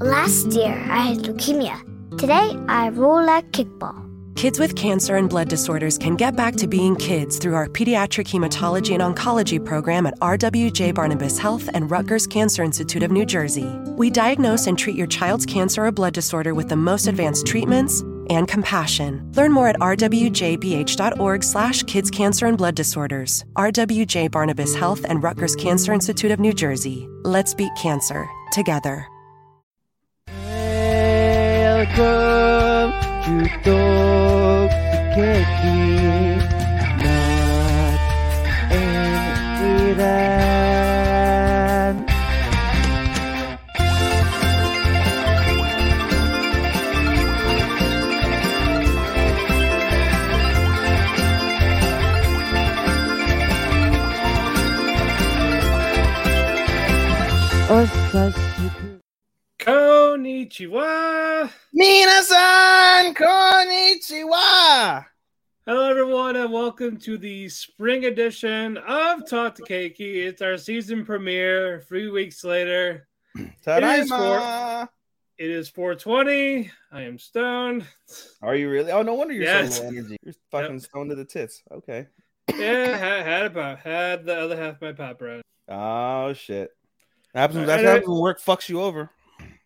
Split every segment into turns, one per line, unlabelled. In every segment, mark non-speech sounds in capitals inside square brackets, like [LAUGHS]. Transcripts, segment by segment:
Last year, I had leukemia. Today, I roll like kickball.
Kids with cancer and blood disorders can get back to being kids through our pediatric hematology and oncology program at RWJ Barnabas Health and Rutgers Cancer Institute of New Jersey. We diagnose and treat your child's cancer or blood disorder with the most advanced treatments and compassion. Learn more at rwjbh.org slash kids cancer and blood disorders. RWJ Barnabas Health and Rutgers Cancer Institute of New Jersey. Let's beat cancer together.
Welcome to Toxicity, Matt and Iran. Osashiku.
Konnichiwa!
Minasan konnichiwa!
Hello, everyone, and welcome to the spring edition of Talk to Keiki. It's our season premiere. Three weeks later,
Tadaima!
it is 4:20. I am stoned.
Are you really? Oh, no wonder you're
Yes.
so low energy. You're fucking stoned to the tits. Okay.
Yeah, had, had a pop. Had the other half of my pop run.
Oh shit. That happens. That
And I-
happens when work fucks you over.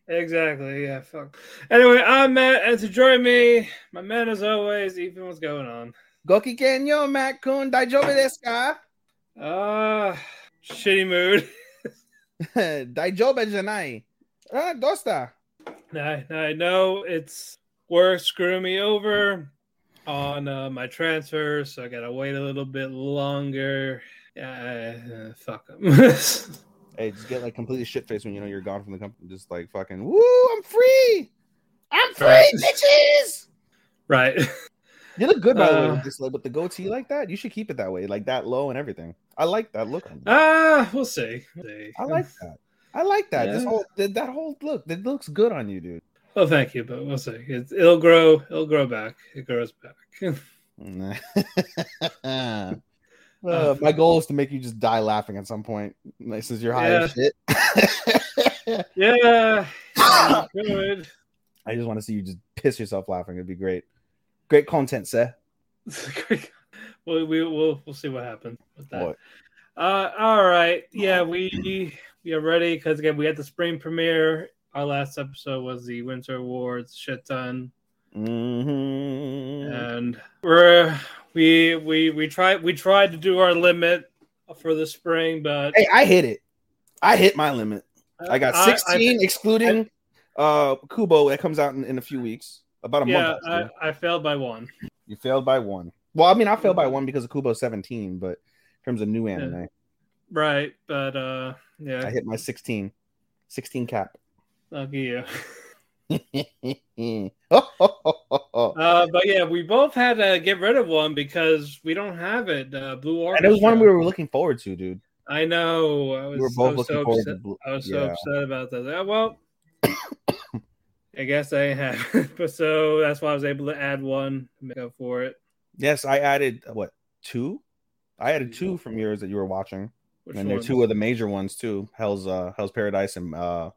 Exactly. Yeah. Fuck. Anyway, I'm Matt, and to join me, my man, as always, Ethan. What's going on?
Goki ken yo Matt kun daijobu desu ka? [LAUGHS]
Ah, shitty mood.
Daijobu janai. Ah, dosta.
I, I know it's work screwing me over on uh, my transfer, so I gotta wait a little bit longer. Yeah, uh, fuck 'em. [LAUGHS]
Hey, just get like completely shit faced when you know you're gone from the company. Just like fucking, woo, I'm free. I'm free,
Right.
bitches.
right.
You look good by the way
Uh,
with this like with the goatee like that. You should keep it that way, like that low and everything. I like that look. on you.
Ah, we'll see. We'll see.
I like that. I like that. This
Yeah.
whole that, that whole look that looks good on you, dude.
Well, thank you, but we'll see. It, it'll grow. It'll grow back. It grows back. [LAUGHS]
Uh, my goal is to make you just die laughing at some point, like, since you're high as shit. [LAUGHS]
yeah. [COUGHS] yeah, Good. [LAUGHS]
I just want to see you just piss yourself laughing. It'd be great. Great content, sir.
Well, we, we'll we'll see what happens with that.
Boy.
Uh, all right.
Oh.
Yeah, we we are ready because again, we had the spring premiere. Our last episode was the Winter Awards shit ton,
Mhm.
and we're we we we tried we tried to do our limit for the spring, but
Hey, I hit it. I hit my limit. I
Uh,
got 16, excluding uh Kubo that comes out in, in a few weeks. About
I,
a
yeah,
month. actually.
I, I failed by one.
You failed by one. Well, I mean, I failed by one because of Kubo 17, but in terms of new anime,
Right, but uh,
I
yeah,
hit my 16. 16 cap.
lucky you. [LAUGHS]
and
Uh, but yeah, we both had to get rid of one because we don't have it. Uh, Blue Orange.
it was one we were looking forward to, dude.
I know. I was
We were
I
both
was so
looking forward
upset.
to Blue.
I was so
Yeah.
upset about that. Uh,
[COUGHS]
Well, I guess I have, but so that's why I was able to add one to make up for it.
Yes, I added uh, what two? I added two from yours that you were watching,
Which
and there are
one?
two of the major ones too. Hell's uh, Hell's Paradise and uh,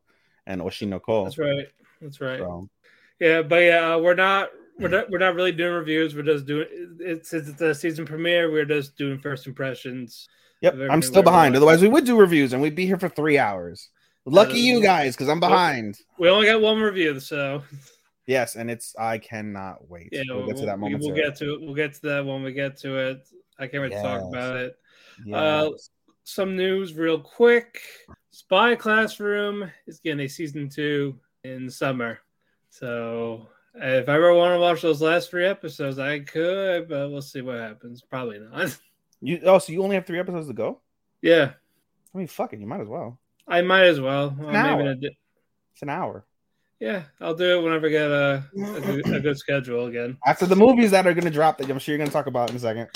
and Oshinoko.
That's right. That's right.
So,
Yeah, but yeah, uh, we're not. We're
[CLEARS THROAT]
not, we're not really doing reviews. We're just doing it since it's the season premiere. We're just doing first impressions.
yep,
Very
I'm
good,
still
very
behind.
good.
Otherwise, we would do reviews and we'd be here for three hours. Lucky
Uh,
you guys, because I'm behind.
We only got one review, so
Yes, and it's I cannot wait.
yeah,
we'll get to that moment.
We'll
soon.
get to it. We'll get to that when we get to it. I can't wait to talk
Yes.
about it.
Yes.
Uh, some news real quick. Spy Classroom is getting a season two in summer. So if I ever want to watch those last three episodes, I could, but we'll see what happens. Probably not. [LAUGHS]
you oh, so you only have three episodes to go?
yeah,
I mean, fuck it, you might as well.
I might as well. Or
Now.
maybe I did-
It's an hour
yeah, I'll do it whenever I get a, a, good, a good schedule again.
after the movies that are going to drop that I'm sure you're going to talk about in a second.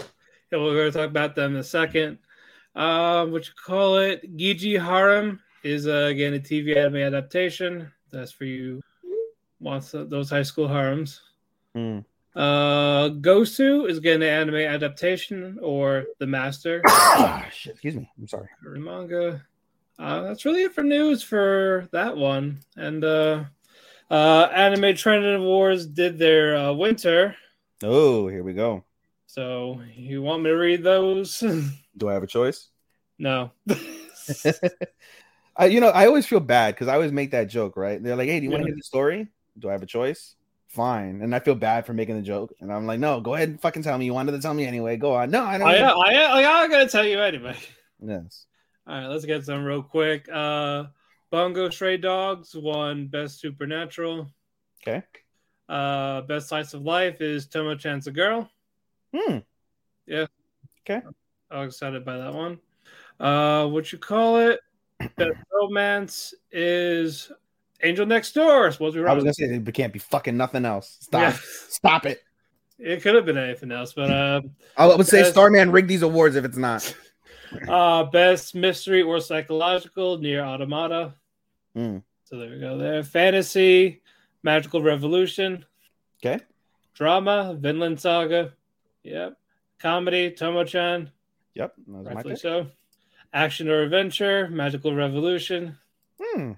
Yeah, we're going to talk about them in a second. Um, what you call it? Gigi Harem is uh, again a TV anime adaptation. That's for you wants those high school harems.
[CLEARS THROAT] Hmm.
Uh, Gosu is getting an anime adaptation or The Master
Ah, shit, excuse me. I'm sorry.
or manga. uh, that's really it for news for that one. And uh, uh, Anime Trend Awards did their uh, winter.
Oh, here we go.
So you want me to read those? [LAUGHS]
Do I have a choice?
no.
I, you know, I always feel bad because I always make that joke, right? They're like, "Hey, do you want to
Yeah.
hear the story? Do I have a choice?" Fine, and I feel bad for making the joke, and I'm like, "No, go ahead and fucking tell me. You wanted to tell me anyway. Go on. No, I don't."
I,
know.
I, I, I gotta tell you anyway.
Yes.
All right, let's get some real quick. Uh, Bongo Stray Dogs won Best Supernatural.
Okay.
Uh, Best Slice of Life is Tomo Chance a Girl.
Hmm.
I was excited by that one. Uh, what you call it? Best Romance is Angel Next Door. Supposed to be
I was
wrong.
gonna say it can't be fucking nothing else. Stop.
Yeah,
Stop it.
it could have been anything else, but uh,
I would say
Yes.
Starman rigged these awards if it's not.
uh, Best Mystery or Psychological Near Automata.
Hmm.
So there we go. There, Fantasy, Magical Revolution.
Okay.
Drama, Vinland Saga. Yep. Comedy, Tomo-chan.
Yep. That was my
Rightfully
pick.
so. Action or adventure, Magical Revolution.
Hmm.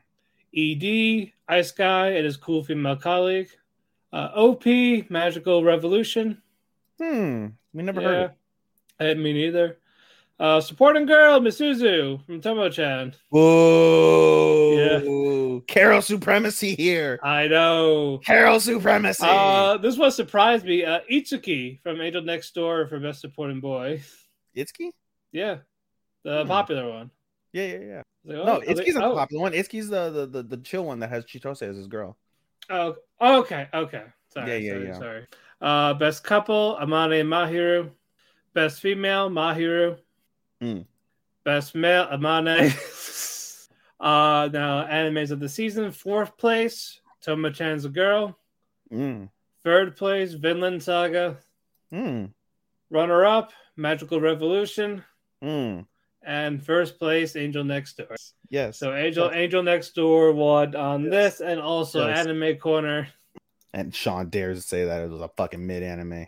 ED, E Ice Guy, and his cool female colleague. Uh, OP, Magical Revolution.
Hmm. We never heard it.
Yeah. Uh, me neither. Uh, supporting girl, Misuzu from Tomo-chan.
Whoa. Carol supremacy here.
I know.
Carol supremacy.
Uh, this one surprised me. Uh, Itsuki from Angel Next Door for Best Supporting Boy. [LAUGHS]
Itsuki?
Yeah, the
Hmm.
popular one.
Yeah, yeah, yeah.
I was like,
No,
oh, I was like,
Itsuki's not
oh,
the popular one. Itsuki's the, the the the chill one that has Chitose as his girl.
Oh, okay, okay. Sorry,
Yeah, yeah,
sorry,
yeah.
sorry. Uh, best couple, Amane and Mahiru. Best female, Mahiru.
Hmm.
Best male,
[LAUGHS]
Amane. uh, now, animes of the season. Fourth place, Toma Chan's a Girl.
Mm.
Third place, Vinland Saga.
Mm.
Runner up, Magical Revolution.
Mm.
And first place, Angel Next Door.
Yes.
So Angel Angel Next Door won on
Yes.
this and also
Yes.
Anime Corner.
and Sean dares to say that it was a fucking mid anime.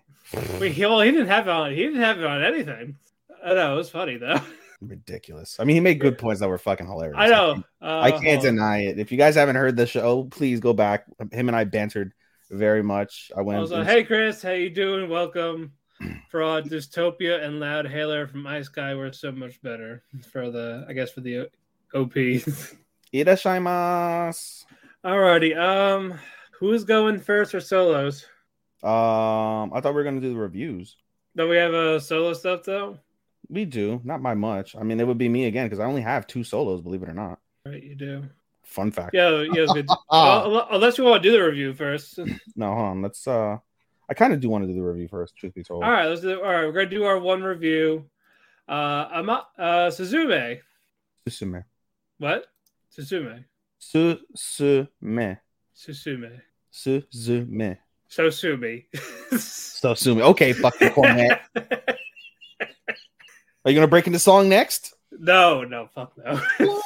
Wait, he, well, he didn't have it on. He didn't have it on anything. I know it was funny though. [LAUGHS]
Ridiculous. I mean, he made good points that were fucking hilarious.
I know. Uh,
I can't
hold on.
deny it. If you guys haven't heard the show, please go back. Him and I bantered very much. I
I
went.
was like, "Hey Chris, how you doing? Welcome." Fraud, dystopia, and loud hailer from Ice Guy were so much better for the, I guess, for the OP.
Irashimasu.
[LAUGHS] Alrighty, um, who's going first for solos?
Um, I thought we were gonna do the reviews.
Don't we have a solo stuff though?
We do not by much. I mean, it would be me again because I only have two solos. Believe it or not.
Right, you do.
Fun fact.
Yeah, yeah, it's
[LAUGHS]
good.
Ah.
Well, unless you want to do the review first.
No, hold on. Let's. Uh, I kind of do want to do the review first. Truth be told.
All right, let's do. All right, we're gonna do our one review. Uh, Ama- uh Suzume.
Susume.
What? Suzume.
Susume.
Suzume.
Susume.
Sosumi.
So Sume. Okay, fuck the man.
[LAUGHS]
Are you gonna break into song
[LAUGHS]
next?
no, no, fuck no.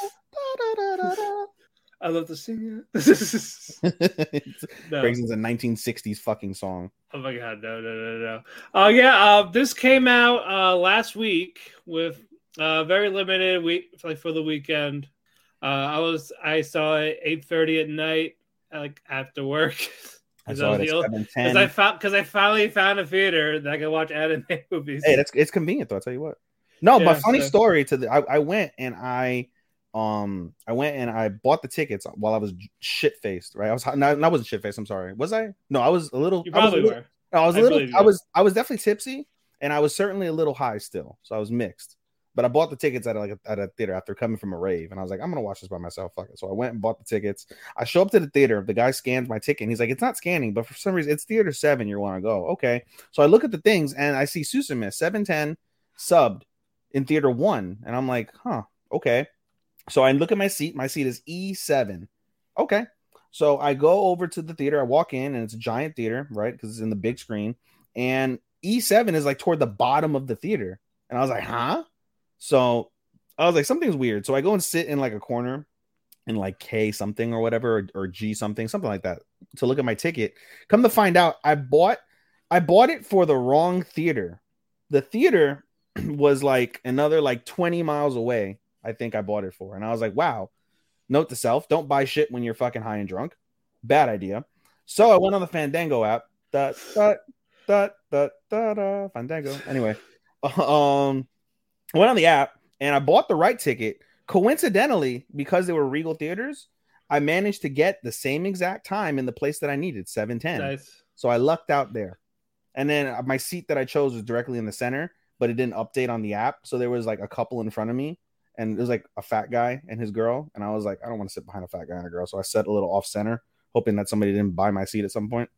I love to sing it. [LAUGHS] no.
[LAUGHS] Breaks into 1960s fucking song.
Oh my god, no, no, no, no. Oh yeah, uh, this came out uh, last week with uh, very limited week like for the weekend. Uh, I was I saw it eight thirty at night, like after work, [LAUGHS]
I
Is
saw
that
it
the old-
at
because I
710.
found because I finally found a theater that I could watch anime [LAUGHS] movies.
Hey, that's it's convenient though. I will tell you what. No,
Yeah,
but funny
so-
story to the. I, I went and I, um, I went and I bought the tickets while I was shit faced. Right, I was. No, I wasn't shit faced. I'm sorry. Was I? No, I was a little.
you
I was a
probably
little-
were.
I was a
I
little.
believe you.
I was. I was definitely tipsy, and I was certainly a little high still. So I was mixed. But I bought the tickets at like a, at a theater after coming from a rave, and I was like, I'm gonna watch this by myself. Fuck it. So I went and bought the tickets. I show up to the theater. The guy scans my ticket. And he's like, It's not scanning, but for some reason, it's theater seven. You want to go? Okay. So I look at the things, and I see Susumis seven ten subbed in theater one, and I'm like, Huh, okay. So I look at my seat. My seat is E seven. Okay. So I go over to the theater. I walk in, and it's a giant theater, right? Because it's in the big screen. And E7 is like toward the bottom of the theater. And I was like, huh? So I was like, something's weird. So I go and sit in like a corner in like K something or whatever, or, or G something, something like that, to look at my ticket. Come to find out, I bought I bought it for the [CLEARS THROAT] wrong theater. The theater was like another like 20 miles away I think I bought it for. And I was like, wow, note to self, don't buy shit when you're fucking high and drunk. Bad idea. So I went on the Fandango app. Da, da, da, da, da, da, Fandango. Anyway, [LAUGHS] um, went on the app and I bought the right ticket. Coincidentally, because they were Regal theaters, I managed to get the same exact time in the place that I needed, 710.
Nice.
So I lucked out there. And then uh, my seat that I chose was directly in the center, but it didn't update on the app. So there was like a couple in front of me, and it was like a fat guy and his girl. And I was like, I don't want to sit behind a fat guy and a girl. So I sat a little off center, hoping that somebody didn't buy my seat at some point.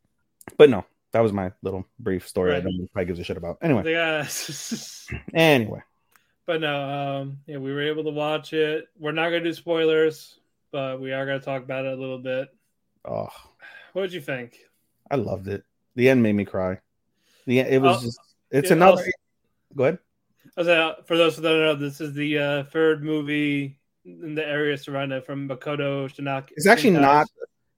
But no, that was my little brief story. I
Right.
don't probably gives a shit about. Anyway,
They got-
anyway.
uh, [LAUGHS] But no, um, yeah, we were able to watch it. We're not gonna do spoilers, but we are gonna talk about it a little bit.
Oh,
What would you think?
I loved it. The end made me cry. The end, it was
Oh,
just it's
yeah, oh,
another
I'll-
go ahead.
As I- uh, for those who don't know, this is the uh, third movie in the area surrounded from Makoto Shinaki.
It's actually
Shinkai.
not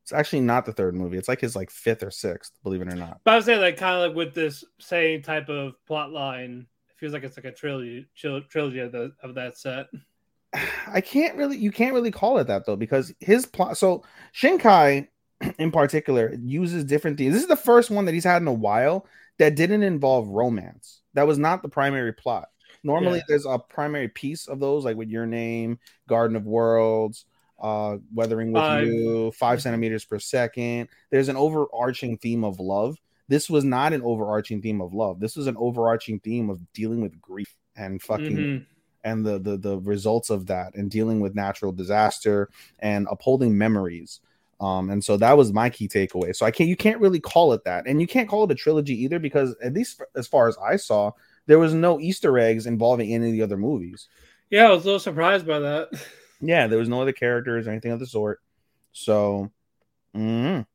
it's actually not the third movie. It's like his like fifth or sixth, believe it or not.
But I would say, like, kind of like with this same type of plot line, it feels like it's like a trilogy, tril- trilogy of, the, of that set.
I can't really you can't really call it that though because his plot so Shinkai [CLEARS THROAT] in particular uses different things. This is the first one that he's had in a while that didn't involve romance. That was not the primary plot. Normally
Yeah.
there's a primary piece of those like with your name, Garden of Worlds, uh Weathering with
Five.
You, 5 centimeters per second. There's an overarching theme of love. This was not an overarching theme of love. This was an overarching theme of dealing with grief and fucking
Mhm.
and the, the the results of that and dealing with natural disaster and upholding memories um and so that was my key takeaway so i can't you can't really call it that and you can't call it a trilogy either because at least f- as far as i saw there was no easter eggs involving any of the other movies
Yeah, I was a little surprised by that. [LAUGHS]
yeah there was no other characters or anything of the sort so mm.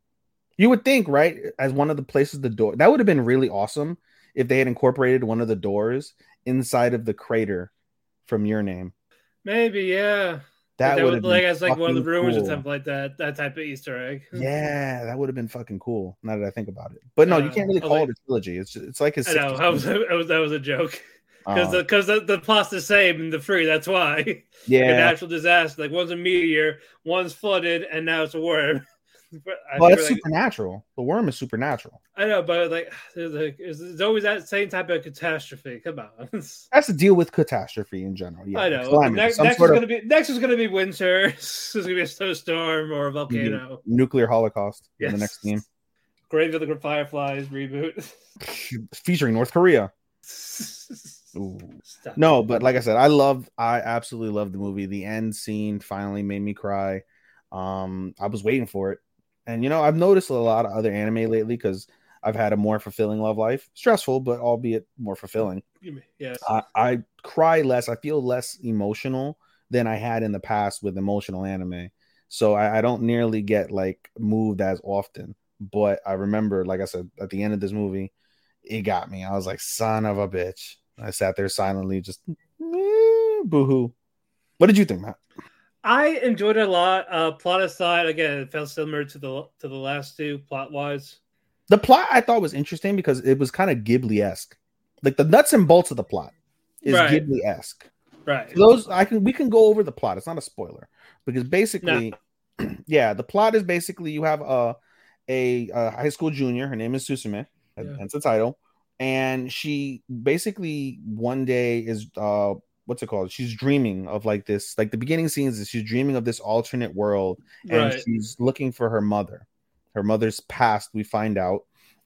you would think right as one of the places the door that would have been really awesome if they had incorporated one of the doors inside of the crater from your name
Maybe, yeah.
That, would have
like
been
as like one of the
fucking
rumors or
cool.
something like that. That type of Easter egg.
Yeah, that would have been fucking cool. Now that I think about it, but no, you
Uh,
can't really
I
call
like-
it a trilogy. It's just, it's like
[LAUGHS]
his.
I know. That was, that was, that was a
[LAUGHS]
joke because
Uh,
the, 'cause the, the plot's the same in the three. That's why. [LAUGHS] like a
yeah,
natural disaster. Like one's a meteor, one's flooded, and now it's a worm. [LAUGHS] But I,
well,
remember,
that's
like,
supernatural. The worm is supernatural.
I know, but like, [SIGHS] there's like it's, it's always that same type of catastrophe. Come on. [LAUGHS]
That's the deal with catastrophe in general. Yeah,
I know.
climate,
next
some
next is
sort of
gonna be next is gonna be winter. [LAUGHS] There's gonna be a snowstorm or a volcano.
nuclear holocaust.
Yeah,
in The next theme
Grave of the Fireflies reboot.
featuring North Korea. Ooh.
Stop.
[LAUGHS] No, but like I said, I love. I absolutely love the movie. The end scene finally made me cry. Um, I was waiting for it, and you know, I've noticed a lot of other anime lately because I've had a more fulfilling love life. Stressful, but albeit more fulfilling.
Give me- Yes.
I, I cry less. I feel less emotional than I had in the past with emotional anime. So I, I don't nearly get like moved as often. But I remember, like I said, at the end of this movie, it got me. I was like, son of a bitch. I sat there silently, just boo hoo. What did you think, Matt?
I enjoyed it a lot. Uh, plot aside, again, it felt similar to the to the last two plot wise.
The plot I thought was interesting because it was kind of Ghibli esque. Like the nuts and bolts of the plot is
Right.
Ghibli esque.
Right.
For those I can we can go over the plot. It's not a spoiler because basically, [CLEARS THROAT] yeah, the plot is basically you have a a, a high school junior. Her name is Susume,
Yeah.
hence the title, and she basically one day is uh what's it called? She's dreaming of like this like the beginning scenes is she's dreaming of this alternate world and
Right.
she's looking for her mother. Her mother's past, we find out.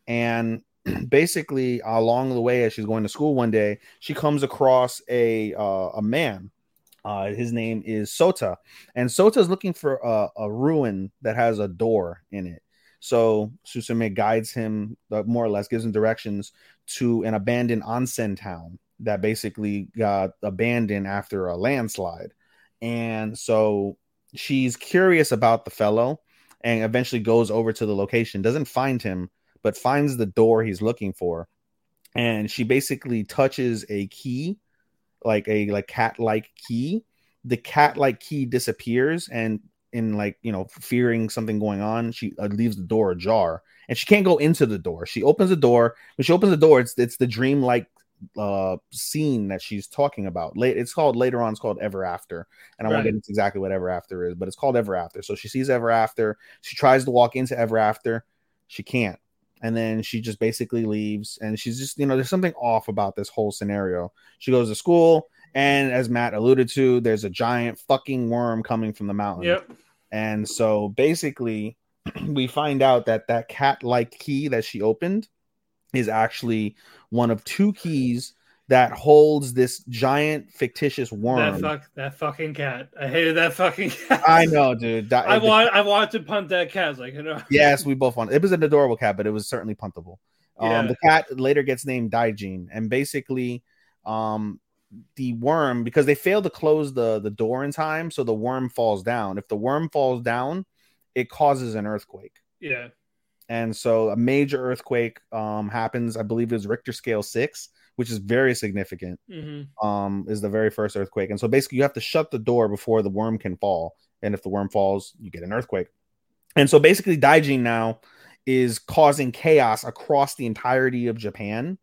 And [CLEARS THROAT] basically, along the way, as she's going to school one day, she comes across a uh, a man. Uh, his name is Sota, and Sota is looking for a, a ruin that has a door in it. So Susume guides him, uh, more or less, gives him directions to an abandoned onsen town that basically got abandoned after a landslide. And so she's curious about the fellow and eventually goes over to the location, doesn't find him, but finds the door he's looking for. And she basically touches a key, like a like cat-like key. The cat-like key disappears and in like, you know, fearing something going on, she uh, leaves the door ajar and she can't go into the door. She opens the door. When she opens the door, it's it's the dream like uh scene that she's talking about. Late it's called later on, it's called Ever After. And I won't
Right.
get into exactly what Ever After is, but it's called Ever After. So she sees Ever After, she tries to walk into Ever After, she can't. And then she just basically leaves and she's just, you know, there's something off about this whole scenario. She goes to school, and as Matt alluded to, there's a giant fucking worm coming from the mountain.
Yep.
And so basically, [CLEARS THROAT] we find out that that cat like key that she opened is actually one of two keys that holds this giant fictitious
That
worm.
fuck that fucking cat. I hated that fucking cat.
I know, dude.
[LAUGHS]
That-
I want I wanted to punt that cat. I was like, you know,
yes, we both want it. was an adorable cat, but it was certainly puntable. Um,
Yeah.
the cat later gets named Daijin, and basically, um, the worm because they fail to close the the door in time, so the worm falls down. If the worm falls down, it causes an earthquake.
yeah.
and so a major earthquake um, happens. I believe it was Richter scale six, which is very significant.
hmm
Um, is the very first earthquake, and so basically you have to shut the door before the worm can fall, and if the worm falls, you get an earthquake. And so basically, Daijin now is causing chaos across the entirety of Japan,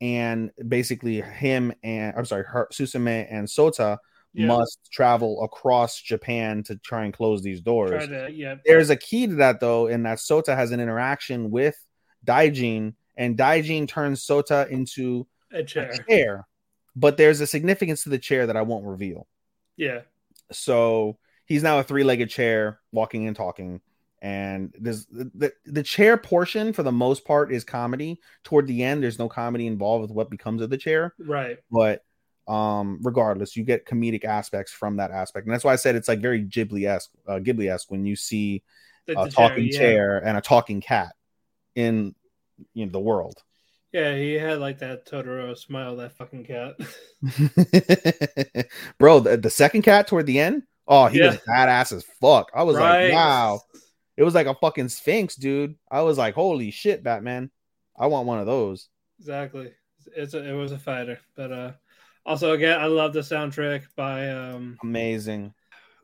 and basically him and I'm sorry, her, Susume and Sota
Yeah.
must travel across Japan to try and close these
Try
doors
to, yeah.
there's a key to that though, in that Sota has an interaction with Daijin, and Daijin turns Sota into
A
a
chair.
chair. But there's a significance to the chair that I won't reveal.
Yeah.
So he's now a three-legged chair, walking and talking. And there's the, the, the chair portion for the most part is comedy. Toward the end, there's no comedy involved with what becomes of the chair
Right.
but um regardless you get comedic aspects from that aspect and that's why i said it's like very ghibli-esque uh, ghibli-esque when you see
The,
a
the
talking
yeah.
chair and a talking cat in you know the world
Yeah, he had like that Totoro smile, that fucking cat. [LAUGHS]
[LAUGHS] bro the, the second cat toward the end oh he was badass as fuck i was like wow it was like a fucking sphinx dude i was like holy shit batman i want one of those
Exactly. It's a, it was a fighter. But uh also again, I love the soundtrack by um
amazing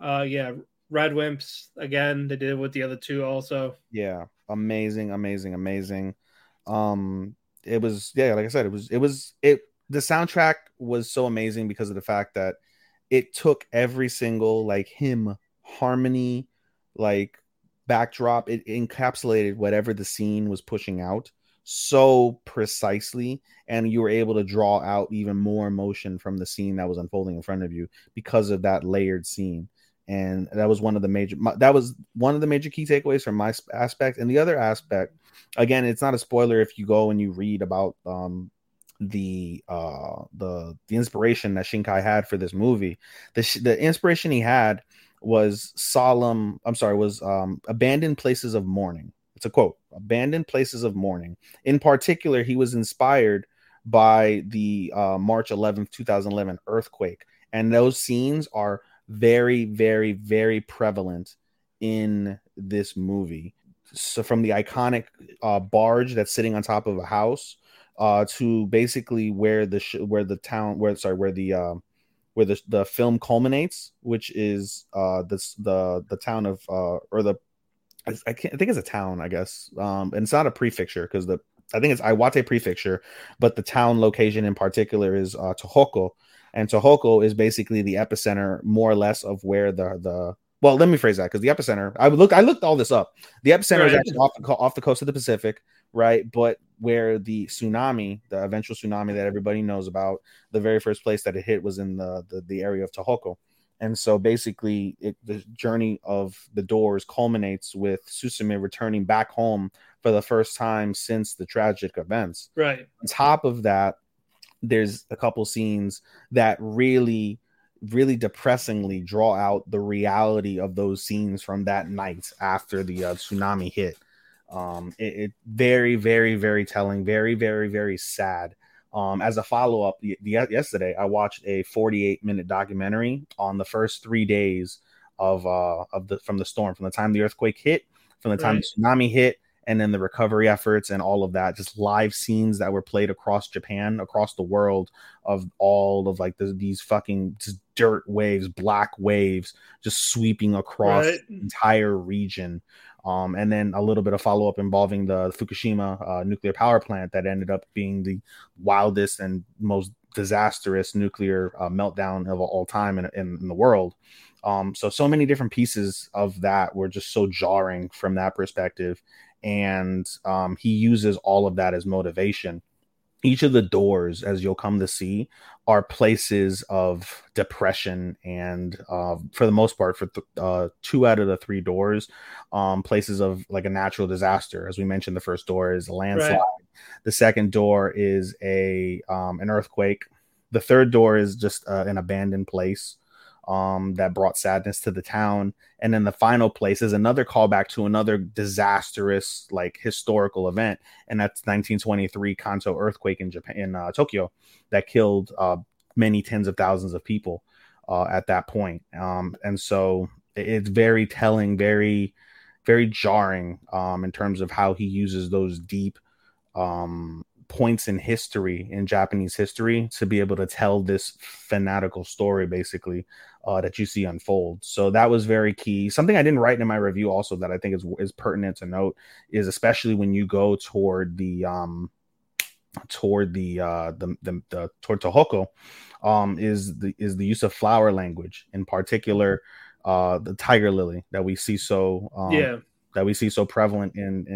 uh yeah, Red Wimps. Again, they did it with the other two also.
yeah amazing amazing amazing um it was yeah like i said it was it was it the soundtrack was so amazing because of the fact that it took every single like hymn harmony like backdrop it encapsulated whatever the scene was pushing out so precisely and you were able to draw out even more emotion from the scene that was unfolding in front of you because of that layered scene and that was one of the major my, that was one of the major key takeaways from my sp- aspect and the other aspect again it's not a spoiler if you go and you read about um the uh the the inspiration that shinkai had for this movie the sh- the inspiration he had was solemn i'm sorry was um abandoned places of mourning it's a quote abandoned places of mourning in particular he was inspired by the uh march 11th 2011 earthquake and those scenes are very, very, very prevalent in this movie. So from the iconic uh, barge that's sitting on top of a house uh, to basically where the sh- where the town where sorry where the um where the, the film culminates, which is uh, this the the town of uh, or the I can't I think it's a town I guess um, and it's not a prefecture because the I think it's Iwate prefecture, but the town location in particular is uh, Tohoku, and Tohoku is basically the epicenter, more or less, of where the the well, let me phrase that because the epicenter. I would look. I looked all this up. The epicenter is
Right.
actually off the, co- off the coast of the Pacific, right? But where the tsunami, the eventual tsunami that everybody knows about, the very first place that it hit was in the the, the area of Tohoku, and so basically, it, the journey of the Doors culminates with Susume returning back home for the first time since the tragic events
Right.
on top of that, there's a couple scenes that really, really depressingly draw out the reality of those scenes from that night after the uh, tsunami hit. Um, it, it very, very, very telling, very, very, very sad. Um, as a follow up, y- y- yesterday I watched a 48 minute documentary on the first three days of uh of the from the storm, from the time the earthquake hit, from the time
Right.
the tsunami hit, and then the recovery efforts and all of that just live scenes that were played across japan across the world of all of like the, these fucking just dirt waves black waves just sweeping across
Right.
the entire region um, and then a little bit of follow up involving the Fukushima uh, nuclear power plant that ended up being the wildest and most disastrous nuclear uh, meltdown of all time in, in, in the world. Um, so, so many different pieces of that were just so jarring from that perspective. And um, he uses all of that as motivation. Each of the doors, as you'll come to see, are places of depression. And uh, for the most part, for th- uh, two out of the three doors, um, places of like a natural disaster. As we mentioned, the first door is a landslide.
Right.
The second door is a um, an earthquake. The third door is just uh, an abandoned place um, that brought sadness to the town. And then the final place is another callback to another disastrous like historical event, and that's 1923 Kanto earthquake in Japan in uh, Tokyo that killed uh, many tens of thousands of people uh, at that point. Um, and so it- it's very telling, very, very jarring um, in terms of how he uses those deep um, points in history, in Japanese history, to be able to tell this fanatical story, basically, uh, that you see unfold. So that was very key. Something I didn't write in my review, also, that I think is, is pertinent to note, is especially when you go toward the. Um, toward the uh the the, the toward Tohoku um is the is the use of flower language in particular uh the tiger lily that we see so um,
yeah,
that we see so prevalent in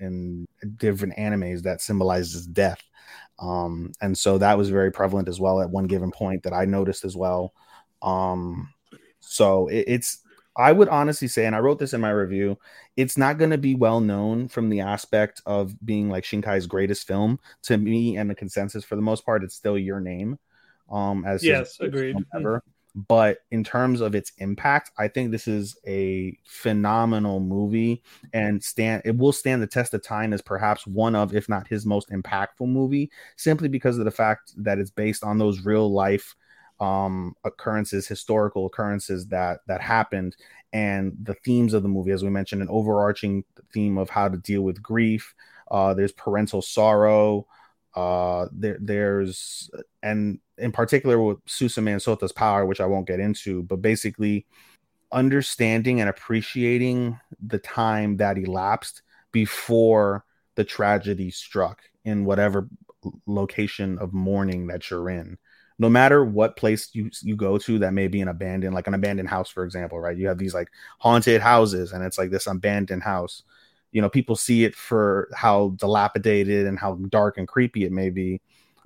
in in different animes that symbolizes death um and so that was very prevalent as well at one given point that i noticed as well um so it, it's i would honestly say and i wrote this in my review it's not going to be well known from the aspect of being like shinkai's greatest film to me and the consensus for the most part it's still your name um as his
Yes, agreed. Mm-hmm.
ever. But in terms of its impact, I think this is a phenomenal movie and stand it will stand the test of time as perhaps one of, if not his most impactful movie, simply because of the fact that it's based on those real life um occurrences, historical occurrences that that happened and the themes of the movie, as we mentioned, an overarching theme of how to deal with grief. Uh, there's parental sorrow. Uh, there, there's and in particular with Susume and Sota's power, which I won't get into, but basically understanding and appreciating the time that elapsed before the tragedy struck in whatever location of mourning that you're in. No matter what place you you go to that may be an abandoned, like an abandoned house, for example, right? You have these like haunted houses, and it's like this abandoned house. You know, people see it for how dilapidated and how dark and creepy it may be,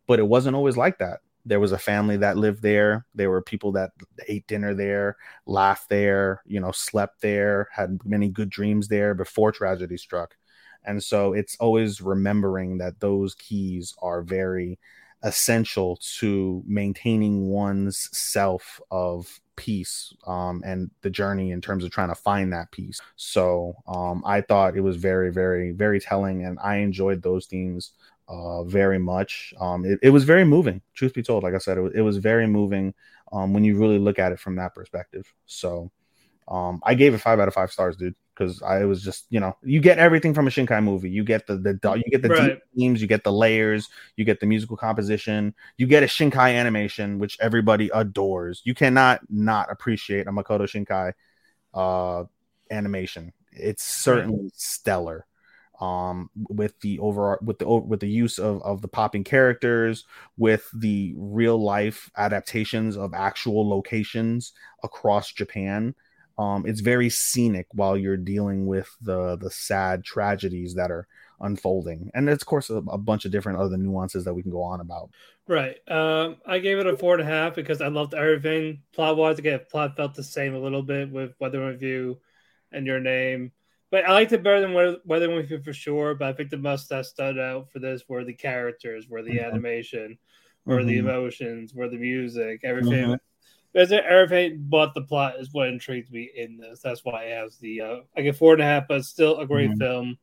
but it wasn't always like that. There was a family that lived there. There were people that ate dinner there, laughed there, you know, slept there, had many good dreams there before tragedy struck. And so it's always remembering that those keys are very essential to maintaining one's self of peace um, and the journey in terms of trying to find that peace. So um, I thought it was very, very, very telling. And I enjoyed those themes uh, very much. Um, it, it was very moving. Truth be told, like I said, it was, it was very moving um, when you really look at it from that perspective. So um, I gave it five out of five stars, dude, because I was just you know you get everything from a Shinkai movie. You get the the do- you get the
Right.
deep themes, you get the layers, you get the musical composition, you get a Shinkai animation, which everybody adores. You cannot not appreciate a Makoto Shinkai uh, animation. It's certainly stellar um with the over with the with the use of of the popping characters with the real life adaptations of actual locations across Japan um it's very scenic while you're dealing with the the sad tragedies that are unfolding and it's of course a, a bunch of different other nuances that we can go on about
right. Um, I gave it a four and a half because I loved everything plot wise. Again, plot felt the same a little bit with Weather Review and Your Name, but I liked it better than Weather, Weather Review for sure. But I think the most that stood out for this were the characters, were the
Mhm.
animation, were the
Mm-hmm.
emotions, were the music, everything.
Mhm.
There's everything but the plot is what intrigued me in this. That's why it has the uh, I get four and a half, but it's still a great
Mhm.
film.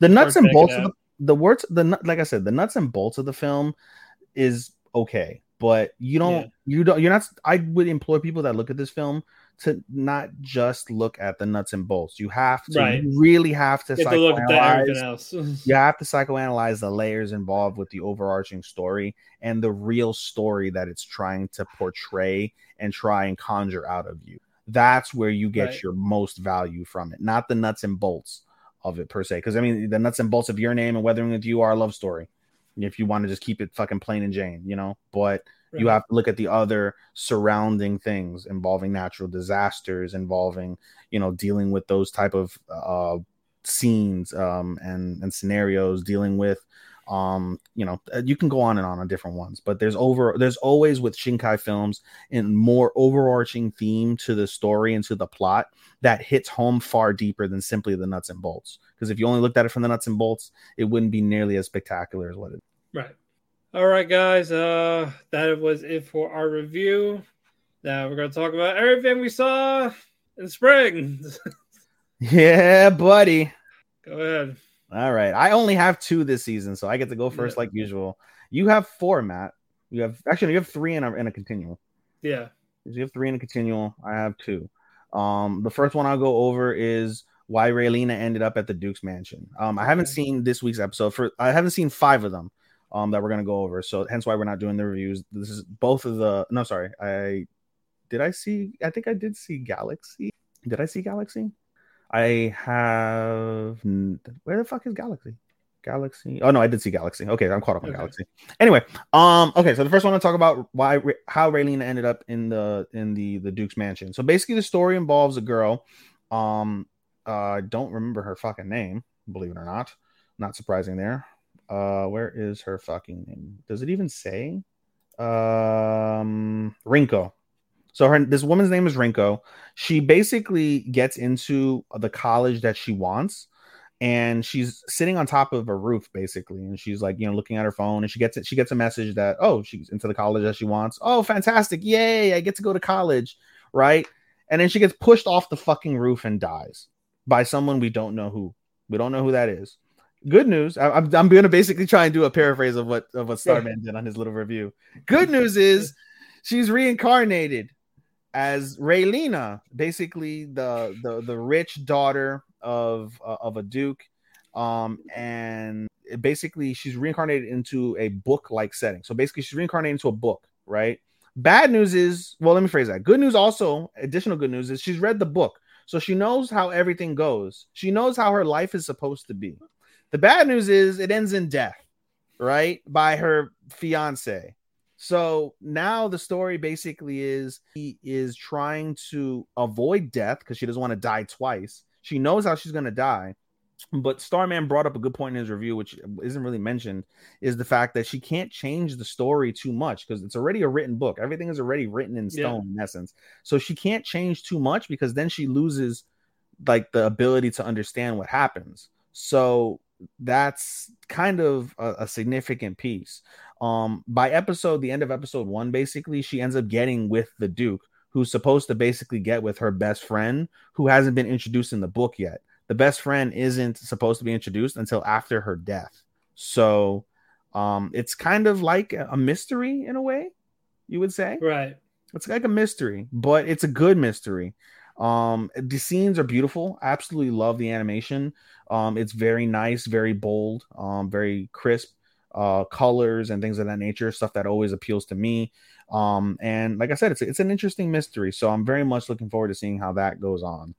the nuts
Start
and
checking
bolts of
out.
the, the words the nu- like i said the nuts and bolts of the film is okay but you don't
Yeah.
you don't you're not i would implore people that look at this film to not just look at the nuts and bolts you have to
Right.
you really have to,
You have to look at that
psychoanalyze-
everything else. [LAUGHS]
you have to psychoanalyze the layers involved with the overarching story and the real story that it's trying to portray and try and conjure out of you. That's where you get
Right.
your most value from it, not the nuts and bolts of it per se. Because I mean, the nuts and bolts of your name and weathering with you are a love story. If you want to just keep it fucking plain and Jane, you know, but you
Right.
have to look at the other surrounding things involving natural disasters, involving you know dealing with those type of uh, scenes um, and and scenarios, dealing with um you know uh, you can go on and on on different ones but there's over there's always with shinkai films and more overarching theme to the story and to the plot that hits home far deeper than simply the nuts and bolts because if you only looked at it from the nuts and bolts it wouldn't be nearly as spectacular as what it [LAUGHS]
Right. All right, guys. Uh, that was it for our review. Now we're gonna talk about everything we saw in spring. [LAUGHS]
yeah buddy
Go ahead.
All right. I only have two this season, so I get to go first
Yeah.
like usual. You have four, Matt. You have actually no, you have three in a in a continual.
Yeah.
You have three in a continual. I have two. Um, the first one I'll go over is why Raylena ended up at the Duke's mansion. Um, I haven't
Okay.
seen this week's episode for I haven't seen five of them um that we're gonna go over. So hence why we're not doing the reviews. This is both of the no sorry, I did I see I think I did see Galaxy. Did I see Galaxy? I have where the fuck is Galaxy? Galaxy. Oh no, I did see Galaxy. Okay, I'm caught up on
Okay.
Galaxy. Anyway, um, okay, so the first one I want to talk about why how Raylena ended up in the in the the Duke's mansion. So basically, the story involves a girl. Um, uh, I don't remember her fucking name. Believe it or not, not surprising there. Uh, where is her fucking name? Does it even say? Um, Rinko. So her this woman's name is Rinko. She basically gets into the college that she wants and she's sitting on top of a roof basically and she's like you know looking at her phone and she gets it she gets a message that oh she's into the college that she wants oh fantastic yay i get to go to college right and then she gets pushed off the fucking roof and dies by someone we don't know who we don't know who that is good news I, am I'm going to basically try and do a paraphrase of what of what starman did on his little review good news is she's reincarnated as Raylena, basically the the the rich daughter of uh, of a duke, um, and it basically she's reincarnated into a book like setting. So basically, she's reincarnated into a book, right? Bad news is, well, let me phrase that. Good news also, additional good news is she's read the book, so she knows how everything goes. She knows how her life is supposed to be. The bad news is it ends in death, right, by her fiance. So now the story basically is he is trying to avoid death because she doesn't want to die twice. She knows how she's going to die. But Starman brought up a good point in his review, which isn't really mentioned, is the fact that she can't change the story too much because it's already a written book. Everything is already written in
Yeah.
stone, in essence. So she can't change too much because then she loses like the ability to understand what happens. So that's kind of a, a significant piece um by episode the end of episode one basically she ends up getting with the duke who's supposed to basically get with her best friend who hasn't been introduced in the book yet the best friend isn't supposed to be introduced until after her death so um it's kind of like a a mystery in a way you would say
Right.
it's like a mystery, but it's a good mystery. Um, the scenes are beautiful. I absolutely love the animation. Um, it's very nice, very bold, um, very crisp, uh, colors and things of that nature. Stuff that always appeals to me. Um, and like I said, it's it's an interesting mystery. So I'm very much looking forward to seeing how that goes on.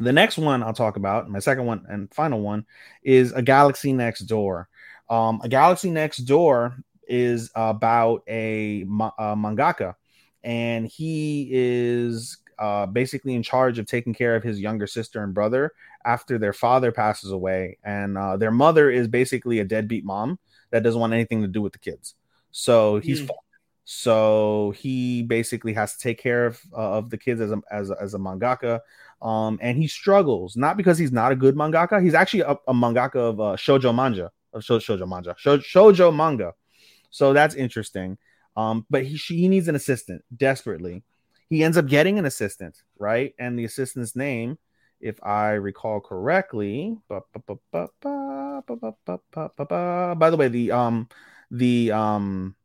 The next one I'll talk about, my second one and final one, is a galaxy next door. Um, a galaxy next door is about a, ma- a mangaka and he is uh, basically in charge of taking care of his younger sister and brother after their father passes away, and uh, their mother is basically a deadbeat mom that doesn't want anything to do with the kids. So he's
Hmm.
fucked. so he basically has to take care of uh, of the kids as a as a, as a mangaka, um, and he struggles not because he's not a good mangaka. He's actually a, a mangaka of uh, shoujo manga of shou- shoujo manga shou- shoujo manga. So that's interesting. Um, but he she he needs an assistant desperately. He ends up getting an assistant, right? And the assistant's name, if I recall correctly, ba- ba- ba- ba- ba- ba- ba- ba- ba- ba- ba- by the way, the um the um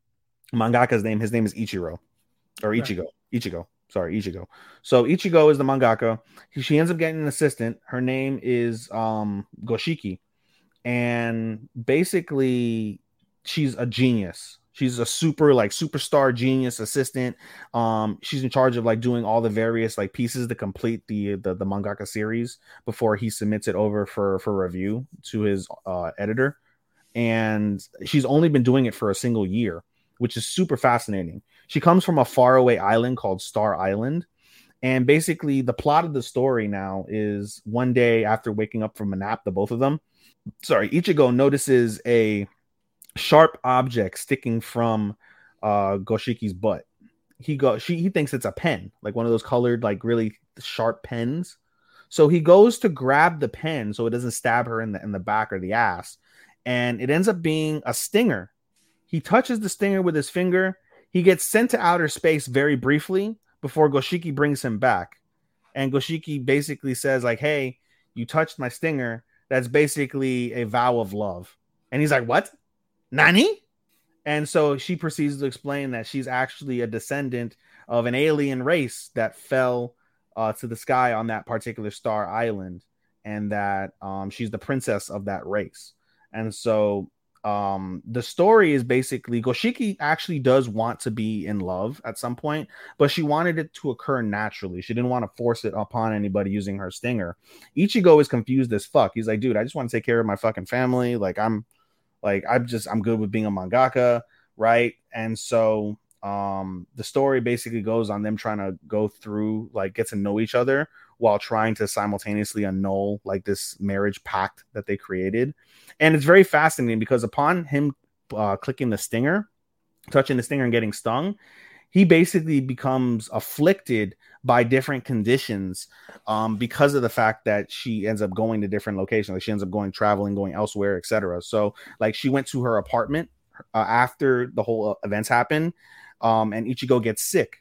mangaka's name, his name is Ichiro or
Right.
Ichigo. Ichigo. Sorry, Ichigo. So Ichigo is the mangaka. He- She ends up getting an assistant. Her name is um Goshiki. And basically she's a genius. She's a super like superstar genius assistant. Um, she's in charge of like doing all the various like pieces to complete the the, the mangaka series before he submits it over for for review to his uh, editor. And she's only been doing it for a single year, which is super fascinating. She comes from a faraway island called Star Island. And basically, the plot of the story now is one day after waking up from a nap, the both of them, sorry, Ichigo notices a sharp object sticking from uh Goshiki's butt. He go she he thinks it's a pen, like one of those colored, like really sharp pens. So he goes to grab the pen so it doesn't stab her in the in the back or the ass. And it ends up being a stinger. He touches the stinger with his finger. He gets sent to outer space very briefly before Goshiki brings him back. And Goshiki basically says, like, hey, you touched my stinger that's basically a vow of love. And he's like, What? Nani? And so she proceeds to explain that she's actually a descendant of an alien race that fell uh, to the sky on that particular star island, and that um, she's the princess of that race. And so um, the story is basically Goshiki actually does want to be in love at some point, but she wanted it to occur naturally. She didn't want to force it upon anybody using her stinger. Ichigo is confused as fuck. He's like, dude, I just want to take care of my fucking family. Like, I'm like, I'm just, I'm good with being a mangaka, right? And so, um, the story basically goes on them trying to go through, like, get to know each other while trying to simultaneously annul, like, this marriage pact that they created. And it's very fascinating because upon him uh, clicking the stinger, touching the stinger and getting stung, he basically becomes afflicted by different conditions um, because of the fact that she ends up going to different locations. Like she ends up going traveling, going elsewhere, etc. So like she went to her apartment uh, after the whole uh, events happen, um, and Ichigo gets sick,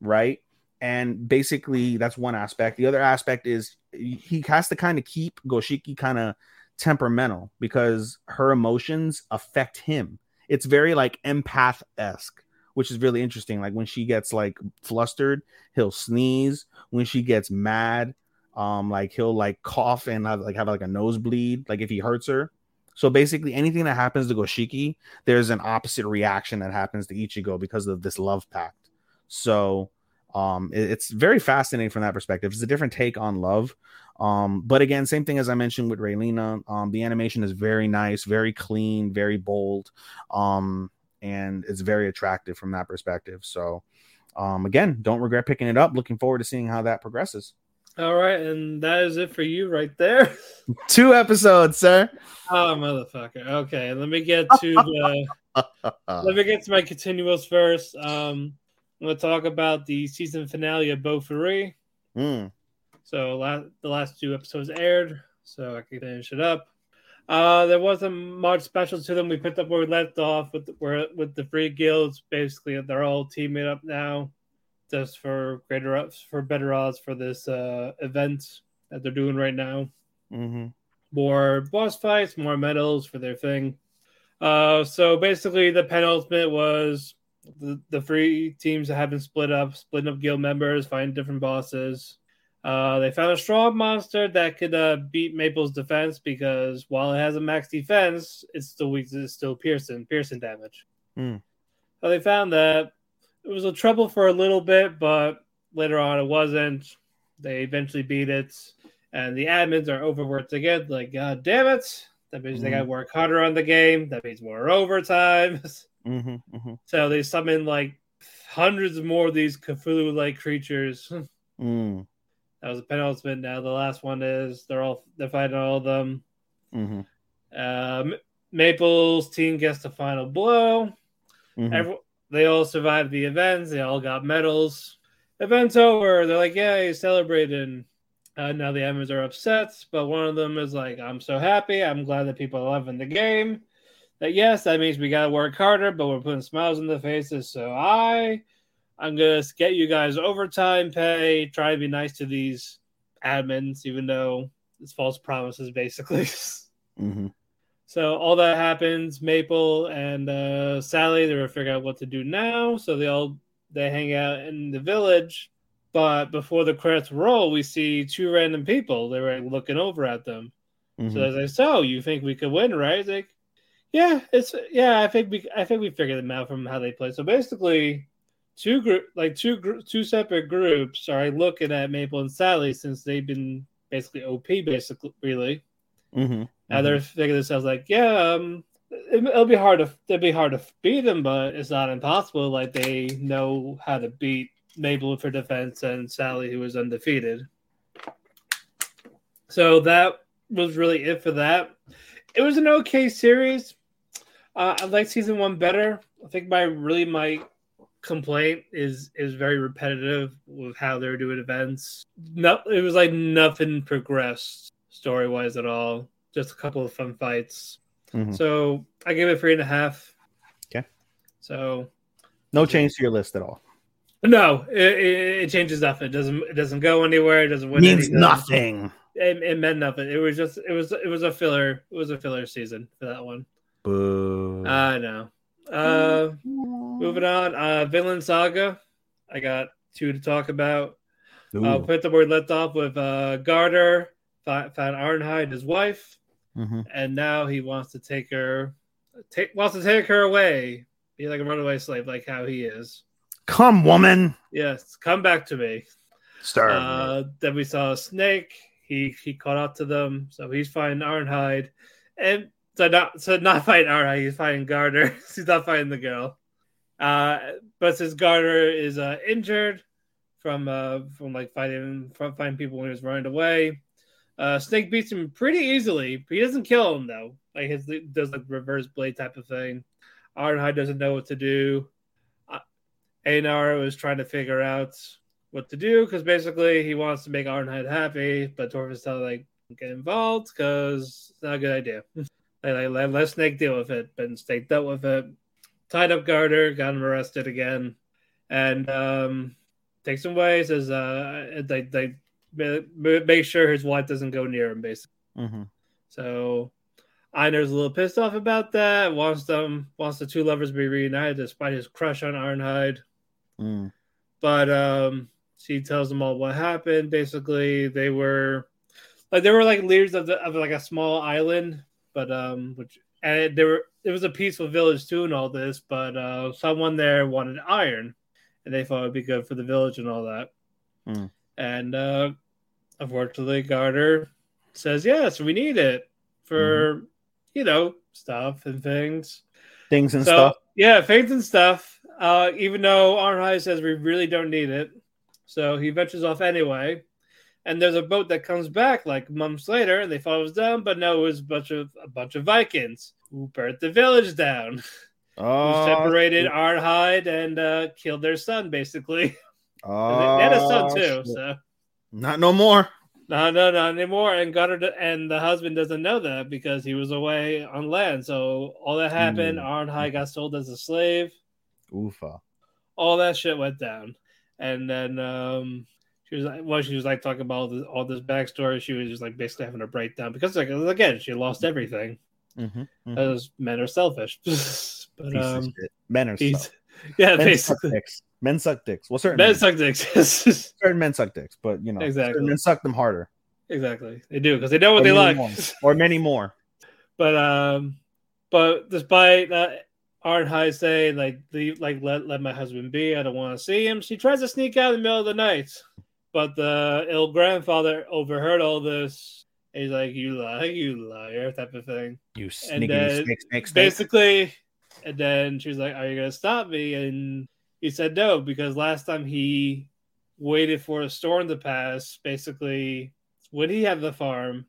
right? And basically that's one aspect. The other aspect is he has to kind of keep Goshiki kind of temperamental because her emotions affect him. It's very like empath esque which is really interesting. Like when she gets like flustered, he'll sneeze. When she gets mad, um, like he'll like cough and have, like have like a nosebleed. Like if he hurts her. So basically, anything that happens to Goshiki, there's an opposite reaction that happens to Ichigo because of this love pact. So um, it- it's very fascinating from that perspective. It's a different take on love. Um, but again, same thing as I mentioned with Raylena. Um, the animation is very nice, very clean, very bold. Um, and it's very attractive from that perspective. So, um, again, don't regret picking it up. Looking forward to seeing how that progresses.
All right, and that is it for you right there. [LAUGHS]
Two episodes, sir.
Oh motherfucker. Okay, let me get to the
Uh,
let me get to my continuals first. Um I'm gonna talk about the season finale of Beaufort.
Mm,
So la- the last two episodes aired, so I can finish it up. Uh, there wasn't much special to them. We picked up where we left off with the, where, with the free guilds. Basically, they're all teaming up now, just for greater ups, for better odds for this uh, event that they're doing right now.
mhm.
More boss fights, more medals for their thing. Uh, so basically, the penultimate was the, the three teams that have been split up, splitting up guild members, finding different bosses. Uh, they found a straw monster that could uh, beat Maple's defense because while it has a max defense, it's still weak. It's still piercing, piercing damage.
Hmm.
So they found that it was a trouble for a little bit, but later on it wasn't. They eventually beat it, and the admins are overworked again. Like, god damn it! That means they
Hmm.
got to work harder on the game. That means more [LAUGHS] overtime.
Mhm, mhm,
so they summon like hundreds more of these Cthulhu-like creatures.
mm,
That was a penultimate. Now the last one is they're all they're fighting all of them.
mhm,
Um, Maple's team gets the final blow.
mhm.
Every- they all survived the events. They all got medals. Events over. They're like, yay, celebrating. Uh, now the admins are upset, but one of them is like, I'm so happy. I'm glad that people are loving the game. That yes, that means we gotta work harder, but we're putting smiles on the faces. So I, I'm gonna get you guys overtime pay. Try to be nice to these admins, even though it's false promises, basically. [LAUGHS]
mhm.
So all that happens. Maple and uh, Sally they were figuring out what to do now. So they all they hang out in the village. But before the credits roll, we see two random people. They were looking over at them. So
Mhm.
they're like, "So you think we could win, right?" He's like, Yeah, it's yeah. I think we I think we figured them out from how they play. So basically, two group like two gr- two separate groups are looking at Maple and Sally since they've been basically OP basically really.
Mm-hmm.
Now they're thinking to themselves like, yeah, um, it, it'll be hard to it'll be hard to beat them, but it's not impossible. Like they know how to beat Mabel for defense and Sally, who is undefeated. So that was really it for that. It was an okay series. Uh, I like season one better. I think my really my complaint is is very repetitive with how they're doing events. No, it was like nothing progressed story wise at all. Just a couple of fun fights.
Mhm.
So I gave it three and a half.
Okay.
So
Mm-hmm. No change to your list at all.
no, it, it, it changes nothing. It doesn't it doesn't go anywhere. It doesn't win. anything. It, it meant nothing. It was just it was it was a filler. It was a filler season for that one.
Boo.
I know. Uh, moving on. Uh, Vinland Saga. I got two to talk about.
Ooh.
Uh, put the word left off with uh, Garter fi- found Ironhide his wife,
Mhm.
and now he wants to take her, take wants to take her away, be like a runaway slave, like how he is.
Come, woman.
Yes, come back to me.
Stir.
Uh, then we saw a snake. He he caught up to them, so he's fighting Ironhide, and so not so not [LAUGHS] fighting Ironhide. He's fighting Garter. [LAUGHS] he's not fighting the girl. Uh, but since Garter is uh, injured from uh, from like fighting from fighting people when he was running away, uh, Snake beats him pretty easily. He doesn't kill him though. Like his does like reverse blade type of thing. Ironhide doesn't know what to do. Uh, Einar was trying to figure out what to do because basically he wants to make Ironhide happy, but Torvin's telling like "Don't get involved because it's not a good idea. [LAUGHS] Like, like, let, let Snake deal with it, but Snake dealt with it, tied up Garter, got him arrested again, and um, takes him away. Says uh, they they ma- ma- make sure his wife doesn't go near him, basically.
Mhm.
So Einar's a little pissed off about that. Wants them wants the two lovers to be reunited despite his crush on Ironhide
Mm.
but um she tells them all what happened basically they were like they were like leaders of the of like a small island but um which and there were it was a peaceful village too and all this but uh someone there wanted iron and they thought it would be good for the village and all that
Hmm.
and uh unfortunately garter says yes we need it for you know stuff and things
Things and
so,
stuff.
Yeah, things and stuff. Uh, even though Arnheim says we really don't need it, so he ventures off anyway. And there's a boat that comes back like months later, and they thought it was them, but no, it was a bunch of a bunch of Vikings who burnt the village down,
Oh,
who separated Arnhide and uh, killed their son, basically. [LAUGHS] And
Oh,
they, they had a son too,
shit.
so
Not no more.
no, no, not anymore. And got her, to, and the husband doesn't know that because he was away on land. So all that happened,
Mm.
Arnhide got sold as a slave.
Oofa.
all that shit went down. And then um she was like, well, she was like talking about all this, all this backstory. She was just like basically having a breakdown because like again, she lost everything
Mm-hmm.
because men are selfish. [LAUGHS] but um,
men are
he's,
stuff.
yeah,
Men suck
basically,
dicks. Men suck dicks. Well, certain men,
men suck dicks. [LAUGHS]
certain men suck dicks, but you know,
Exactly.
certain men suck them harder,
exactly, they do because they know what
Or
they
many
like.
more. or many more.
but um but despite uh Arnhide saying like the like let, let my husband be, I don't want to see him. She tries to sneak out in the middle of the night. But the ill grandfather overheard all this. and He's like, You lie, you liar, type of thing. then
You sneaky snake, snake, snake.
uh, Basically, and then she was like, Are you gonna stop me? And he said no, because last time he waited for a storm to pass, basically when he had the farm,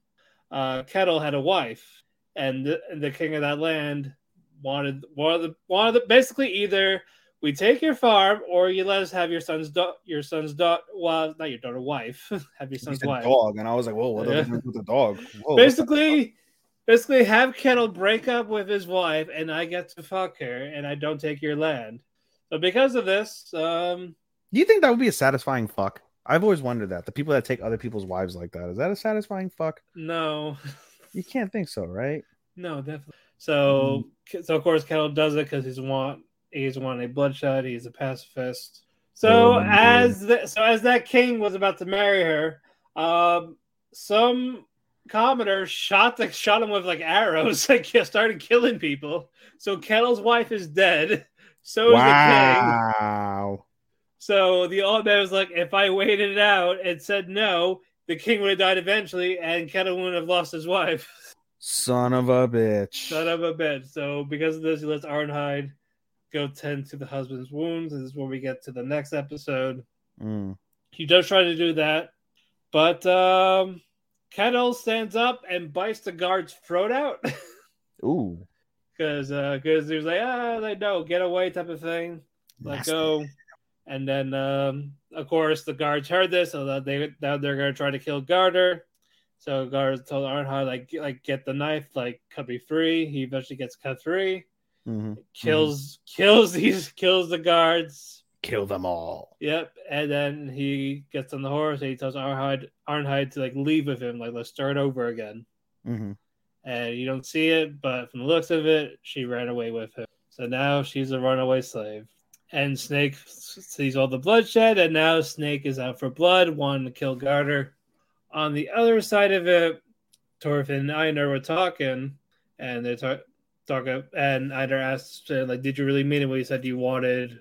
uh, Kettle had a wife, and the, and the king of that land wanted one of the one of the basically either we take your farm or you let us have your son's da- your son's daughter well not your daughter wife [LAUGHS] have your
You
son's
said
wife
dog, and I was like, whoa, what
Yeah.
the fuck with Oh, the dog? Whoa,
basically basically have Kettle break up with his wife and I get to fuck her and I don't take your land. But because of this, um
do you think that would be a satisfying fuck? I've always wondered that the people that take other people's wives like that is that a satisfying fuck?
no. [LAUGHS]
You can't think so, right?
No, definitely. So so of course Kettle does it because he's want he's wanting a bloodshed, he's a pacifist. So
Oh,
as the, so as that king was about to marry her, um some Commodore shot the shot him with like arrows, [LAUGHS] like he started killing people. So Kettle's wife is dead. So is the king.
Wow.
So the old man was like, if I waited it out and said no, the king would have died eventually, and Kettle wouldn't have lost his wife. [LAUGHS]
Son of a bitch.
Son of a bitch. So because of this, he lets Ironhide go tend to the husband's wounds. This is where we get to the next episode.
Mm.
He does try to do that, but um, Kettle stands up and bites the guard's throat out [LAUGHS]
Ooh.
because because he was like, ah, they know, get away type of thing. let
nasty.
go. And then, um, of course, the guards heard this, so that they now they're going to try to kill Garter. So guards told Arnhard like get- like get the knife, like cut me free. He eventually gets cut free,
Mhm.
kills kills these [LAUGHS] kills the guards.
Kill them all.
Yep, and then he gets on the horse and he tells Arnhide Arnhide to like leave with him, like let's start over again.
Mhm.
And you don't see it, but from the looks of it, she ran away with him. So now she's a runaway slave. And Snake s- sees all the bloodshed, and now Snake is out for blood, wanting to kill Garter. On the other side of it, Torfin and Einar were talking, and they're talk- talking, and Einar asks, uh, like, did you really mean it when you said you wanted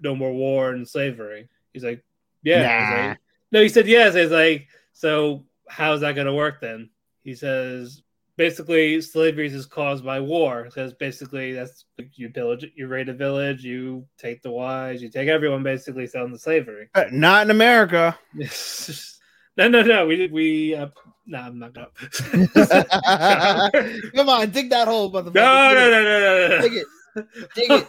no more war and slavery? He's like, yeah. He's
Nah.
like- no, he said yes. He's like, so how's that going to work then? He says, basically slavery is caused by war because basically that's you pillage you raid a village you take the wives you take everyone basically selling the slavery
Uh, Not in America.
[LAUGHS] no no no we we uh, no i'm not
[LAUGHS]
gonna no
Come on, dig that hole, motherfucker.
no no no no,
Dig it.
no.
Dig it. Dig it.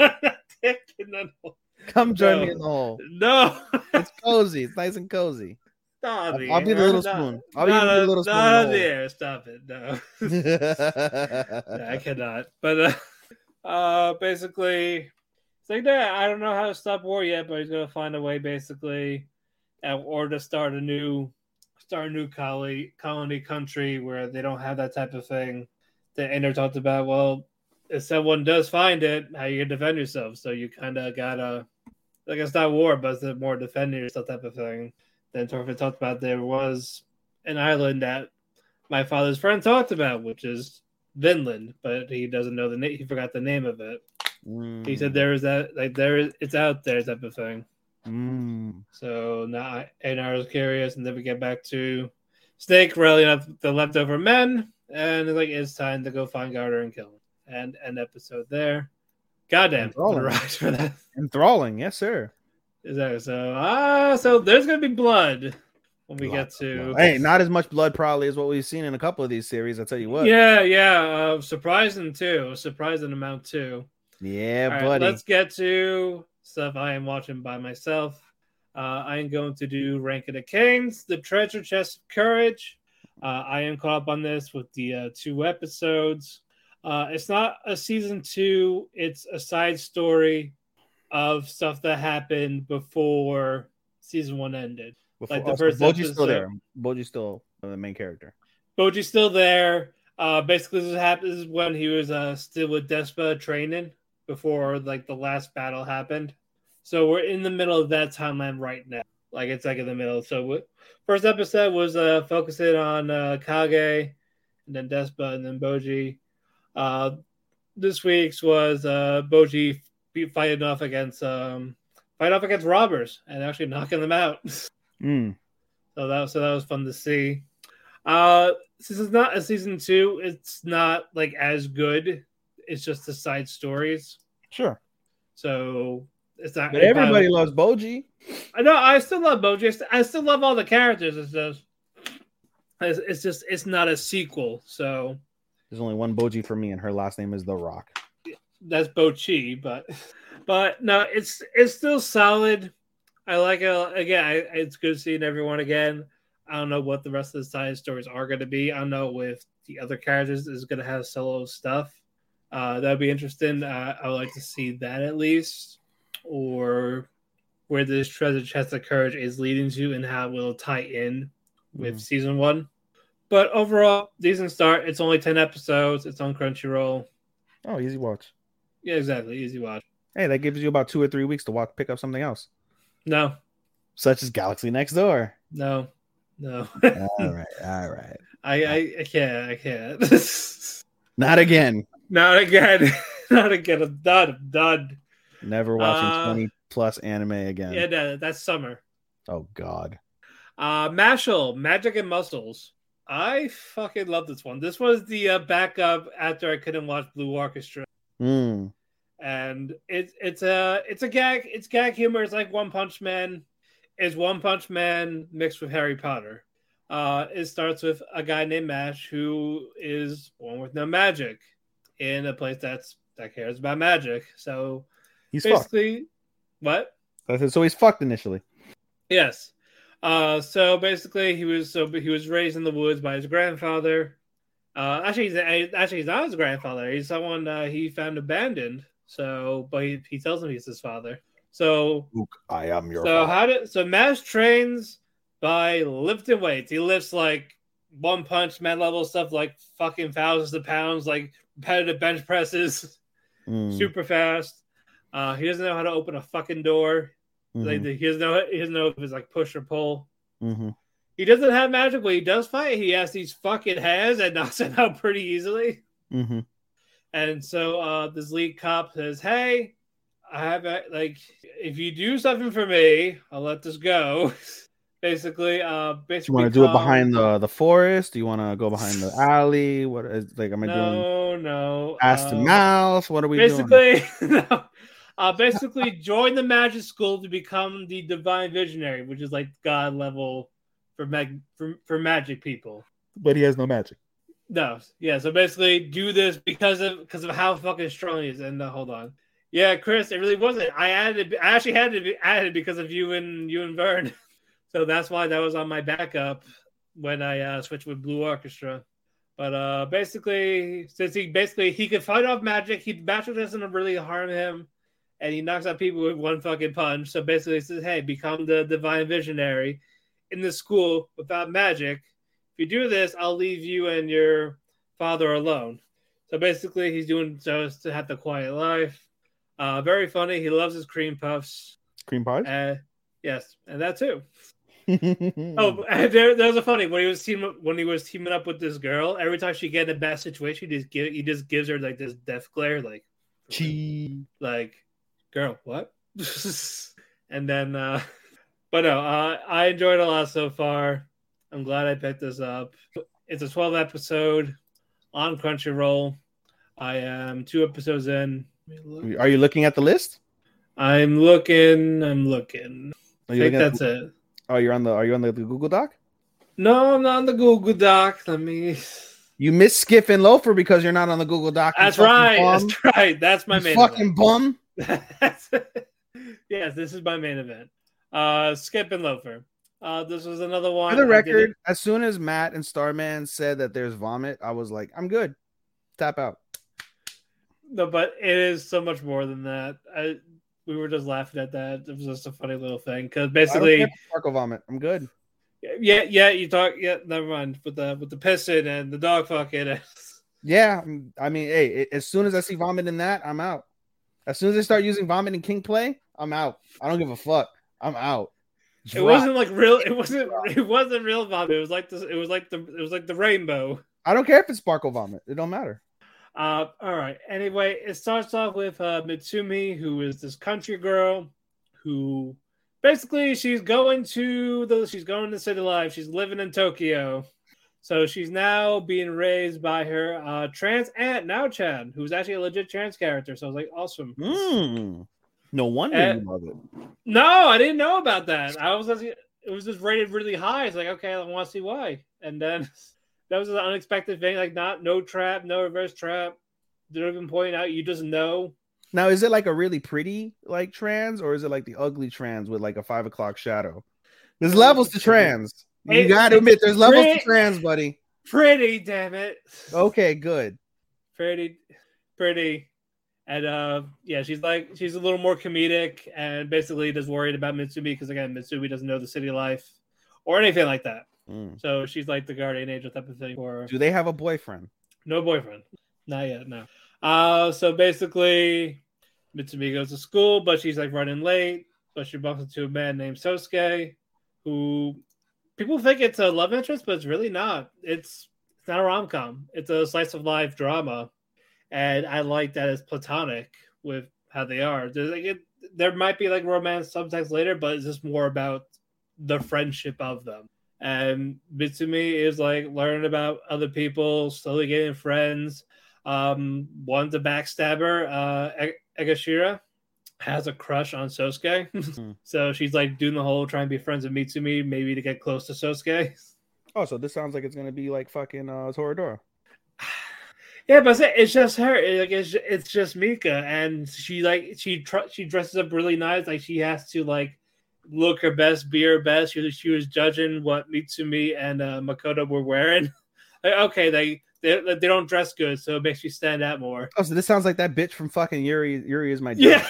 I'm not [LAUGHS] taking that hole.
[LAUGHS] Come join
No.
me in the hole.
no [LAUGHS]
It's cozy. It's nice and cozy.
Stop
I'll,
it.
I'll be the little
No,
spoon.
no,
I'll be the little spoon. in the
no,
hole.
there stop it no [LAUGHS] Yeah, I cannot. But uh, [LAUGHS] uh basically, it's like that. I don't know how to stop war yet, but he's gonna find a way, basically, uh, or to start a new, start a new colony, colony country where they don't have that type of thing. That Ender talked about. Well, if someone does find it, how you gonna defend yourself? So you kind of gotta, like, it's not war, but it's a more defending yourself type of thing. Then Torfin talked about there was an island that my father's friend talked about, which is Vinland, but he doesn't know the name. He forgot the name of it.
[LAUGHS] Mm.
He said there is that, like there is, it's out there type of thing.
Mm.
So now I, and I was curious, and then we get back to Snake rallying up the leftover men, and it's like it's time to go find Garter and kill him. And an episode there. Goddamn,
Enthralling.
the rocks [LAUGHS] for that.
Enthralling, yes, sir.
Exactly. So ah, so there's gonna be blood when we get
Lots
to.
Hey, not as much blood probably as what we've seen in a couple of these series. I tell you what.
Yeah, yeah. Uh, surprising too. Surprising amount too.
Yeah,
All right,
buddy.
let's get to stuff I am watching by myself. Uh, I am going to do Rank of the Kings, The Treasure Chest of Courage. Uh, I am caught up on this with the uh, two episodes. Uh, it's not a season two, it's a side story of stuff that happened before season one ended.
Before,
like the
also,
first
Boji's still
episode.
there. Boji's still the main character.
Boji's still there. Uh, basically, this happens when he was uh, still with Despa training before like the last battle happened. So we're in the middle of that timeline right now. Like it's like in the middle. So what, first episode was uh, focusing on uh, Kage, and then Despa, and then Boji. Uh, this week's was uh, Boji be- fighting off against um, fighting off against robbers and actually knocking them out. [LAUGHS]
Mm.
So that so that was fun to see. Uh since it's not a season two, it's not like as good. It's just the side stories.
Sure.
So it's not
But everybody loves Boji.
I know I still love Boji. I st- I still love all the characters. It's just it's, it's just it's not a sequel. So
There's only one Boji for me, and her last name is The Rock.
that's Bochi, but but no, it's it's still solid. I like it again. I, it's good seeing everyone again. I don't know what the rest of the side stories are going to be. I don't know if the other characters is going to have solo stuff. Uh, that'd be interesting. Uh, I would like to see that at least, or where this treasure chest of courage is leading to, and how it will tie in with
Mm.
season one. But overall, decent start. It's only ten episodes. It's on Crunchyroll.
Oh, easy watch.
Yeah, exactly. Easy watch.
Hey, that gives you about two or three weeks to watch, pick up something else,
No, [LAUGHS]
such as Galaxy Next Door.
no, no.
all right, all right.
[LAUGHS] I, I, I can't. I can't. [LAUGHS]
Not again.
Not again. [LAUGHS] Not again. I'm done. I'm done.
Never watching
Uh,
20 plus anime again.
Yeah, that, that's summer.
Oh God.
Uh, Mashal, Magic and Muscles. I fucking love this one. This was the uh, backup after I couldn't watch Blue Orchestra,
Mm.
and it's it's a it's a gag. It's gag humor. It's like One Punch Man. It's One Punch Man mixed with Harry Potter. Uh, it starts with a guy named Mash who is born with no magic in a place that's that cares about magic. So
He's fucked.
basically, what?
That's it. So he's fucked initially.
Yes. Uh, so basically, he was so he was raised in the woods by his grandfather. Uh, actually, he's, actually, he's not his grandfather. He's someone uh, he found abandoned. So, but he, he tells him he's his father. So,
Luke, I am your
so
father.
how did so Mash trains by lifting weights? He lifts like one punch man level stuff, like fucking thousands of pounds, like repetitive bench presses,
Mm,
super fast. Uh, he doesn't know how to open a fucking door. Like
mhm,
he doesn't know he doesn't know if it's like push or pull.
mhm.
He doesn't have magic, but he does fight. He has these fucking hands and [LAUGHS] knocks it out pretty easily.
Mhm.
And so uh, this lead cop says, "Hey, I have a, like if you do something for me, I'll let this go." [LAUGHS] basically, uh,
Do you
basically,
want to do it
Tom-
behind the, the forest? Do you want to go behind
[SIGHS]
the alley? What is like? Am I doing
No, no.
ass to
uh,
mouth? What are we doing?
basically, [LAUGHS] no. Uh, basically, [LAUGHS] join the magic school to become the divine visionary, which is like god level for mag for, for magic people.
But he has no magic.
No, yeah. So basically, do this because of because of how fucking strong he is. And uh, hold on, yeah, Chris, it really wasn't. I added, I actually had to be added because of you and you and Vern. [LAUGHS] So that's why that was on my backup when I uh, switched with Blue Orchestra. But uh, basically, since he basically he could fight off magic, he magic doesn't really harm him, and he knocks out people with one fucking punch. So basically, he says, "Hey, become the divine visionary in the school without magic." if you do this, I'll leave you and your father alone. So basically, he's doing so as to have the quiet life. Uh, very funny. He loves his cream puffs.
Cream pies.
Uh, yes, and that too.
[LAUGHS] Hmm.
Oh, [LAUGHS] and there, there was a funny when he was team when he was teaming up with this girl. Every time she get in a bad situation, he just give he just gives her like this death glare, like
Chee.
like girl what [LAUGHS] and then uh [LAUGHS] but no uh, i enjoyed it a lot so far i'm glad i picked this up it's a 12 episode on crunchyroll i am two episodes in Let me look.
Are you looking at the list?
i'm looking i'm looking
Are
i
you
think
looking at
that's
the-
it
Oh, you're on the. Are you on the Google Doc?
no i'm not on the google doc let me
You miss Skiff and Loafer because you're not on the Google Doc. you
that's
fucking
right
bum.
that's right that's my
You
main
fucking
event.
bum.
That's- [LAUGHS] yes, this is my main event. Uh, Skip and Loafer. Uh, this was another one.
For the
I did
record,
it-
as soon as Matt and Starman said that there's vomit, I was like, I'm good. Tap out.
no, but it is so much more than that. I, we were just laughing at that. It was just a funny little thing because
Basically,
basically,
sparkle vomit. I'm good.
yeah, yeah, you talk, yeah, never mind with the with the pissing and [LAUGHS] the dog fucking.
Yeah, I'm- I mean, hey, a- as soon as I see vomit in that, I'm out. As soon as they start using vomit in King Play, I'm out. I don't give a fuck. I'm out.
It wasn't like real. It wasn't. It wasn't real vomit. It was like this. It was like the. It was like the rainbow.
I don't care if it's sparkle vomit. It don't matter.
Uh, all right. Anyway, it starts off with uh, Mitsumi, who is this country girl, who basically she's going to the she's going to city life. She's living in Tokyo, so she's now being raised by her uh, trans aunt Now Chan, who's actually a legit trans character. So I was like, awesome.
Hmm. No wonder
Eh.
you love it.
No, I didn't know about that. I was actually, it was just rated really high. It's like okay, I want to see why. And then [LAUGHS] that was an unexpected thing. Like not no trap, no reverse trap. They're even pointing out you just know.
Now, is it like a really pretty like trans, or is it like the ugly trans with like a five o'clock shadow? There's levels to trans. You
It-
got to admit, there's levels to
Pre-
trans, buddy.
Pretty, damn it.
Okay, good.
Pretty, pretty. And uh, yeah, she's like she's a little more comedic and basically just worried about Mitsumi because again, Mitsumi doesn't know the city life or anything like that.
Hmm.
So she's like the guardian angel type of thing for her.
Do they have a boyfriend?
No boyfriend. Not yet, no. Uh so basically Mitsumi goes to school, but she's like running late, but she bumps into a man named Sosuke who people think it's a love interest, but it's really not. It's It's not a rom com. It's a slice of life drama, and I like that it's platonic with how they are. There's like it, there might be like romance subtext later, but it's just more about the friendship of them. And Mitsumi is like learning about other people, slowly getting friends. Um, one's a backstabber, uh, E- Egashira has a crush on Sosuke. [LAUGHS] so she's like doing the whole trying to be friends with Mitsumi, maybe to get close to Sosuke.
Oh, so this sounds like it's gonna be like fucking uh, Toradora.
Yeah, but it's- it's just her. It- like it's, it's just Mika, and she like she tr- she dresses up really nice. Like she has to like look her best, be her best. She, she was judging what Mitsumi and uh, Makoto were wearing. [LAUGHS] like, okay, they they like, they don't dress good, so it makes you stand out more.
Oh, so this sounds like that bitch from fucking Yuri. Yuri is my Dick.
Yeah.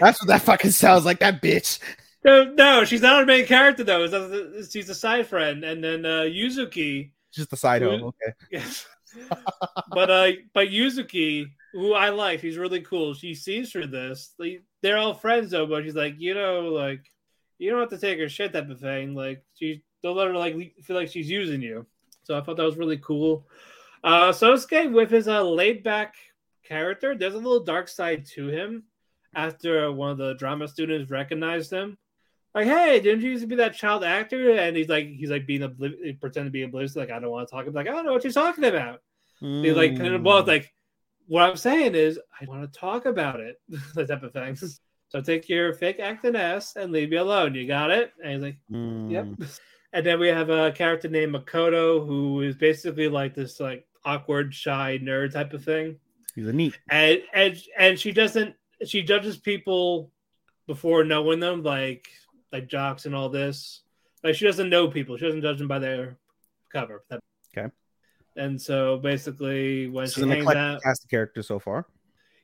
That's what that fucking sounds like. That bitch.
No, [LAUGHS] no, she's not a main character though. It's not- She's a side friend, and then uh, Yuzuki.
Just the side
Who-
of. Okay.
Yes. but uh but Yuzuki, who I like, she's really cool. She sees through this. They, they're all friends though, but she's like, you know, like you don't have to take her shit type of thing. Like she don't let her like le- feel like she's using you. So I thought that was really cool. Uh Sosuke with his uh, laid back character, there's a little dark side to him after one of the drama students recognized him. Like, hey, didn't you used to be that child actor? And he's like, he's like being obliv- pretending to be oblivious. Like, I don't want to talk. about. like, I don't know what you're talking about. They like kind of
Hmm.
both like, what I'm saying is, I want to talk about it. [LAUGHS] that type of thing. So take your fake acting ass and leave me alone. You got it? And he's like,
Mm.
Yep. [LAUGHS] And then we have a character named Makoto who is basically like this like awkward, shy nerd type of thing
He's a neat.
and and and she doesn't she judges people before knowing them like like jocks and all this like she doesn't know people she doesn't judge them by their cover
Okay.
and so basically when
This is
she
an
hangs out
eclectic cast of characters so far.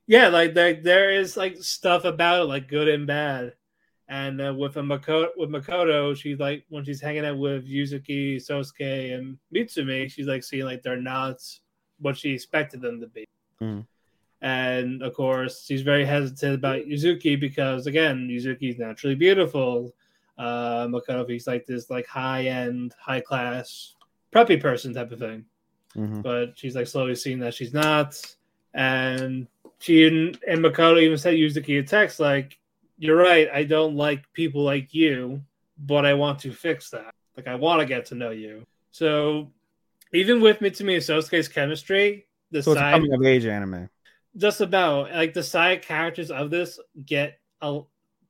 yeah like there, there is like stuff about it like good and bad and uh, with a Makoto, with Makoto, she's like when she's hanging out with Yuzuki, Sosuke, and Mitsumi, she's like seeing like they're not what she expected them to be.
Mhm.
And of course, she's very hesitant about Yuzuki because again, Yuzuki's naturally beautiful. Uh, Makoto, he's like this like high end, high class preppy person type of thing
Mm-hmm.
but she's like slowly seeing that she's not. And she and, and Makoto even said, use the key of text, like, you're right, I don't like people like you, but I want to fix that. Like, I want to get to know you. So, even with Mitsumi and Sosuke's chemistry, the
So it's a
side
coming of age anime.
just about like the side characters of this get a,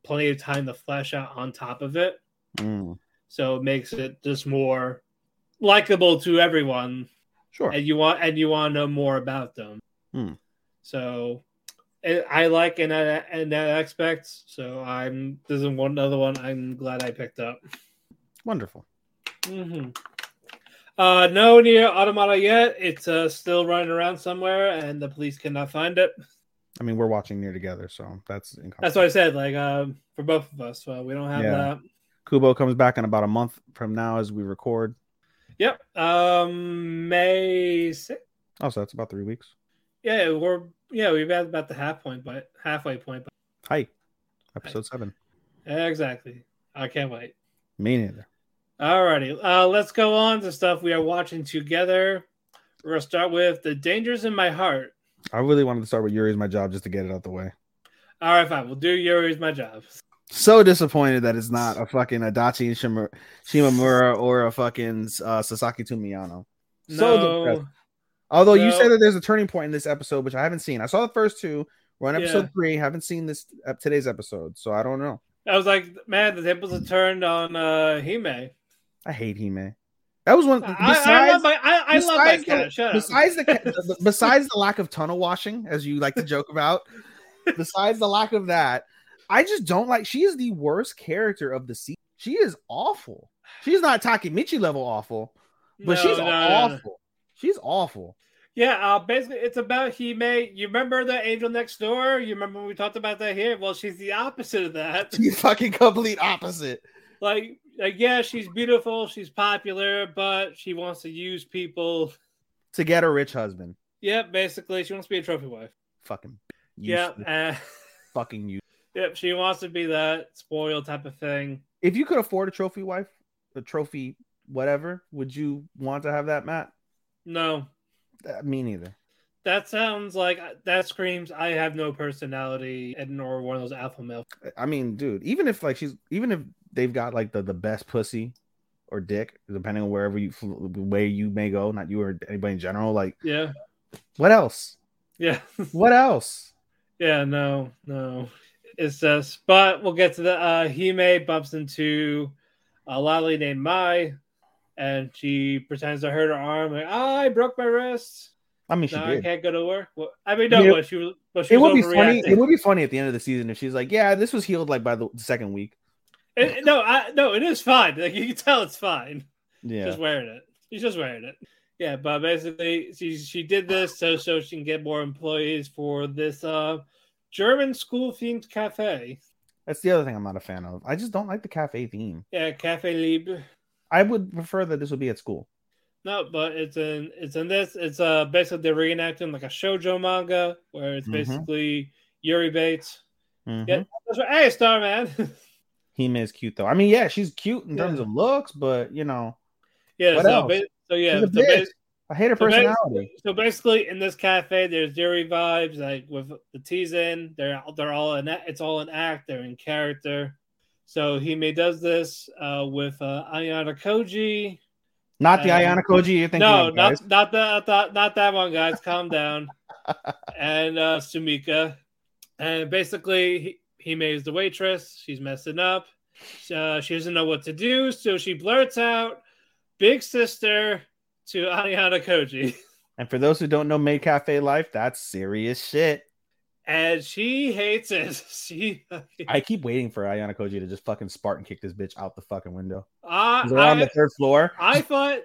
plenty of time to flesh out on top of it,
Mm.
so it makes it just more likable to everyone
Sure.
and you want and you want to know more about them.
Hmm.
So I I like in that in that aspect. So I'm this is one other one I'm glad I picked up.
Wonderful.
hmm Uh, no near Automata yet. It's uh, still running around somewhere, and the police cannot find it.
I mean, we're watching near together, so that's in
That's what I said. Like um, for both of us, well, we don't have
Yeah.
that.
Kubo comes back in about a month from now as we record.
Yep. Um, May 6th.
Oh, so that's about three weeks.
Yeah, we're yeah we've had about the half point, but halfway point.
Hi, episode seven.
But, exactly. I can't wait.
Me neither.
Alrighty, uh, let's go on to stuff we are watching together. We're gonna start with the dangers in my heart.
I really wanted to start with Yuri's My Job just to get it out the way.
All right, fine. We'll do Yuri's my job.
So disappointed that it's not a fucking Adachi and Shima, Shimamura or a fucking uh, Sasaki Tumiyano. So
No,
depressed. Although you
No.
said that there's a turning point in this episode, which I haven't seen. I saw the first two. We're on episode
Yeah.
three. Haven't seen this uh, today's episode, so I don't know.
I was like, man, the tables have turned on uh, Hime.
I hate Hime. That was one.
I,
besides,
I love my, I, I love
besides
that
the-
cat. Shut up.
besides the, the besides the lack of tunnel washing, as you like to joke about, besides the lack of that, I just don't like. She is the worst character of the season. She is awful. She's not Takemichi level awful, but
No,
she's
no, no, no.
awful. She's awful.
Yeah, uh, basically, it's about Hime. You remember the angel next door? You remember when we talked about that here? Well, she's the opposite of
[LAUGHS]
that.
[LAUGHS] She's fucking complete opposite.
like, like, yeah, she's beautiful, she's popular, but she wants to use people.
To get a rich husband,
Yep, basically, she wants to be a trophy wife.
fucking
Yeah,
useless.
uh, [LAUGHS]
fucking you.
yep. She wants to be that spoiled type of thing.
If you could afford a trophy wife, a trophy whatever, would you want to have that, Matt?
No,
Uh, me neither.
that sounds like uh, that screams I have no personality and or one of those alpha male.
I mean, dude, even if like she's even if they've got like the the best pussy or dick, depending on wherever you way you may go, not you or anybody in general. Like,
Yeah,
what else?
yeah, [LAUGHS]
What else?
yeah. No, no. It's just, but we'll get to the uh, Hime bumps into a lolly named Mai, and she pretends to hurt her arm. Like, ah, I broke my wrist.
I mean, she
No, I
did.
can't go to work. Well, I mean, no,
Yeah.
but she was, but she
It
was
would be funny.
overreacting.
It would be funny at the end of the season if she's like, "Yeah, this was healed like by the second week."
It- no, I, no, it is fine. Like you can tell, it's fine.
Yeah,
Just wearing it. She's just wearing it. Yeah, but basically, she she did this so so she can get more employees for this uh German school themed cafe.
that's the other thing I'm not a fan of. I just don't like the cafe theme.
Yeah, Cafe Libre.
I would prefer that this would be at school.
No, but it's in it's in this. It's uh basically they're reenacting like a shojo manga where it's
Mhm.
basically Yuri Bates.
Mhm.
Yeah. That's right. Hey, Starman. [LAUGHS]
Hima is cute though. I mean, yeah, she's cute in
Yeah.
terms of looks, but you know,
yeah.
What
so,
else?
ba- so yeah.
she's
so
a
ba-
bitch. I hate her
So basically-
personality.
So basically, in this cafe, there's Yuri vibes, like with the teas in. They're they're all in. It's all an act. They're in character. So Hime does this uh, with uh, Ayana Koji.
Not the
Um,
Ayana Koji you're thinking
no,
of, guys.
not not that not, not that one, guys. Calm down. and uh, Sumika, and basically Hime is the waitress. She's messing up. Uh, she doesn't know what to do, so she blurts out "Big Sister" to Ayana Koji.
And for those who don't know Maid Cafe Life, that's serious shit.
and she hates it. [LAUGHS] She, I,
I keep waiting for Ayana Koji to just fucking Spartan kick this bitch out the fucking window.
I,
'Cause We're on the
I,
third floor.
thought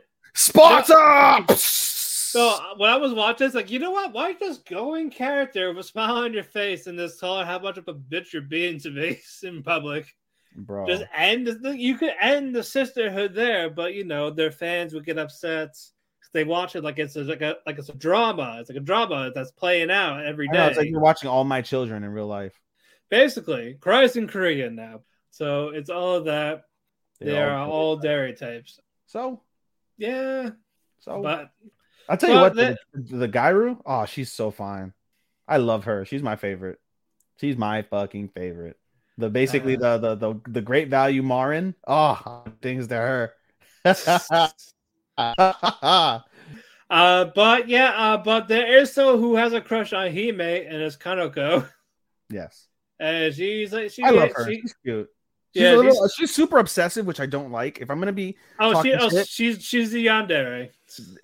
Sparta!
so when I was watching this, like, you know what? Why just go in character with a smile on your face and just tell her how much of a bitch you're being to me [LAUGHS] in public?
Bro.
Just end the you could end the sisterhood there, but you know their fans would get upset. 'cause They watch it like it's a, like a like it's a drama. It's like a drama that's playing out every
I
day.
know, it's like you're watching all my children in real life.
Basically, Christ in Korean now. So it's all of that. They
They're
are all dairy types.
so
Yeah,
so
but
I'll tell you
Well,
what, the, the Gyru, oh, she's so fine. I love her. She's my favorite. She's my fucking favorite. The basically
Uh.
the, the the the great value Marin. Oh, things to her. [LAUGHS]
uh, but yeah, uh, but there is so who has a crush on Hime, and it's Kanoko, [LAUGHS]
yes,
and she's like she,
I love her.
she-
she's cute. She's,
yeah,
a little, she's... super obsessive, which I don't like. If I'm gonna be
oh, she,
talking
oh
shit.
she's she's the yandere.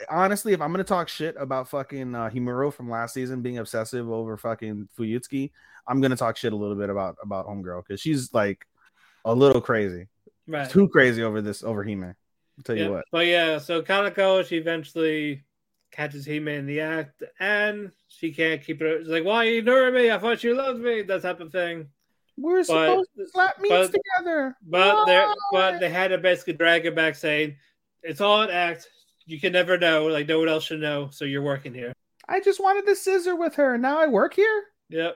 honestly, if I'm gonna talk shit about fucking uh, Himuro from last season being obsessive over fucking Fuyutsuki, I'm gonna talk shit a little bit about about Homegirl because she's like a little crazy,
Right.
too crazy over this over Hime. I'll tell
Yeah,
you what,
But yeah, so Kanako, she eventually catches Hime in the act, and she can't keep it. She's like, "Why are you ignoring me? I thought you loved me." That type of thing.
we're supposed to slap meats
but-
together,
But they but
What?
they had to basically drag it back, saying it's all an act. You can never know. Like no one else should know. So you're working here.
I just wanted to scissor with her, and now I work here.
Yep.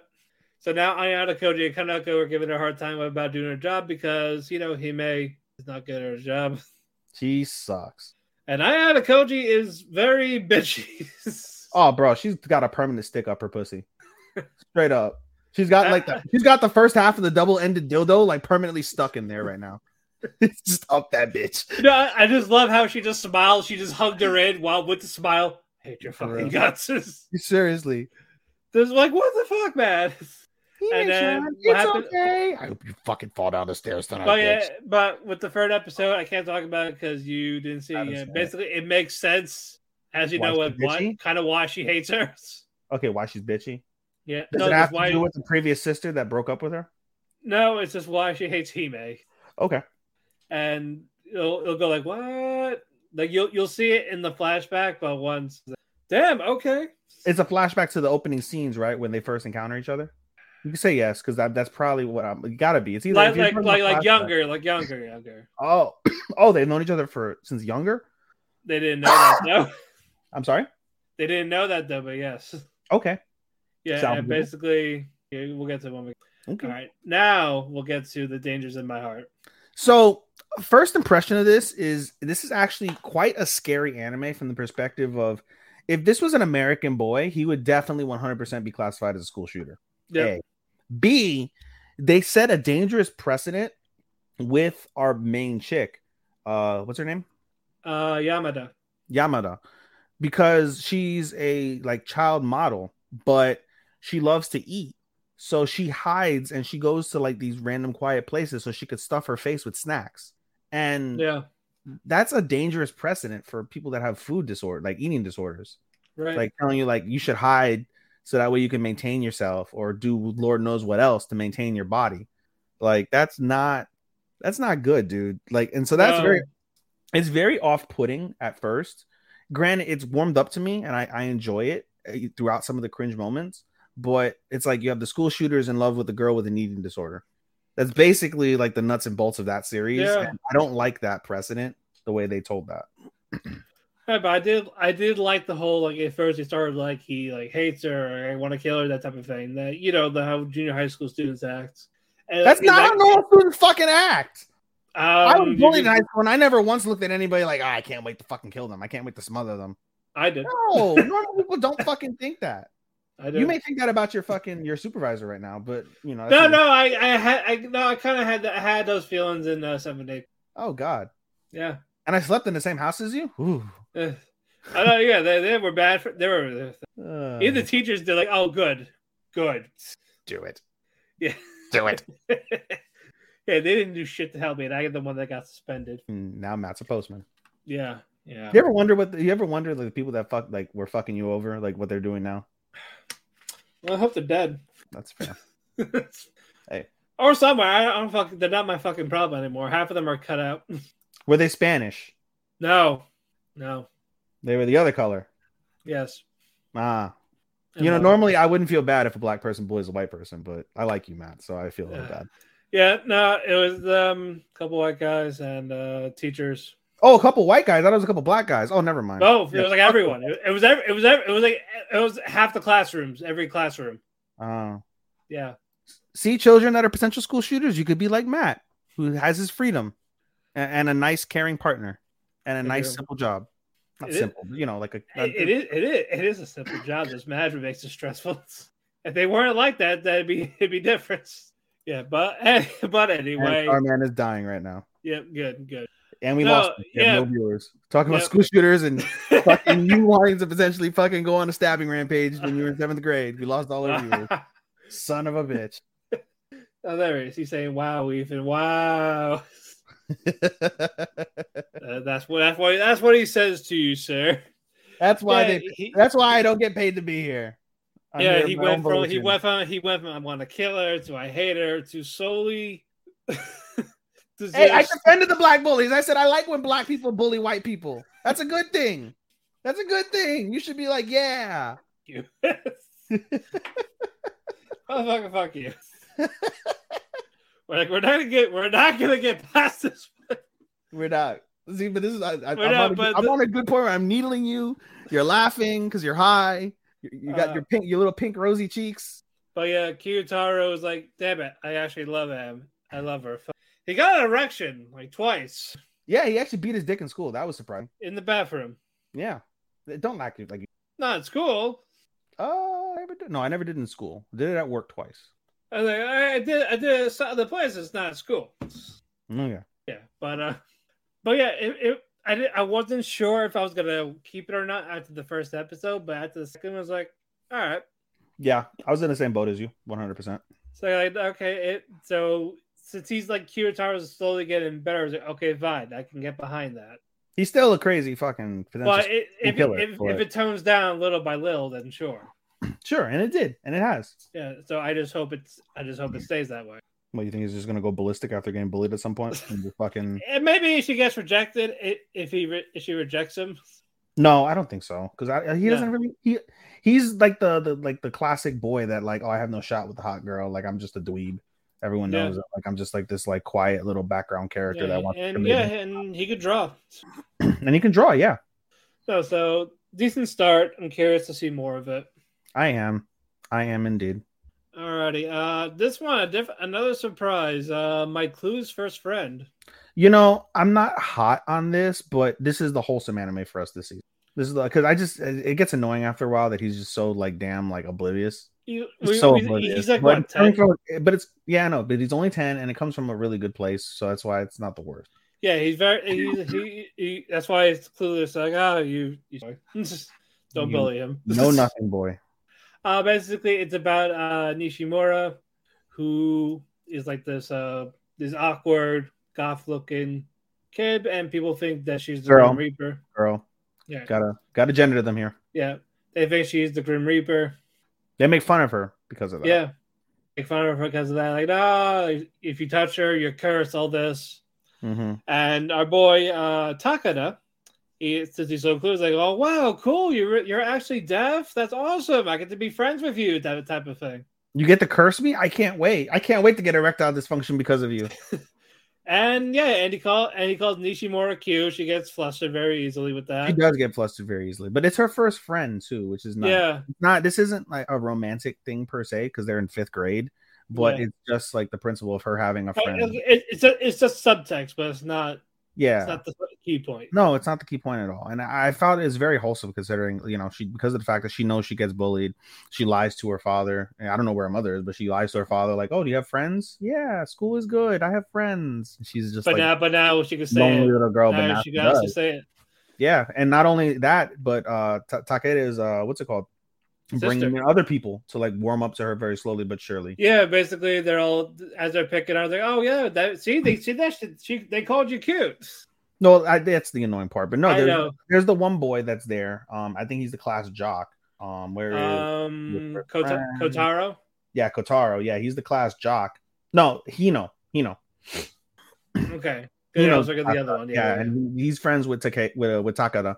So now Ayana Koji and Kanako are giving her a hard time about doing her job because you know Hime is not good at her job, [LAUGHS]
She sucks.
and Ayana Koji is very bitchy. [LAUGHS]
Oh, bro, she's got a permanent stick up her pussy, straight up. She's
[LAUGHS]
got like the, she's got the first half of the double ended dildo like permanently stuck in there right now. [LAUGHS] It's just up that bitch.
No, I- I just love how she just smiled. She just hugged her in while with the smile. I hate your
For
fucking
real.
guts. [LAUGHS] There's
Seriously.
like, what the fuck, man?
He
And
makes
then
one.
what
it's
happened-
okay. I hope you fucking fall down the stairs tonight.
But
bitch.
yeah, but with the third episode, I can't talk about it because you didn't see it.
I haven't
yet.
seen it.
Basically, it makes sense as you
Why
know what,
she's
why,
bitchy?
kind of why she hates her. [LAUGHS]
Okay, why she's bitchy?
Yeah,
Does
no,
it
it's
have to
why,
do with the previous sister that broke up with her?
no, it's just why she hates Hime,
Okay.
and it'll, it'll go like what? Like you'll you'll see it in the flashback, but once, damn, okay,
It's a flashback to the opening scenes, right? When they first encounter each other. You can say yes, because that, that's probably what I'm it gotta be. It's either
like
if you're
like
talking
like,
about
like
flashback-
younger, like younger, younger.
Oh, [CLEARS THROAT] oh, they've known each other for since younger.
They didn't know that. No.
[LAUGHS] I'm sorry.
They didn't know that though, but yes.
Okay.
Yeah,
Sounds
and
good.
basically, yeah, we'll get to one.
Okay.
All right, now we'll get to the dangers in my heart.
So first impression of this is this is actually quite a scary anime from the perspective of if this was an American boy, he would definitely 100% be classified as a school shooter.
Yeah.
B, they set a dangerous precedent with our main chick. Uh, what's her name?
Uh, Yamada.
Yamada, because she's a like child model, but she loves to eat. So she hides and she goes to like these random quiet places so she could stuff her face with snacks. And
Yeah.
that's a dangerous precedent for people that have food disorder, like eating disorders.
Right.
Like telling you like you should hide so that way you can maintain yourself or do Lord knows what else to maintain your body. Like that's not that's not good, dude. Like and so that's
No.
very it's very off-putting at first. Granted, it's warmed up to me and I, I enjoy it eh, throughout some of the cringe moments, but it's like you have the school shooters in love with the girl with an eating disorder. That's basically like the nuts and bolts of that series.
Yeah.
and I don't like that precedent the way they told that.
Yeah, but I did, I did like the whole like at first he started like he like hates her, I want to kill her, that type of thing. That you know the how junior high school students act. And,
That's
and
not
that-
how normal students fucking act.
Um,
I was bullied in
you-
high school, and I never once looked at anybody like, "Ah, I can't wait to fucking kill them. I can't wait to smother
[LAUGHS]
them.
I did.
No, normal people don't fucking think that.
[LAUGHS] I did.
You may think that about your fucking your supervisor right now, but you know,
no,
that's-
no, I, I had, I, no, I kind of had, that- I had those feelings in uh, seven eight.
Oh god,
Yeah, [LAUGHS]
and I slept in the same house as you. Ooh.
Eh. I know. Yeah, they, they were bad. For, they were
Uh,
either teachers. They're like, oh, good, good. [LAUGHS]
do it,
Yeah,
do it.
yeah. They didn't do shit to help me, and I get the one that got suspended.
Mm, Now Matt's a postman.
Yeah, yeah.
You ever wonder what? The, you ever wonder like the people that fuck like were fucking you over, like what they're doing now?
Well, I hope they're dead. [LAUGHS]
That's fair. Hey.
Or somewhere. I don't, I don't fucking. They're not my fucking problem anymore. Half of them are cut out. [LAUGHS]
were they Spanish?
no, no.
They were the other color.
Yes.
Ah, you know,
And, uh,
normally I wouldn't feel bad if a black person bullies a white person, but I like you, Matt, so I feel a little
Yeah.
bad.
Yeah, no, it was um, a couple white guys and uh, teachers.
Oh, a couple white guys. I thought it was a couple black guys. Oh, never mind.
No, it
Yeah.
was like everyone. It, it was every, it was every, it was like it was half the classrooms, every classroom.
Oh.
Yeah,
see, children that are potential school shooters, you could be like Matt, who has his freedom a- and, a nice, caring partner and a
I
nice,
do.
simple job. Not
It is-
simple, but, you know, like a. a-
it, it is it is it is a simple job. This management makes it stressful. [LAUGHS] If they weren't like that, that'd be [LAUGHS] it'd be different. Yeah, but [LAUGHS] but
and um,
anyway,
Our man is dying right now,
yeah, good, good.
and we
No,
lost. him. We have
yeah.
no viewers. Talking about
Yeah.
school
[LAUGHS]
shooters and fucking you wanting to potentially fucking go on a stabbing rampage when you were in seventh grade. We lost all
[LAUGHS]
our viewers.
oh,
Son of a bitch. [LAUGHS]
there he is. He's saying, "Wow, Ethan, wow." Uh, that's what that's what that's what he says to you, sir.
that's why
Yeah,
they.
he-
That's why I don't get paid to be here. I'm here
yeah,
of
he
my
went
own
from he
volition.
went from he went from I want to kill her to I hate her to solely. [LAUGHS] to
Hey, I
just-
defended the black bullies. I said I like when black people bully white people. That's a good thing. That's a good thing. You should be like, yeah.
you. [LAUGHS] Motherfucker, fuck
[LAUGHS]
you. we're like we're not gonna get we're not gonna get past this.
We're not. See, but this is I, I, am
We're not,
on a,
but
I'm
the-
on a good point. Where I'm needling you. You're laughing because you're high. You, you got
Uh,
your pink, your little pink rosy cheeks.
But yeah, Kiyotaro was like, damn it, I actually love him. I love her. Fuck. He got an erection like twice
Yeah, he actually beat his dick in school. That was surprising.
in the bathroom.
Yeah, don't like it. Like,
Not at school.
oh, I never did. No, I never did in school. Did it at work twice.
I was like, I I did I did it at the place, it's not at school.
Oh yeah.
Yeah, but uh, but yeah, it, it I did, I wasn't sure if I was gonna keep it or not after the first episode, but after the second, I was like, all right.
Yeah, I was in the same boat as you, 100%.
So like, okay, it so since he's like Kiyotaro is slowly getting better, I was like, okay, fine, I can get behind that.
He's still a crazy fucking potential.
but it, if,
killer
if,
for
if
it.
it tones down little by little, then sure.
sure, and it did, and it has.
Yeah. So I just hope it's I just hope it stays that way.
What you think he's just gonna go ballistic after getting bullied at
[LAUGHS]
some point? And just fucking
And maybe she gets rejected i- if he re- if she rejects him.
no, I don't think so because he
No.
doesn't really he he's like the the like the classic boy that like oh I have no shot with the hot girl like I'm just a dweeb. Everyone
Yeah.
knows that. like I'm just like this like quiet little background character
Yeah,
that wants to
and
commit
yeah, and he could draw.
him. and [CLEARS THROAT] he can draw. Yeah,
No, so decent start. I'm curious to see more of it.
I am, I am indeed.
Alrighty. Uh, this one, a diff- another surprise. Uh, my clue's first friend.
You know, I'm not hot on this, but this is the wholesome anime for us this season. This is because I just it gets annoying after a while that he's just so like damn like oblivious.
You,
He's
we-
so
we-
oblivious.
he's like
but,
what?
it's coming
10?
from- but it's yeah, I know, but he's only ten, and it comes from a really good place, so that's why it's not the worst.
Yeah, he's very.
[LAUGHS]
He's, he, he, that's why it's clueless. Like, oh, you, you [LAUGHS] don't
You
bully him. [LAUGHS]
No, nothing, boy.
Uh, basically, it's about uh, Nishimura, who is like this uh, this awkward, goth-looking kid, and people think that she's the
Girl.
Grim Reaper.
Girl,
Yeah,
gotta gotta gender them here.
yeah, they think she's the Grim Reaper.
They make fun of her because of that.
Yeah, make fun of her because of that. Like, no, if you touch her, you're cursed. All this,
hmm
and our boy uh, Takada. He, since he's so cool, he's like, "Oh wow, cool! You're you're actually deaf. That's awesome. I get to be friends with you." That type of thing.
You get to curse me? I can't wait. I can't wait to get erectile dysfunction because of you.
And yeah, and he call and he calls Nishimura cute. She gets flustered very easily with
She
that.
does get flustered very easily, but it's her first friend too, which is nice.
Yeah,
It's not this isn't like a romantic thing per se because they're in fifth grade, but
Yeah.
it's just like the principle of her having a
But
friend.
it- it- it's a, it's just subtext, but it's not
yeah,
it's not the key point.
no, it's not the key point at all. And I I found it's very wholesome considering you know she because of the fact that she knows she gets bullied, she lies to her father. And I don't know where her mother is, but she lies to her father like, "Oh, do you have friends? Yeah, school is good. I have friends." And she's just
But
like
now, but now she can say
lonely
it.
little girl, but
Now
now
she
she
can actually
does.
say it.
Yeah, and not only that, but uh Ta- Takeda is uh what's it called? Bringing
Sister.
in other people to like warm up to her very slowly but surely.
Yeah, basically they're all as they're picking. I was like, oh yeah, that see they see that she, she they called you cute.
No, I, that's the annoying part. But no,
I
there's,
know.
there's the one boy that's there. Um, I think he's the class jock. Um, where is
Um,
your
Kota,
friend.
Kotaro.
yeah, Kotaro. Yeah, he's the class jock. No, Hino. Hino.
Okay,
You
good. I
know,
was looking at the other one.
Yeah,
Yeah, yeah.
and he's friends with Take with, uh, with Takada,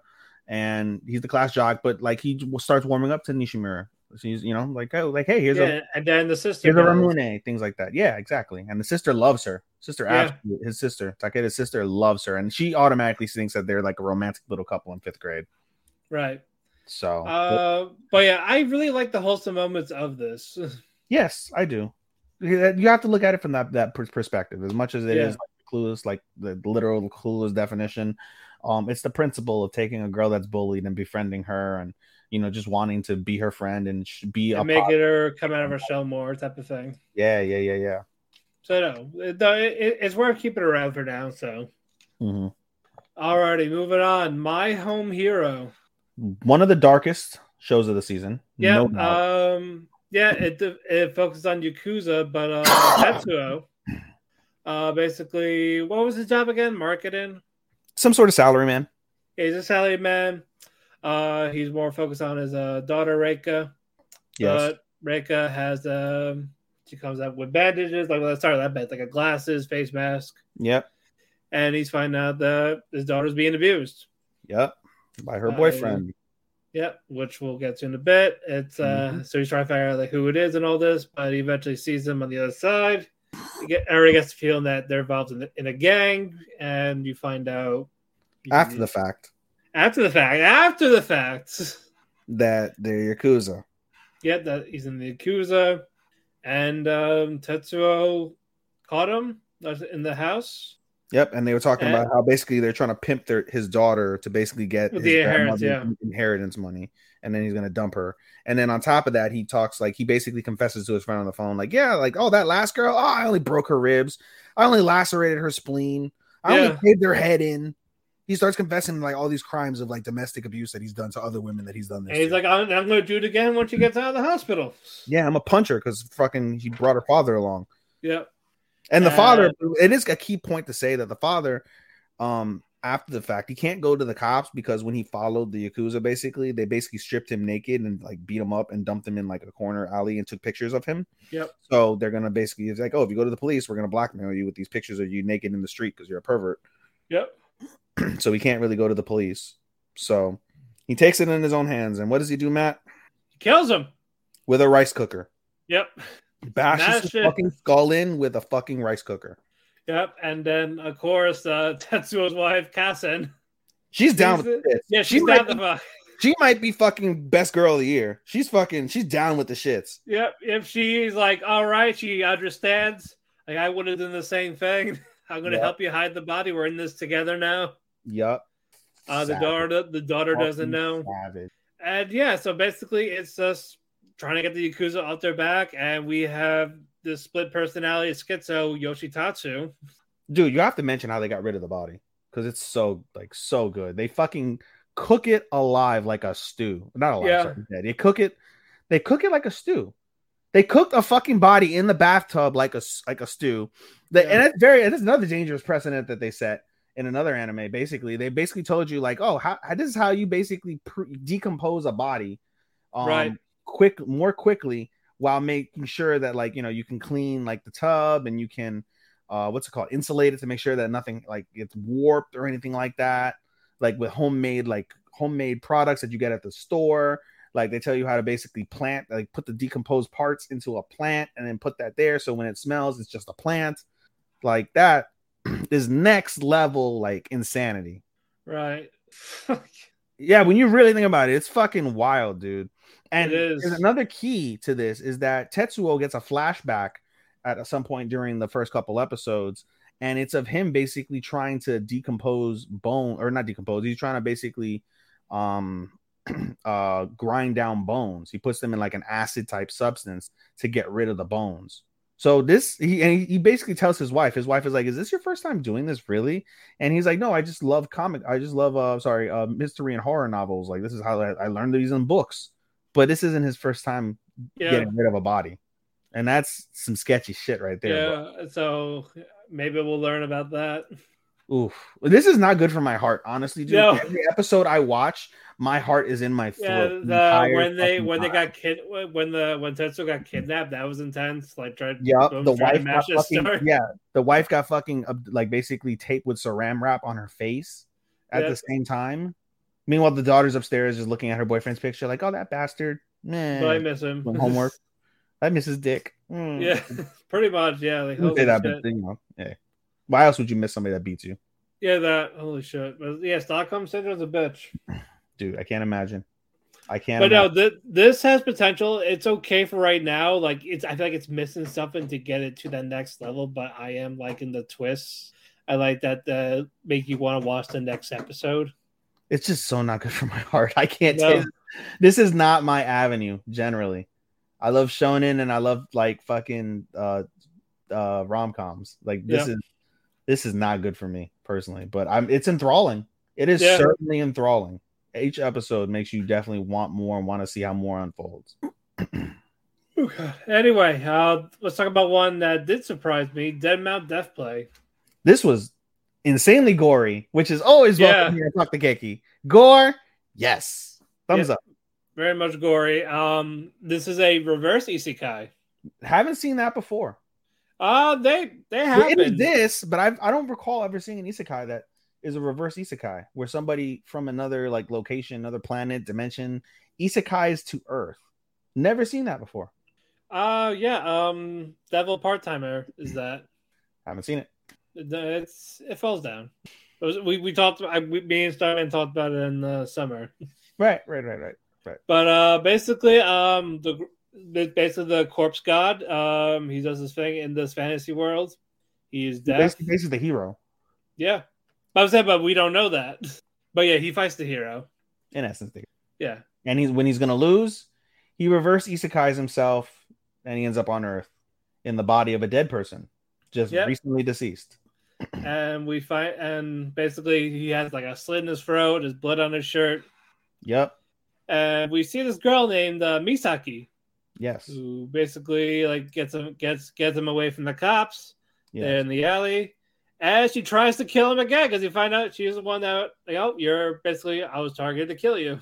and he's the class jock. But like he w- starts warming up to Nishimura. She's you know like oh like hey here's a
Yeah, and then the sister.
here's a
goes.
Ramune things like that. Yeah, exactly. And the sister loves her. Sister,
Yeah.
absolutely, his sister Takeda's sister loves her, and she automatically thinks that they're like a romantic little couple in fifth grade.
Right.
So
Uh, but yeah, I really like the wholesome moments of this. [LAUGHS]
Yes, I do. Yeah, You have to look at it from that that per- perspective. As much as it
Yeah.
is like clueless, like the literal clueless definition, um, it's the principle of taking a girl that's bullied and befriending her, and you know, just wanting to be her friend and sh- be a
and making
pos-
her come out of her shell more type of thing.
yeah, yeah, yeah, yeah.
So no, it, no, it- it- it's worth keeping around for now. So
Mhm.
alrighty, moving on. My home hero.
One of the darkest shows of the season.
Yeah. uh,
no doubt.
um. Yeah. It it focuses on Yakuza, but uh,
[COUGHS]
Tetsuo. Uh, basically, what was his job again? Marketing.
some sort of salary man.
He's a salary man. Uh, he's more focused on his uh, daughter Reika.
Yes,
But Reka has um she comes up with bandages, like well, sorry, that bad, like a glasses, face mask,
yep,
and he's finding out that his daughter's being abused.
yep. By her
Uh,
boyfriend.
Yep, which we'll get to in a bit. It's uh
Mm-hmm.
so he's trying to figure out like who it is and all this, but he eventually sees them on the other side. He get already gets the feeling that they're involved in, the, in a gang, and you find out Mm-hmm.
after the fact
after the fact after the fact. [LAUGHS]
that they're yakuza.
Yeah, that he's in the Yakuza, and um, Tetsuo caught him that's in the house
Yep, and they were talking
And-
about how basically they're trying to pimp their his daughter to basically get
With
his
the inheritance,
grandmother's inheritance money, and then he's gonna dump her. And then on top of that, he talks like he basically confesses to his friend on the phone, like, "Yeah, like oh that last girl, oh I only broke her ribs, I only lacerated her spleen, I
Yeah.
only caved her head in." He starts confessing like all these crimes of like domestic abuse that he's done to other women that he's done this.
and he's
to.
like, I'm, I'm going to do it again once she gets out of the hospital.
"Yeah, I'm a puncher because fucking he brought her father along."
Yep.
And the
Uh,
father, it is a key point to say that the father, um, after the fact, he can't go to the cops because when he followed the yakuza, basically they basically stripped him naked and like beat him up and dumped him in like a corner alley and took pictures of him.
Yep.
So they're gonna basically it's like, oh, if you go to the police, we're gonna blackmail you with these pictures of you naked in the street because you're a pervert. [CLEARS THROAT]
Yep.
so he can't really go to the police. So he takes it in his own hands. And what does he do, Matt?
He kills him.
With a rice cooker,
Yep. [LAUGHS]
he bashes
Mash
his
it.
fucking skull in with a fucking rice cooker.
Yep. And then, of course, uh, [LAUGHS] Tetsuo's wife, Kassen.
She's down
She's
with
the-
this.
Yeah,
She
she's
might
down the fuck.
She might be fucking best girl of the year. She's fucking. She's down with the shits.
Yep. If she's like, all right, she understands. Like I would have done the same thing. [LAUGHS] I'm gonna
Yeah.
help you hide the body. We're in this together now.
Yup.
Uh, the
Savage.
daughter, the daughter doesn't
Fucking
know.
Savage.
And yeah, so basically, it's us trying to get the Yakuza off their back, and we have the split personality schizo Yoshitatsu.
dude you have to mention how they got rid of the body because it's so like so good they fucking cook it alive like a stew not alive
Yeah.
sorry, dead. they cook it they cook it like a stew they cooked a fucking body in the bathtub like a s- like a stew That
Yeah.
and that's very that's another dangerous precedent that they set in another anime basically they basically told you like oh how, how- this is how you basically pre- decompose a body um,
Right.
quick more quickly while making sure that like you know you can clean like the tub and you can uh what's it called insulate it to make sure that nothing like gets warped or anything like that like with homemade like homemade products that you get at the store like they tell you how to basically plant like put the decomposed parts into a plant and then put that there so when it smells it's just a plant like that [CLEARS THROAT] is next level like insanity
Right. [LAUGHS]
yeah, when you really think about it, it's fucking wild, dude. And
It is.
there's another key to this is that Tetsuo gets a flashback at some point during the first couple episodes, and it's of him basically trying to decompose bone or not decompose. He's trying to basically um [CLEARS THROAT] uh grind down bones. He puts them in like an acid type substance to get rid of the bones. So this he and he- he basically tells his wife. His wife is like, "Is this your first time doing this, really?" And he's like, "No, I just love comic. I just love, uh, sorry, uh, mystery and horror novels. Like this is how I, I learned these in books." But this isn't his first time
Yeah.
getting rid of a body, and that's some sketchy shit right there. bro.
yeah. So maybe we'll learn about that.
Oof. This is not good for my heart, honestly, dude.
No.
Every episode I watch, my heart is in my throat.
Yeah.
the
The,
entire
when they
fucking
when they
time.
got kid when the when Tetsuo got kidnapped, that was intense. Like tried.
Yep,
tried
the
to
wife
match
got
his
fucking,
story.
yeah, the wife got fucking uh, like basically taped with saran wrap on her face at the
Yep.
same time. Meanwhile, the daughter's upstairs is looking at her boyfriend's picture, like, "Oh, that bastard,
But I
man,
miss him.
Some homework. that misses dick." Mm.
[LAUGHS]
[LAUGHS]
yeah. [LAUGHS] Pretty much. Yeah. Like,
I wouldn't
holy
say that,
shit.
but you know, yeah. Why else would you miss somebody that beats you,
Yeah, that. Holy shit. But yeah, Stockholm Syndrome's a bitch.
dude? I can't imagine. I can't.
But no,
imagine.
th- this has potential. It's okay for right now. Like it's, I feel like it's missing something to get it to the next level. But I am liking the twists. I like that uh, make you want to watch the next episode.
it's just so not good [LAUGHS] for my heart. I can't.
No.
take- this is not my avenue generally. I love shonen and I love like fucking uh uh rom coms. Like this
Yeah.
is this is not good for me personally, but I'm it's enthralling. It is
Yeah.
certainly enthralling. Each episode makes you definitely want more and want to see how more unfolds.
Anyway, uh, let's talk about one that did surprise me: Dead Mount Death Play.
This was insanely gory, which is always welcome here. at Talk to Keki. Gore, yes. Thumbs
Yeah.
up.
Very much gory. Um, this is a reverse isekai.
Haven't seen that before.
Uh they they
It is
happen.
this, but I've, I don't recall ever seeing an isekai that is a reverse isekai where somebody from another like location, another planet, dimension, isekais to Earth. Never seen that before.
Uh yeah. Um, Devil Part Timer is that.
Haven't seen it.
The- It's it falls down. It was- we we talked. I, we, me and Starman talked about it in the summer.
Right, right, right, right.
But uh, basically, um, the the- basically the corpse god. Um, he does this thing in this fantasy world. He is dead.
Basically, basically the hero
Yeah, but I was saying, but we don't know that. But yeah, he fights the hero.
in essence. the-
Yeah,
And he's when he's gonna lose, he reverse isekais himself and he ends up on Earth in the body of a dead person, just
Yep.
recently deceased.
and we fight, and basically he has like a slit in his throat, his blood on his shirt,
Yep.
and we see this girl named uh, Misaki
Yes.
who basically like gets him gets gets him away from the cops. They're
Yes.
in the alley. And she tries to kill him again because you find out she's the one that, like, oh, you're basically, I was targeted to kill you.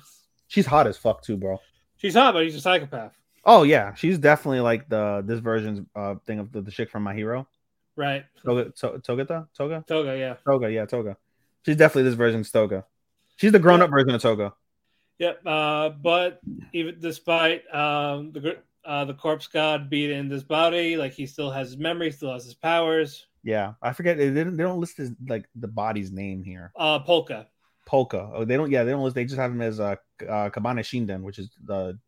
She's hot as fuck too, bro.
She's hot, but she's a psychopath.
Oh yeah, she's definitely like the this version's uh thing of the, the chick from My Hero.
Right.
Toga, to, Togata, Toga,
Toga, yeah.
Toga, yeah, Toga. She's definitely this version's Toga. She's the grown up version of Toga.
Yep. Uh, but even despite um, the, gr- uh, the corpse god being in this body, like, he still has his memory, still has his powers.
Yeah, I forget they didn't they don't list his like the body's name here.
Uh, Polka.
polka. Oh, they don't. Yeah, they don't. list- They just have him as uh, uh Kabane Shinden, which is the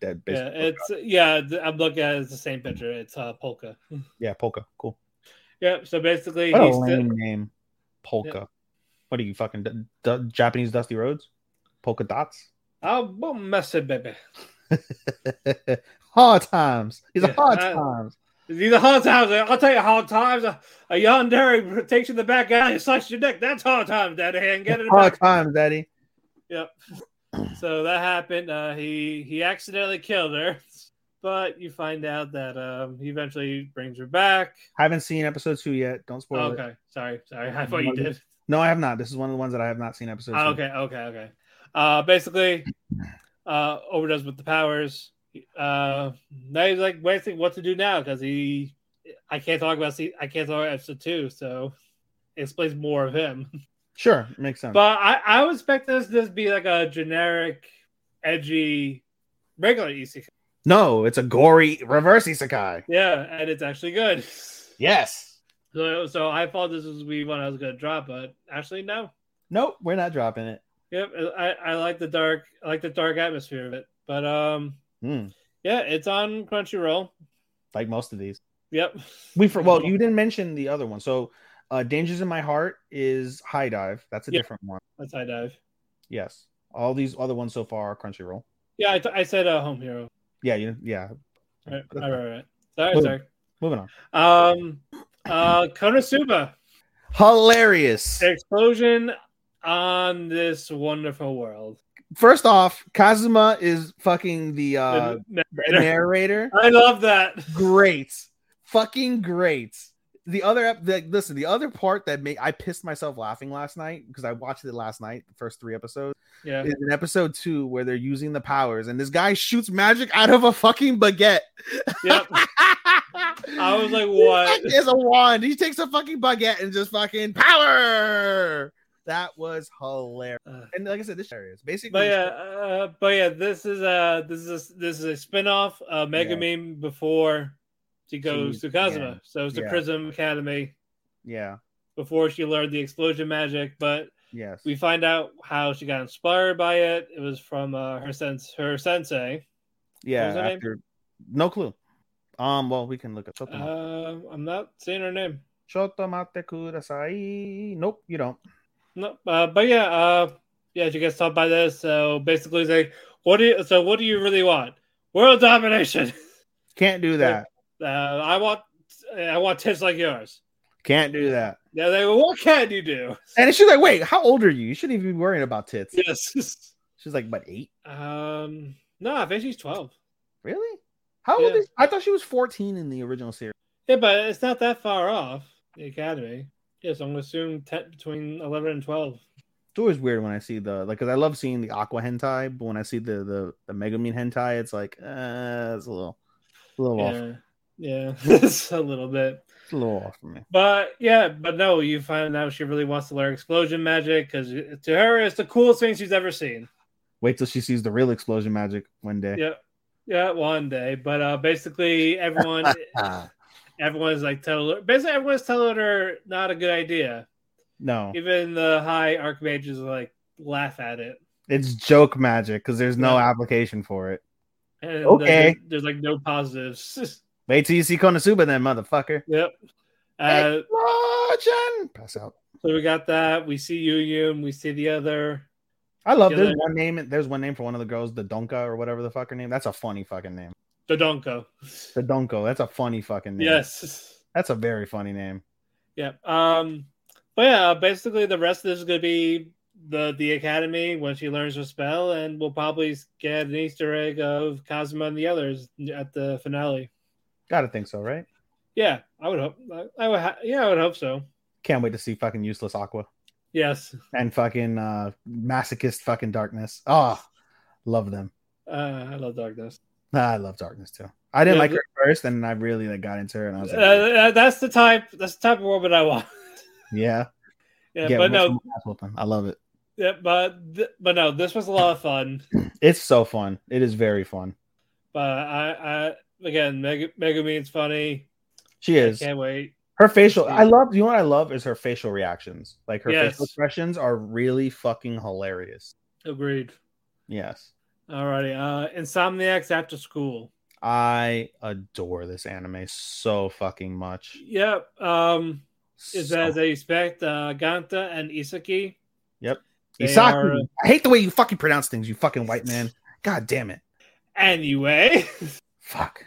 dead.
Yeah,
Yeah,
it's yeah. th- I'm looking at it, it's the same picture. It's uh, polka.
yeah, polka. Cool.
Yep. So basically,
What a
he's
lame
the,
name, polka. What are you fucking d- d- Japanese Dusty Roads? Polka dots. [LAUGHS]
oh, boom, mess it, baby.
hard times. These are
Yeah,
hard
I-
times.
These are hard times. I'll tell you hard times. A, a yandere takes you in the back alley and slices your neck. That's hard times, Daddy. And get it
Hard
back.
times, Daddy.
Yep. So that happened. Uh, he he accidentally killed her, [LAUGHS] but you find out that um, he eventually brings her back.
Haven't seen episode two yet. Don't spoil it.
okay. Sorry. Sorry. I thought you did.
No, I have not. This is one of the ones that I have not seen episode.
Ah,
two.
okay, okay, okay. Uh, basically, uh, overdoes with the powers. Uh, now he's like waiting what to do now because he, I can't talk about se- I can't talk about episode two, so it explains more of him. [LAUGHS]
Sure, makes sense.
But I, I would expect this to be like a generic, edgy, regular E isekai.
no, it's a gory reverse isekai.
Yeah, and it's actually good. [LAUGHS]
Yes.
So, so I thought this was be one I was gonna drop, but actually no.
Nope, we're not dropping it.
Yep, I, I like the dark, I like the dark atmosphere of it. But um,
Hmm,
Yeah, it's on Crunchyroll.
like most of these.
Yep.
We for well,
[LAUGHS]
you didn't mention the other one. So, uh, Dangers in My Heart is High Dive. That's a
Yeah.
different one.
That's high dive.
Yes. All these other ones so far are Crunchyroll.
Yeah, I, t- I said uh, Home Hero.
Yeah, you, yeah.
Right, right, right, right. Sorry,
Boom.
sorry.
Moving on.
Um, uh, Konosuba
Hilarious.
explosion on this wonderful world.
First off, Kazuma is fucking the uh
The narrator.
narrator.
I love that. [LAUGHS]
great, fucking great. The other ep- the, listen, the other part that made I pissed myself laughing last night because I watched it last night, the first three episodes,
Yeah,
is in episode two where they're using the powers and this guy shoots magic out of a fucking baguette.
yep.
I
was
[LAUGHS]
like, what?
There's a wand. He takes a fucking baguette and just fucking power. That was hilarious.
Uh,
And like I said, this area is basically
but yeah, uh, but yeah, this is a this is a, this is a spin-off of Mega
Yeah.
Man before she goes to Kazuma.
yeah.
So it's the
Yeah.
Prism Academy
yeah,
before she learned the explosion magic, but
yes.
we find out how she got inspired by it. It was from uh, her sense her sensei.
yeah,
was her name?
after- no clue. Um, well, we can look up something.
Um I'm not saying her name.
Chotomate kudasai. Nope, you don't.
No, uh, but yeah, uh, yeah, she gets taught by this. So basically, it's like, what do you, so? What do you really want? World domination. [LAUGHS]
Can't do that.
Uh, I want I want tits like yours.
Can't do that.
Yeah, they go, what can you do? [LAUGHS]
And she's like, wait, how old are you? You shouldn't even be worrying about tits.
Yes.
She's like, but eight?
um. No, I think she's twelve.
Really? How old
Yeah.
is I thought she was 14 in the original series.
Yeah, but it's not that far off the academy. Yes, I'm gonna assume 10, between eleven and twelve.
It's always weird when I see the like because I love seeing the aqua hentai, but when I see the the, the Megumin hentai, it's like uh it's a little a little off.
Yeah, yeah, [LAUGHS] it's a little bit.
It's a little off for me.
But yeah, but no, you find out she really wants to learn explosion magic because to her it's the coolest thing she's ever seen.
Wait till she sees the real explosion magic one day.
Yeah, yeah, one day. But uh, basically, everyone,
Ah,
everyone's like telling her. Basically, everyone's telling her not a good idea.
no,
Even the high archmages like laugh at it.
it's joke magic because there's no application for it.
And
Okay.
there's, there's like no positives. [LAUGHS]
Wait till you see Konosuba, then motherfucker.
yep. Uh,
Explosion! Pass out.
so we got that. We see Yu Yu, and we see the other.
I love
Yeah,
there's
like-
one name. There's one name for one of the girls, the Donka or whatever the fuck her name. That's a funny fucking name.
Dodonko. [LAUGHS]
The Donko. That's a funny fucking name.
Yes.
That's a very funny name.
Yeah. Um. But yeah, basically the rest of this is gonna be the the academy when she learns her spell, and we'll probably get an Easter egg of Cosmo and the others at the finale.
Gotta think so, right?
Yeah, I would hope. I, I would. Ha- yeah, I would hope so.
Can't wait to see fucking useless Aqua
Yes.
and fucking uh masochist fucking darkness. Ah, love them.
Uh, I love darkness.
Ah, I love darkness too. I didn't
Yeah,
like
the-
her at first, and I really like got into her, and I
Uh,
was like,
uh, that's the type. That's the type of woman I want. [LAUGHS]
yeah,
Yeah,
get
but
more
no.
from Ass Whooping. I love it.
Yeah, but th- but no. This was a lot of
[LAUGHS]
fun.
It's so fun. It is very fun.
But I, I again, Meg- Megumin's funny.
She is.
Can't wait.
Her facial, I love. You know what I love is her facial reactions. Like her
Yes.
facial expressions are really fucking hilarious.
Agreed.
Yes,
Alrighty. Uh, Insomniacs After School.
I adore this anime so fucking much.
Yep. Um, is
So-
as I expect, uh, Ganta and Isaki. they
Isaki.
are-
I hate the way you fucking pronounce things. You fucking white man. God damn it.
Anyway, [LAUGHS]
Fuck.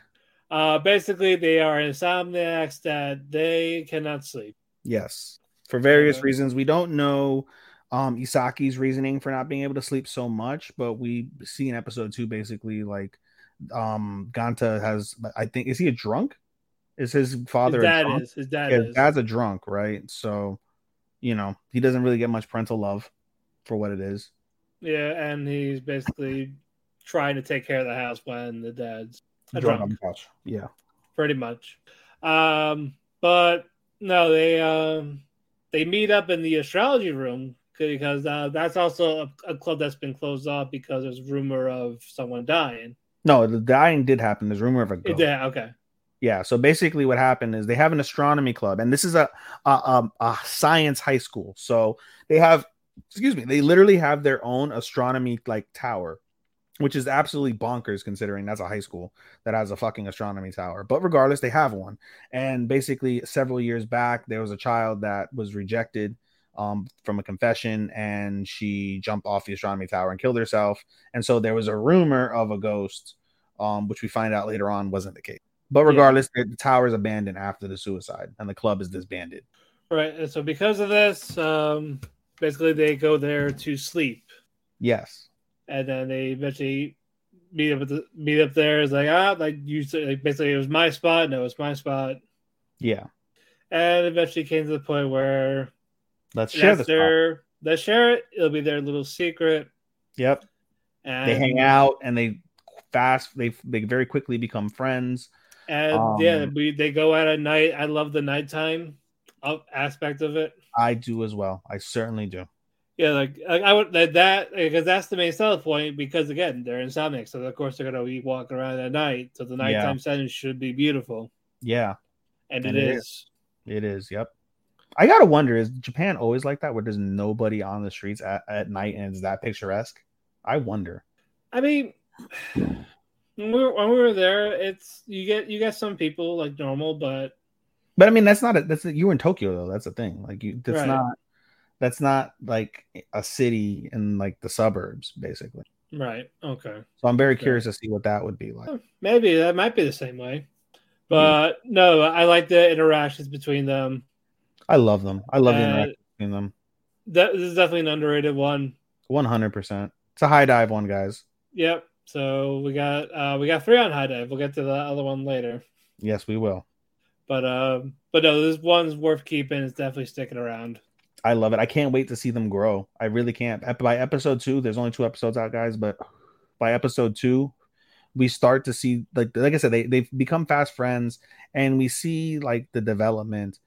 uh, basically they are insomniacs that they cannot sleep.
Yes, for various
Uh,
reasons. We don't know um Isaki's reasoning for not being able to sleep so much, but we see in episode two basically like um Ganta has. I think is he a drunk? Is his father
His
a
dad
drunk?
is. His dad
Yeah,
is.
dad's a drunk, right? So you know he doesn't really get much parental love for what it is.
Yeah, and he's basically trying to take care of the house when the dad's a
Drunk
drunk,
on the couch. Yeah.
pretty much. Um, but no, they um they meet up in the astrology room because uh, that's also a, a club that's been closed off because there's rumor of someone dying.
No, the dying did happen. There's rumor of a
It
ghost.
did- okay.
Yeah. So basically, what happened is they have an astronomy club, and this is a a, a a science high school. So they have, excuse me, they literally have their own astronomy like tower, which is absolutely bonkers considering that's a high school that has a fucking astronomy tower. But regardless, they have one. And basically, several years back, there was a child that was rejected um, from a confession, and she jumped off the astronomy tower and killed herself. And so there was a rumor of a ghost, um, which we find out later on wasn't the case. But
Yeah.
regardless, the the tower is abandoned after the suicide, and the club is disbanded.
Right. And so because of this, um, basically they go there to sleep,
Yes.
and then they eventually meet up. With the, meet up there is like ah, like you said, like basically it was my spot. No, it's my spot,
Yeah.
and eventually came to the point where
Let's share
that's
this.
their they share it. It'll be their little secret.
Yep.
And
They hang out and they fast. They they very quickly become friends.
and
um,
yeah, we, they go out at night. I love the nighttime of- aspect of it.
I do as well. I certainly do.
Yeah, like, like I would like that because that's the main selling point. Because again, they're insomniac, so of course they're gonna be walking around at night. So the
Yeah.
nighttime setting should be beautiful,
Yeah,
and,
And
it
it
is.
it is. Yep. I gotta wonder: Is Japan always like that, where there's nobody on the streets at, at night and it's that picturesque? I wonder.
I mean, when we, were, when we were there, it's you get you get some people like normal, but
But I mean, that's not a, that's you were in Tokyo though. That's the thing. Like you, that's
Right.
not that's not like a city in like the suburbs, basically.
right, okay,
So I'm very curious to see what that would be like.
maybe that might be the same way. But no, I like the interactions between them.
I love them. I love the
Uh,
interaction between them.
That this is definitely an underrated one.
One hundred percent. It's a high dive one, guys.
Yep. So we got uh we got three on high dive. We'll get to the other one later.
Yes, we will.
But um, but no, this one's worth keeping. It's definitely sticking around.
I love it. I can't wait to see them grow. I really can't. Ep- By episode two, there's only two episodes out, guys, but by episode two, we start to see like like I said, they they've become fast friends, and we see like the development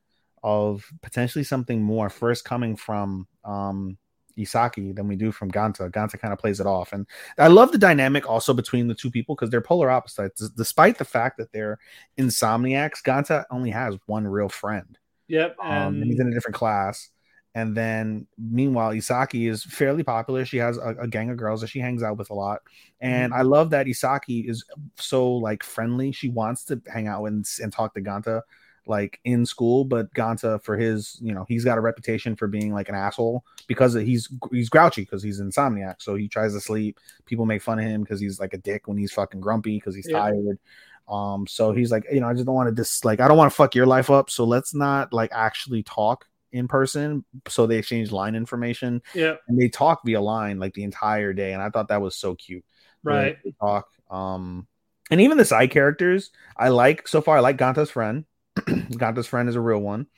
of potentially something more first coming from um Isaki than we do from Ganta. Ganta kind of plays it off. And I love the dynamic also between the two people because they're polar opposites. Despite the fact that they're insomniacs, Ganta only has one real friend
Yep.
um,
And
he's in a different class. And then, meanwhile, Isaki is fairly popular. She has a, a gang of girls that she hangs out with a lot, and I love that Isaki is so like friendly. She wants to hang out and and talk to Ganta, like in school. But Ganta, for his, you know, he's got a reputation for being like an asshole because he's he's grouchy because he's insomniac. So he tries to sleep. People make fun of him because he's like a dick when he's fucking grumpy because he's
Yeah.
tired. Um, so he's like, you know, I just don't want to just like I don't want to fuck your life up. So let's not like actually talk in person. So they exchange line information
yep.
and they talk via line like the entire day. And I thought that was so cute. the way
Right.
they talk. Um, and even the side characters, I like so far. I like Ganta's friend. [CLEARS THROAT] Ganta's friend is a real one,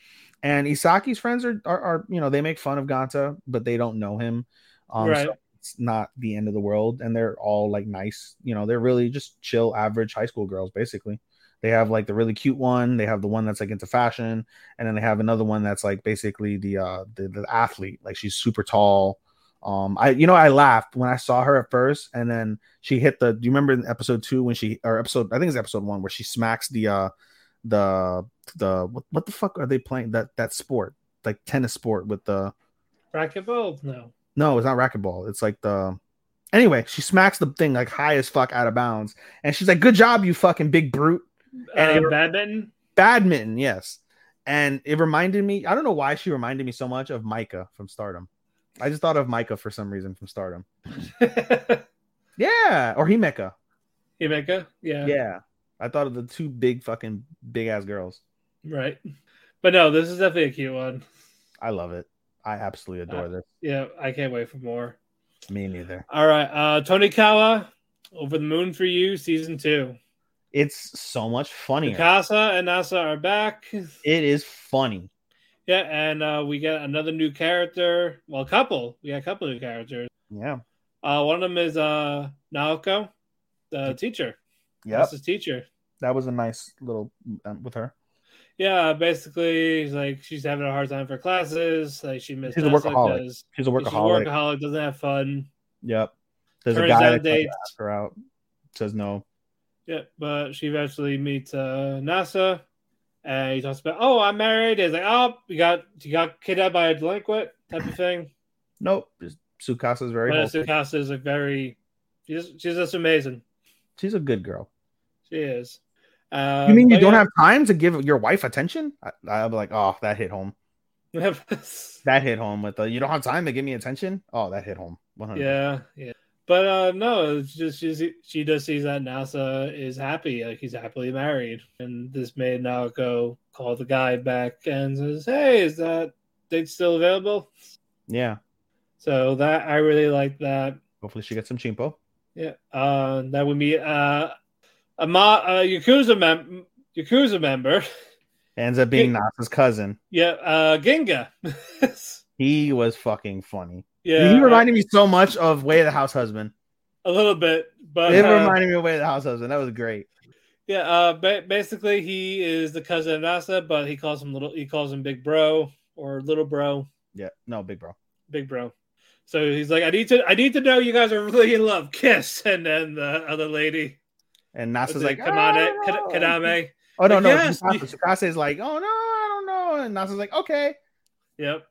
and Isaki's friends are are, are you know they make fun of Ganta, but they don't know him. Um,
Right.
so it's not the end of the world, and they're all like nice. You know, they're really just chill, average high school girls, basically. They have like the really cute one. They have the one that's like into fashion, and then they have another one that's like basically the uh the, the athlete. Like she's super tall. Um, I you know I laughed when I saw her at first, and then she hit the. Do you remember in episode two when she or episode I think it's episode one where she smacks the uh the the what, what the fuck are they playing that that sport like tennis sport with the
Racquetball? No.
no, it's not racquetball. It's like the anyway. She smacks the thing like high as fuck out of bounds, and she's like, "Good job, you fucking big brute." And-
uh, badminton? [LAUGHS]
Badminton, yes. And it reminded me. I don't know why she reminded me so much of Micah from Stardom. I just thought of Micah for some reason from Stardom. Yeah, or Himeka.
Himeka? Yeah.
Yeah, I thought of the two big fucking big ass girls.
Right. But no, this is definitely a cute one.
I love it. I absolutely adore this.
Yeah, I can't wait for more.
Me neither.
All right. Uh Tony Kawa, Over the Moon for You, season two.
It's so much funnier.
Mikasa and Nasa are back.
It is funny.
Yeah, and uh, we got another new character. Well, a couple. We got a couple new characters.
Yeah.
Uh, one of them is uh, Naoko, the teacher.
Yep.
Nasa's teacher.
That was a nice little um, with her.
Yeah, basically, like she's having a hard time for classes. Like she missed.
She's a
Nasa
workaholic.
'cause
She's a
She's a
workaholic.
workaholic. Doesn't have fun.
Yep. There's a
Turns
guy
out
that
they-
they... ask her out. Says no.
Yeah, but she eventually meets uh, NASA, and he talks about, "Oh, I'm married." He's like, "Oh, you got you got kidnapped by a delinquent," type of thing.
Nope. Just- Sukasa's very.
But
wholesome.
Tsukasa is like very, she's she's just amazing.
She's a good girl.
She is. Uh,
you mean you
but
don't
yeah.
have time to give your wife attention? I, I'll be like, oh, that hit home.
[LAUGHS]
That hit home with the you don't have time to give me attention. Oh, that hit home. 100.
yeah, yeah. But uh no, it's just she's, she just sees that NASA is happy, like he's happily married, and this made Naoko call the guy back and says, "Hey, is that date still available?"
Yeah.
So that I really like that.
Hopefully she gets some chimpo.
Yeah, uh, that would be uh, a ma- uh, Yakuza mem- Yakuza member. [LAUGHS]
Ends up being
Yeah.
Nasa's cousin.
yeah, uh, Ginga. [LAUGHS]
He was fucking funny.
yeah,
he reminded me so much of Way of the House Husband.
a little bit, but
It
uh,
reminded me of Way of the House Husband. That was great.
Yeah, uh, ba- basically he is the cousin of NASA, but he calls him little. He calls him Big Bro or Little Bro,
Yeah. No, big bro.
Big Bro. So he's like, I need to, I need to know you guys are really in love. [LAUGHS] Kiss, and then the other lady,
And Nasa's like,
Kamane,
"Oh,
Kad- Kadame.
Oh no,
Like,
no.
yes,
Tsukasa.
you-
Tsukasa's like, oh no, I don't know. And Nasa's like, okay,
Yep.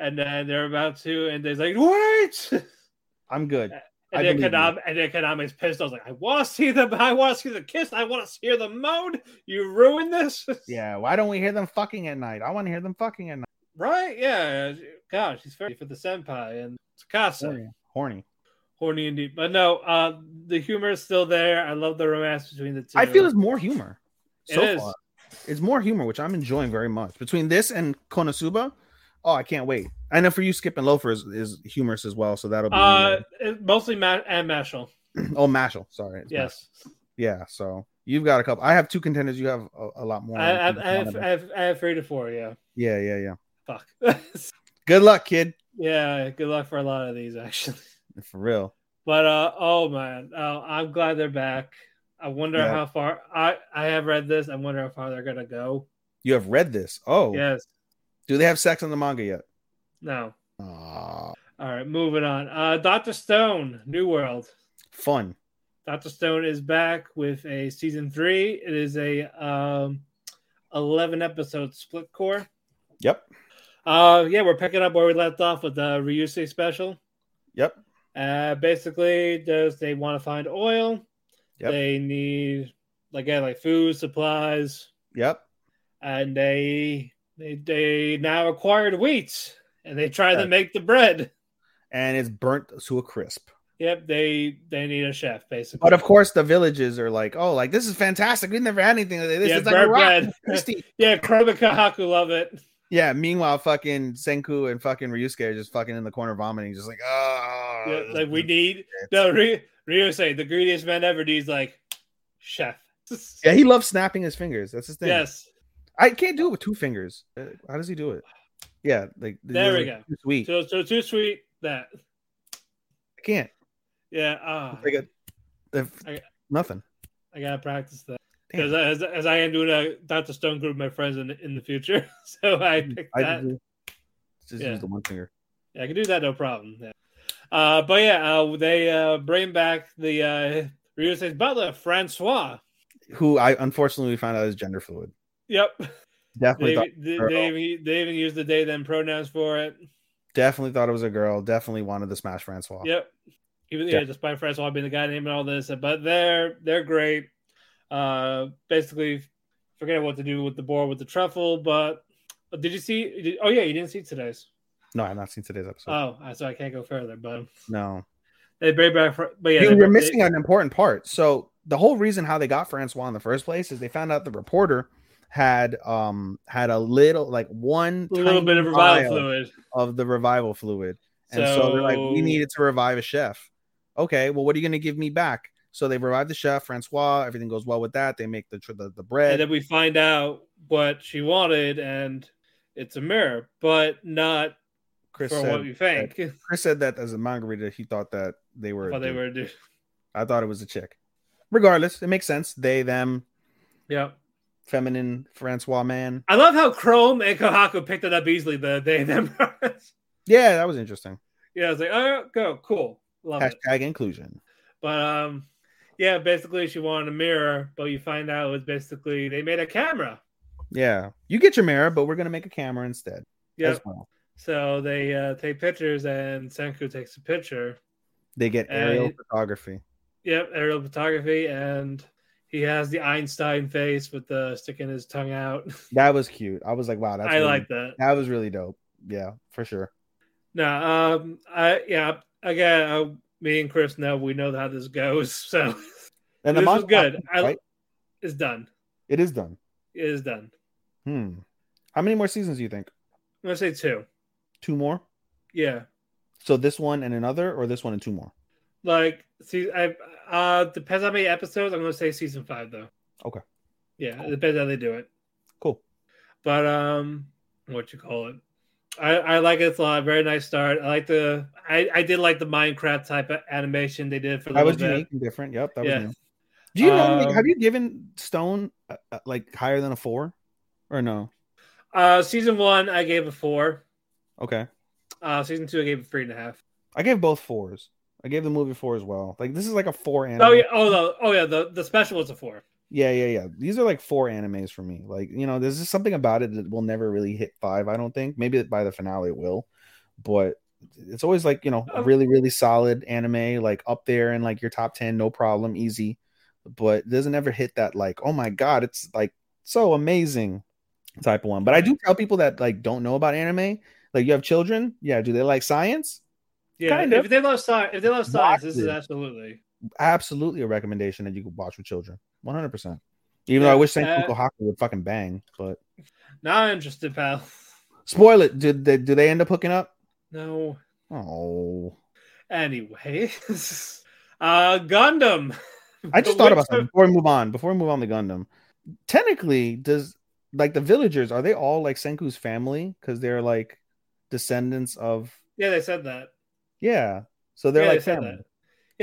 And then they're about to, and they're like, wait. [LAUGHS]
I'm good. I
And then
believe
Kadame, and then Kadame's pissed. I was like, I want to see the, [LAUGHS] I want to see the kiss. I want to hear the moan. You ruined this. [LAUGHS]
Yeah. Why don't we hear them fucking at night? I want to hear them fucking at night.
Right. Yeah. Gosh, he's very for the senpai and Tsukasa.
Horny. Horny.
horny indeed. But no, uh, the humor is still there. I love the romance between the two.
I feel it's more humor.
It
So
is.
far, it's more humor, which I'm enjoying very much. Between this and Konosuba, oh, I can't wait. I know for you, skipping loafer is, is humorous as well, so that'll be.
uh, it, mostly Matt and Mashal.
[CLEARS THROAT] oh, Mashal, sorry. it's Mashal.
Yes,
yeah. So you've got a couple. I have two contenders. You have a, a lot more.
I, I, I, have, I, have, I have three to four. Yeah,
yeah, yeah, yeah.
fuck. [LAUGHS]
Good luck, kid.
yeah, good luck for a lot of these actually.
For real.
But uh, oh man, oh, I'm glad they're back. I wonder
Yeah.
how far I I have read this. I wonder how far they're gonna go.
You have read this. Oh,
Yes.
do they have sex in the manga yet?
No.
Aw,
All right, moving on. Uh, Doctor Stone, New World.
fun.
Doctor Stone is back with a season three. It is a um, eleven episode split core.
Yep.
Uh, yeah, we're picking up where we left off with the Ryusei special.
Yep.
Uh, basically, does they want to find oil?
Yep.
They need like again like food supplies,
Yep.
and they they they now acquired wheat, and they try to
Right.
make the bread.
And it's burnt to a crisp.
Yep, they they need a chef basically.
But of course, the villages are like, oh, like this is fantastic. We've never had anything like this.
Yeah,
it's like
burnt
a rock. [LAUGHS]
bread.
Tasty.
yeah, Kurama Kahaku love it.
Yeah. Meanwhile, fucking Senku and fucking Ryusuke are just fucking in the corner vomiting, just like, oh,
Yeah, like we need no Ry- Ryusei, the greediest man ever. He's like chef.
Yeah, he loves snapping his fingers. That's his thing.
Yes,
I can't do it with two fingers. Uh, How does he do it? Yeah, like
There we
like,
go.
too Sweet.
so so too sweet that.
I can't.
Yeah, ah,
It's like a, if,
I-
nothing.
I gotta practice that
Damn.
because as, as I am doing a Doctor Stone group with my friends in in the future, [LAUGHS] so I picked
Mm, I
that.
just, just
Yeah.
use the one finger.
Yeah, I can do that no problem. Yeah. Uh, but yeah, uh, they uh, bring back the uh, Ryusei's butler Francois.
[LAUGHS] Who I unfortunately we found out is gender fluid.
Yep.
Definitely,
Dave,
thought,
D-
girl.
Dave, they even used the they them pronouns for it.
definitely thought it was a girl. Definitely wanted to smash Francois.
Yep. Even yeah,
Yeah.
despite Francois being the guy naming all this, but they're they're great. Uh, basically, forget what to do with the board with the truffle. But but did you see? Did, oh yeah, you didn't see today's.
No, I've not seen today's episode.
Oh, I- so I can't go further. But
no,
they bring back. Fra- But yeah,
You-
they-
you're
they-
missing an important part. So the whole reason how they got Francois in the first place is they found out the reporter had um had a little like one
a little
tiny
bit of revival
vial
fluid.
of the revival fluid, and so,
so
they're like, we needed to revive a chef. Okay, well, what are you going to give me back? So they revive the chef Francois. Everything goes well with that. They make the tr- the, the bread.
and then we find out what she wanted, and it's a mirror, but not
Chris
for
said
what you think. [LAUGHS] What
Chris said that as a margarita, he thought that they were. a
they
dude.
were doing.
I thought it was a chick. Regardless, it makes sense. They them
Yep.
feminine Francois man.
I love how Chrome and Kohaku picked it up easily. The they them.
Yeah, that was interesting.
[LAUGHS] yeah, I was like, oh, go, cool, love it.
Hashtag inclusion.
But um, yeah, basically she wanted a mirror, but you find out it was basically they made a camera.
Yeah, you get your mirror, but we're gonna make a camera instead.
Yeah.
as well.
So they uh, take pictures, and Senku takes a picture.
They get aerial
And-
photography.
Yep, aerial photography, and he has the Einstein face with the sticking his tongue out. [LAUGHS]
That was cute. I was like, wow, that's
I
really-
like that.
that was really dope. Yeah, for sure.
No, um, I yeah, again, uh, me and Chris know we know how this goes, [LAUGHS] so
And
this was
manga-
good. I,
right?
It's done.
It is done.
It is done.
Hmm. How many more seasons do you think?
I'm gonna say two.
Two more.
Yeah,
So this one and another, or this one and two more.
like see, I uh depends how many episodes. I'm gonna say season five though.
Okay.
Yeah, it depends how they do it.
Cool.
But um, what you call it? I I like it a lot. Very nice start. I like the I I did like the Minecraft type of animation they did for the
That was unique and different. Yep, that
Yeah.
was new. Do you know? like,
Um,
have you given Stone uh, uh, like higher than a four, or no?
Uh, season one I gave a four.
Okay,
Uh, season two I gave a three and a half.
I gave both fours. I gave the movie four as well. Like this is like a four anime.
Oh yeah, oh no, oh yeah, the, the special was a four.
yeah, yeah, yeah. These are like four animes for me. Like you know, there's just something about it that will never really hit five. I don't think. Maybe by the finale it will, but it's always like you know a
Oh.
really really solid anime, like up there in like your top ten, no problem, easy. But it doesn't ever hit that like oh my god, it's like so amazing type of one. But I do tell people that like don't know about anime. Like you have children, yeah. Do they like science?
Yeah,
Kind of.
if they love science, if they love science, this is
Watchmen.
absolutely.
absolutely a recommendation that you could watch with children. 100%. Even though
Yeah,
I wish Saint
uh,
Uncle Haku would fucking bang, but
Now I'm interested, pal. [LAUGHS]
spoil it. Did they do they end up hooking up?
No.
Oh,
Anyway, [LAUGHS] uh, Gundam.
I just thought
Which
about something
of-
before we move on. Before we move on to Gundam, technically, does like the villagers are they all like Senku's family because they're like descendants of
Yeah, they said that.
yeah, so they're
yeah,
like
they said
family.
that.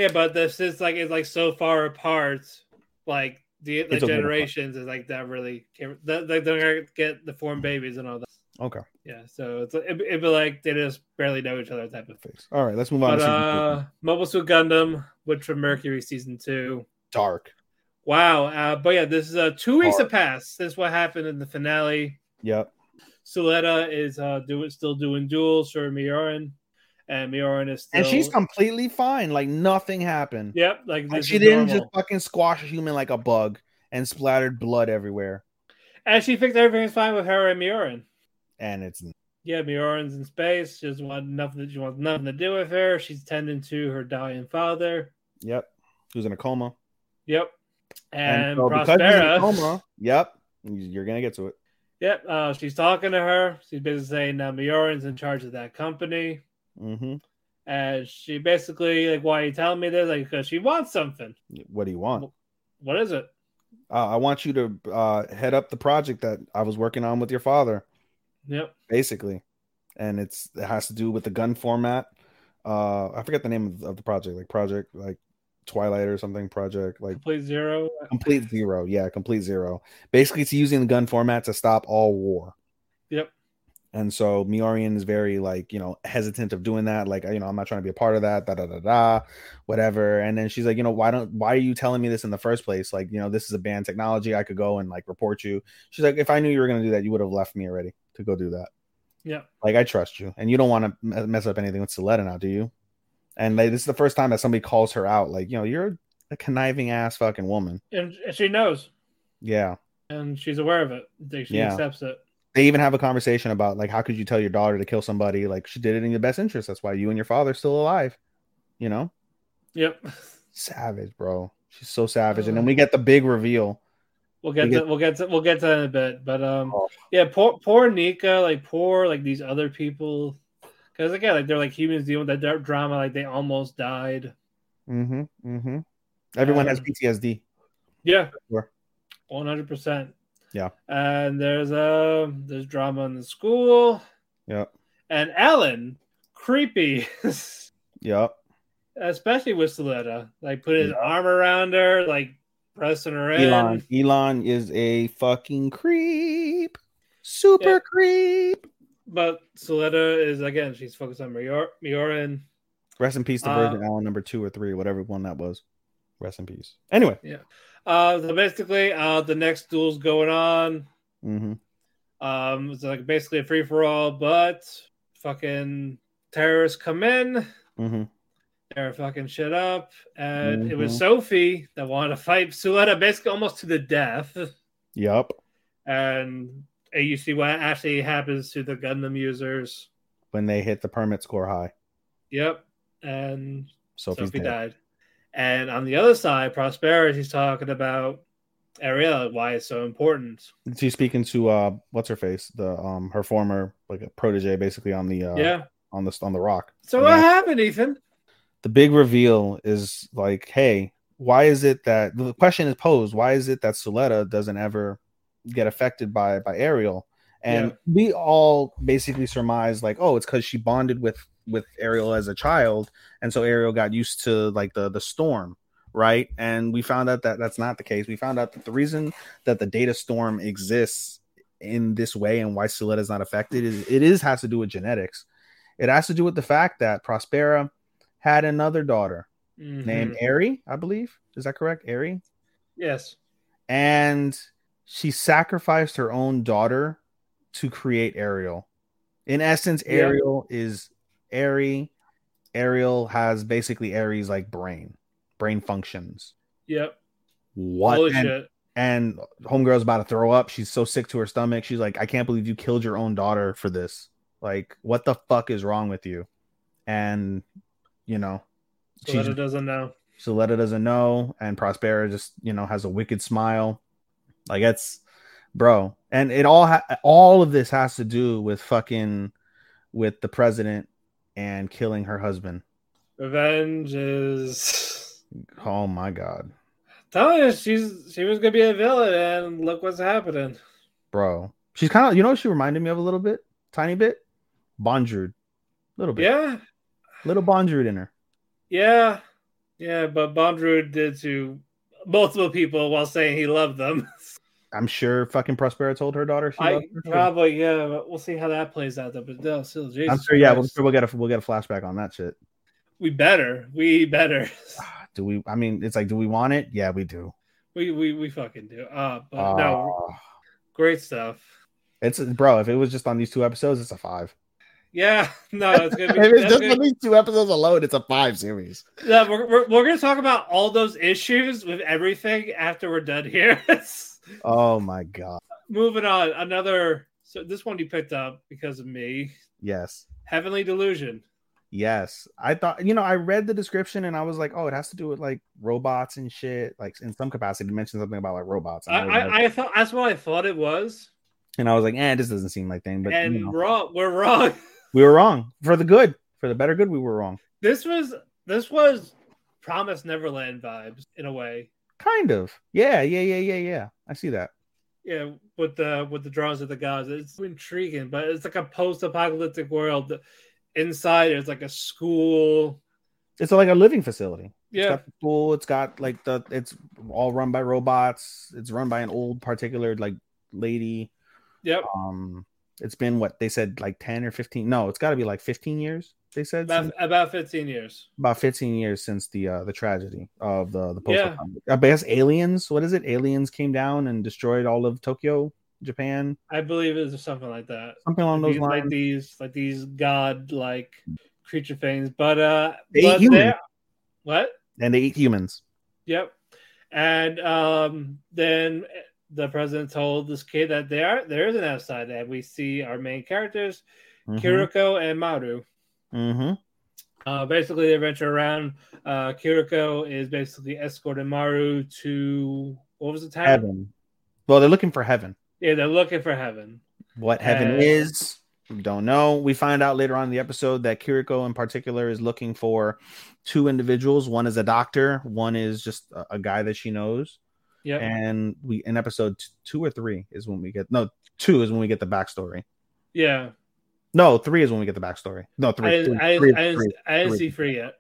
Yeah, but this is like it's like so far apart. Like the, the
It's okay to fuck.
generations is like that really can't. They, they don't ever get the form babies and all that.
Okay,
Yeah, so it's like- it'd, be- it'd be like they just barely know each other type of thing.
thanks. all right, let's move on
But
to season two.
uh, Mobile Suit Gundam, Witch from Mercury season two.
Dark.
Wow. Uh, but yeah, this is uh, two weeks
Hard.
have passed since what happened in the finale.
Yep,
Suleta is uh, do, still doing duels for Miorin, and Miorin is still.
and she's completely fine. Like nothing happened.
Yep. Like,
Like
this
she
is
didn't
normal.
just fucking squash a human like a bug and splattered blood everywhere.
And she thinks everything's fine with her and Miorin.
And it's
Yeah, Miorin's in space. She doesn't want nothing. She wants nothing to do with her. She's tending to her dying father.
yep, who's in a coma.
Yep. And,
so because he's in a
Prospera.
coma, yep, you're gonna get to it.
Yep. Uh, she's talking to her. She's basically saying now Miorin's in charge of that company.
hmm
And she basically like, why are you telling me this? Like, because she wants something.
What do you want?
What is it?
Uh, I want you to uh, head up the project that I was working on with your father,
Yep.
basically, and it's it has to do with the gun format. Uh, I forget the name of, of the project, like project like Twilight or something. Project like
Complete zero.
complete zero, yeah, complete zero. Basically, it's using the gun format to stop all war.
Yep.
And so Miorian is very like, you know, hesitant of doing that. Like, you know, I'm not trying to be a part of that, da da da da, whatever. And then she's like, you know, why don't why are you telling me this in the first place? Like, you know, this is a banned technology. I could go and like report you. She's like, if I knew you were gonna do that, you would have left me already to go do that.
Yeah.
Like I trust you, and you don't want to mess up anything with Stiletta now, do you? And like, this is the first time that somebody calls her out. Like, you know, you're a conniving ass fucking woman.
And and she knows,
Yeah.
and she's aware of it. I think She
Yeah.
accepts it.
They even have a conversation about like, how could you tell your daughter to kill somebody? Like, she did it in your best interest. That's why you and your father are still alive. You know,
Yep. [LAUGHS]
savage, bro. She's so savage. And then we get the big reveal.
We'll get,
We get-
to we'll get to we'll get to that in a bit, but um,
Oh.
yeah, poor poor Nika, like poor like these other people, because again, like they're like humans dealing with that dark drama, like they almost died.
Mm-hmm. Mm-hmm. Everyone has
Um,
PTSD.
Yeah,
Sure.
one hundred percent.
Yeah.
and there's uh there's drama in the school.
Yep.
and Alan, creepy, [LAUGHS]
Yep.
especially with Soletta, like putting his arm around her, like pressing her in.
Elon. Elon is a fucking creep. Super
Yeah.
creep.
But Soletta is again, she's focused on Mior- Miorin.
Rest in peace to
Uh,
Virgin Allen number two or three, whatever one that was. Rest in peace. Anyway.
Uh, so basically, uh, the next duel's going on.
Mm-hmm.
Um, it's like basically a free for all, but fucking terrorists come in,
Mm-hmm.
they're fucking shit up, and it
Mhm.
was Sophie that wanted to fight Suleta basically almost to the death.
Yep.
And uh, you see what actually happens to the Gundam users.
When they hit the permit score high.
Yep, and
Sophie's
Sophie
dead.
died. And on the other side, Prosperity's talking about Ariella, why it's so important.
She's speaking to uh what's her face? The um her former like a protege basically on the uh
yeah.
on the on the rock.
So
and
what
that-
happened, Ethan?
the big reveal is like, hey, why is it that the question is posed? Why is it that Suleta doesn't ever get affected by by Ariel? And we all basically surmise like, oh, it's because she bonded with with Ariel as a child, and so Ariel got used to like the the storm, right? And we found out that that's not the case. We found out that the reason that the data storm exists in this way and why Suleta is not affected is it is has to do with genetics. It has to do with the fact that Prospera had another daughter named
Mhm.
Ari, I believe. Is that correct? Ari?
Yes.
And she sacrificed her own daughter to create Ariel. In essence,
Yeah.
Ariel is Ari. Ariel has basically Ari's like brain, brain functions.
Yep.
What?
Holy
and,
shit.
and homegirl's about to throw up. She's so sick to her stomach. She's like, I can't believe you killed your own daughter for this. Like, what the fuck is wrong with you? And you know, she's-
Soleta doesn't know.
Soletta doesn't know, and Prospera just you know has a wicked smile. Like that's bro, and it all ha- all of this has to do with fucking with the president and killing her husband.
Revenge is.
Oh my god,
Telling us she's she was gonna be a villain, and look what's happening.
bro, she's kind of you know what she reminded me of a little bit, tiny bit, Bondrude, little bit,
Yeah,
little Bondrude in her.
yeah, yeah. But Bondru did to multiple people while saying he loved them.
I'm sure fucking Prospera told her daughter [LAUGHS] she
I
loved her. too.
probably yeah. But we'll see how that plays out though. But no, still, Jesus
I'm sure, yeah, we'll,
Christ.
we'll get a we'll get a flashback on that shit.
we better, we
[SIGHS]
better, [LAUGHS]
Do we? I mean, it's like, do we want it? Yeah, we do.
we we we fucking do. Uh, but
Ah.
no, great stuff.
It's bro. If it was just on these two episodes, it's a five.
Yeah, [LAUGHS] no, it's gonna be.
[LAUGHS] if it's
that's
just
gonna-
on these two episodes alone, it's a five series.
No, we're, we're, we're going to talk about all those issues with everything after we're done here. [LAUGHS]
Oh my god.
Moving on, another. So this one you picked up because of me.
Yes.
Heavenly Delusion.
Yes. I thought you know, I read the description and I was like, oh, it has to do with like robots and shit. Like in some capacity, it mentioned something about like robots.
I,
And, was like-
I, I thought that's what I thought it was,
and I was like, eh, this doesn't seem like thing. But you
and
know,
we're all, we're wrong. [LAUGHS]
we were wrong for the good, for the better good. We were wrong,
This was this was Promise Neverland vibes in a way.
kind of. Yeah, yeah, yeah, yeah, yeah. I see that.
Yeah, with the with the drawings of the gods, it's intriguing, but it's like a post-apocalyptic world. Inside, there's like a school.
It's like a living facility. It's
Yeah,
got the pool. It's got like the. It's all run by robots. It's run by an old particular like lady.
yep.
Um, It's been what they said like 10 or 15. No, it's got to be like 15 years. They said
About,
since-
about 15 years.
about 15 years since the uh, the tragedy of the the postal
Yeah.
conflict. I guess aliens, what is it? Aliens came down and destroyed all of Tokyo, Japan,
I believe it was something like that.
something along those
These-
lines.
like these, like these god-like creature things. But uh,
They
but
human.
they're- what?
and they eat humans.
Yep. And um, then the president told this kid that they are there is an outside, and we see our main characters,
Mhm.
Kiriko and Maru.
Mhm.
Uh, basically, they venture around. Uh, Kiriko is basically escorting Maru to what was the town?
Heaven. Well, they're looking for heaven.
Yeah, they're looking for heaven.
What heaven
Uh,
is, we don't know. We find out later on in the episode that Kiriko, in particular, is looking for two individuals. One is a doctor. One is just a, a guy that she knows.
Yep.
And we in episode t- two or three is when we get no two is when we get the backstory.
yeah.
No, three is when we get the backstory. No,
I
three.
didn't,
three,
I, didn't-
three,
I didn't,
three.
I didn't
three.
see free yet.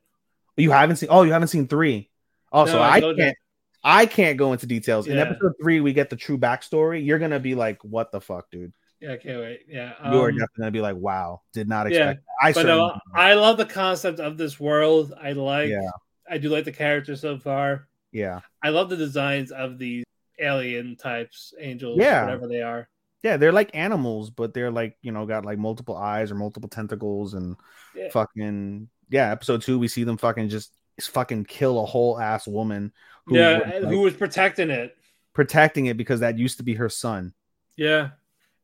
You haven't seen. Oh, you haven't seen three. Also,
No, I
I
told
can't.
you.
I can't go into details. In
Yeah.
episode three, we get the true backstory. You're gonna be like, "What the fuck, dude?"
Yeah, I can't wait. Yeah.
you are
um,
definitely gonna be like, "Wow, did not
yeah,
expect." that. I
but
certainly.
no, I love the concept of this world. I like.
Yeah.
I do like the characters so far.
yeah,
I love the designs of these alien types, angels,
Yeah.
whatever they are.
yeah, they're like animals, but they're like you know got like multiple eyes or multiple tentacles and
Yeah.
fucking yeah. Episode two, we see them fucking just fucking kill a whole ass woman who
yeah,
was, like,
who was protecting it?
protecting it because that used to be her son.
Yeah.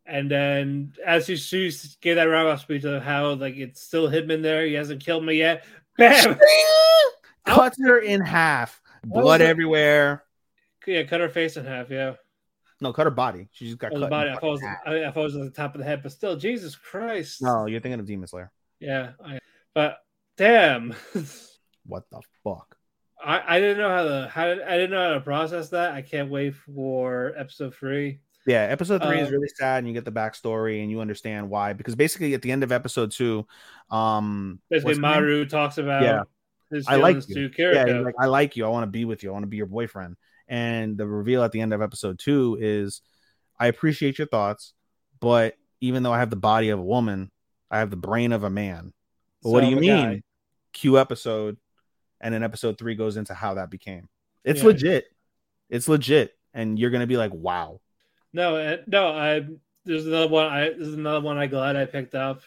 And then as she, she gave that wrap up speech of how like it's still hidden in there, he hasn't killed me yet. Bam! [LAUGHS]
Cuts her in half,
was
blood
it?
everywhere.
yeah, cut her face in half. Yeah,
No, cut her body. She just got
Or
cut.
Oh, the
in
body.
the
I
fucking
thought, it was,
half.
I, I thought it was at the top of the head, but still, Jesus Christ.
No, you're thinking of Demon Slayer.
Yeah, I, but damn, [LAUGHS]
What the fuck?
I, I didn't know how to how I didn't know how to process that. I can't wait for episode three.
Yeah, episode three is
Uh,
really sad, and you get the backstory, and you understand why. Because basically, at the end of episode two, um,
Basically,
what's her name?
Maru talks about
Yeah.
his
I like
feelings
you.
to Kiriko.
Yeah, he's like, I like you. I want to be with you. I want to be your boyfriend. And the reveal at the end of episode two is I appreciate your thoughts, but even though I have the body of a woman, I have the brain of a man. Well, what
So
do
I'm
you
a
mean?
guy.
Q episode. And then episode three goes into how that became. It's
Yeah.
legit. It's legit. And you're going to be like, wow.
No, uh, no. I there's another one. I there's another one. I glad I picked up.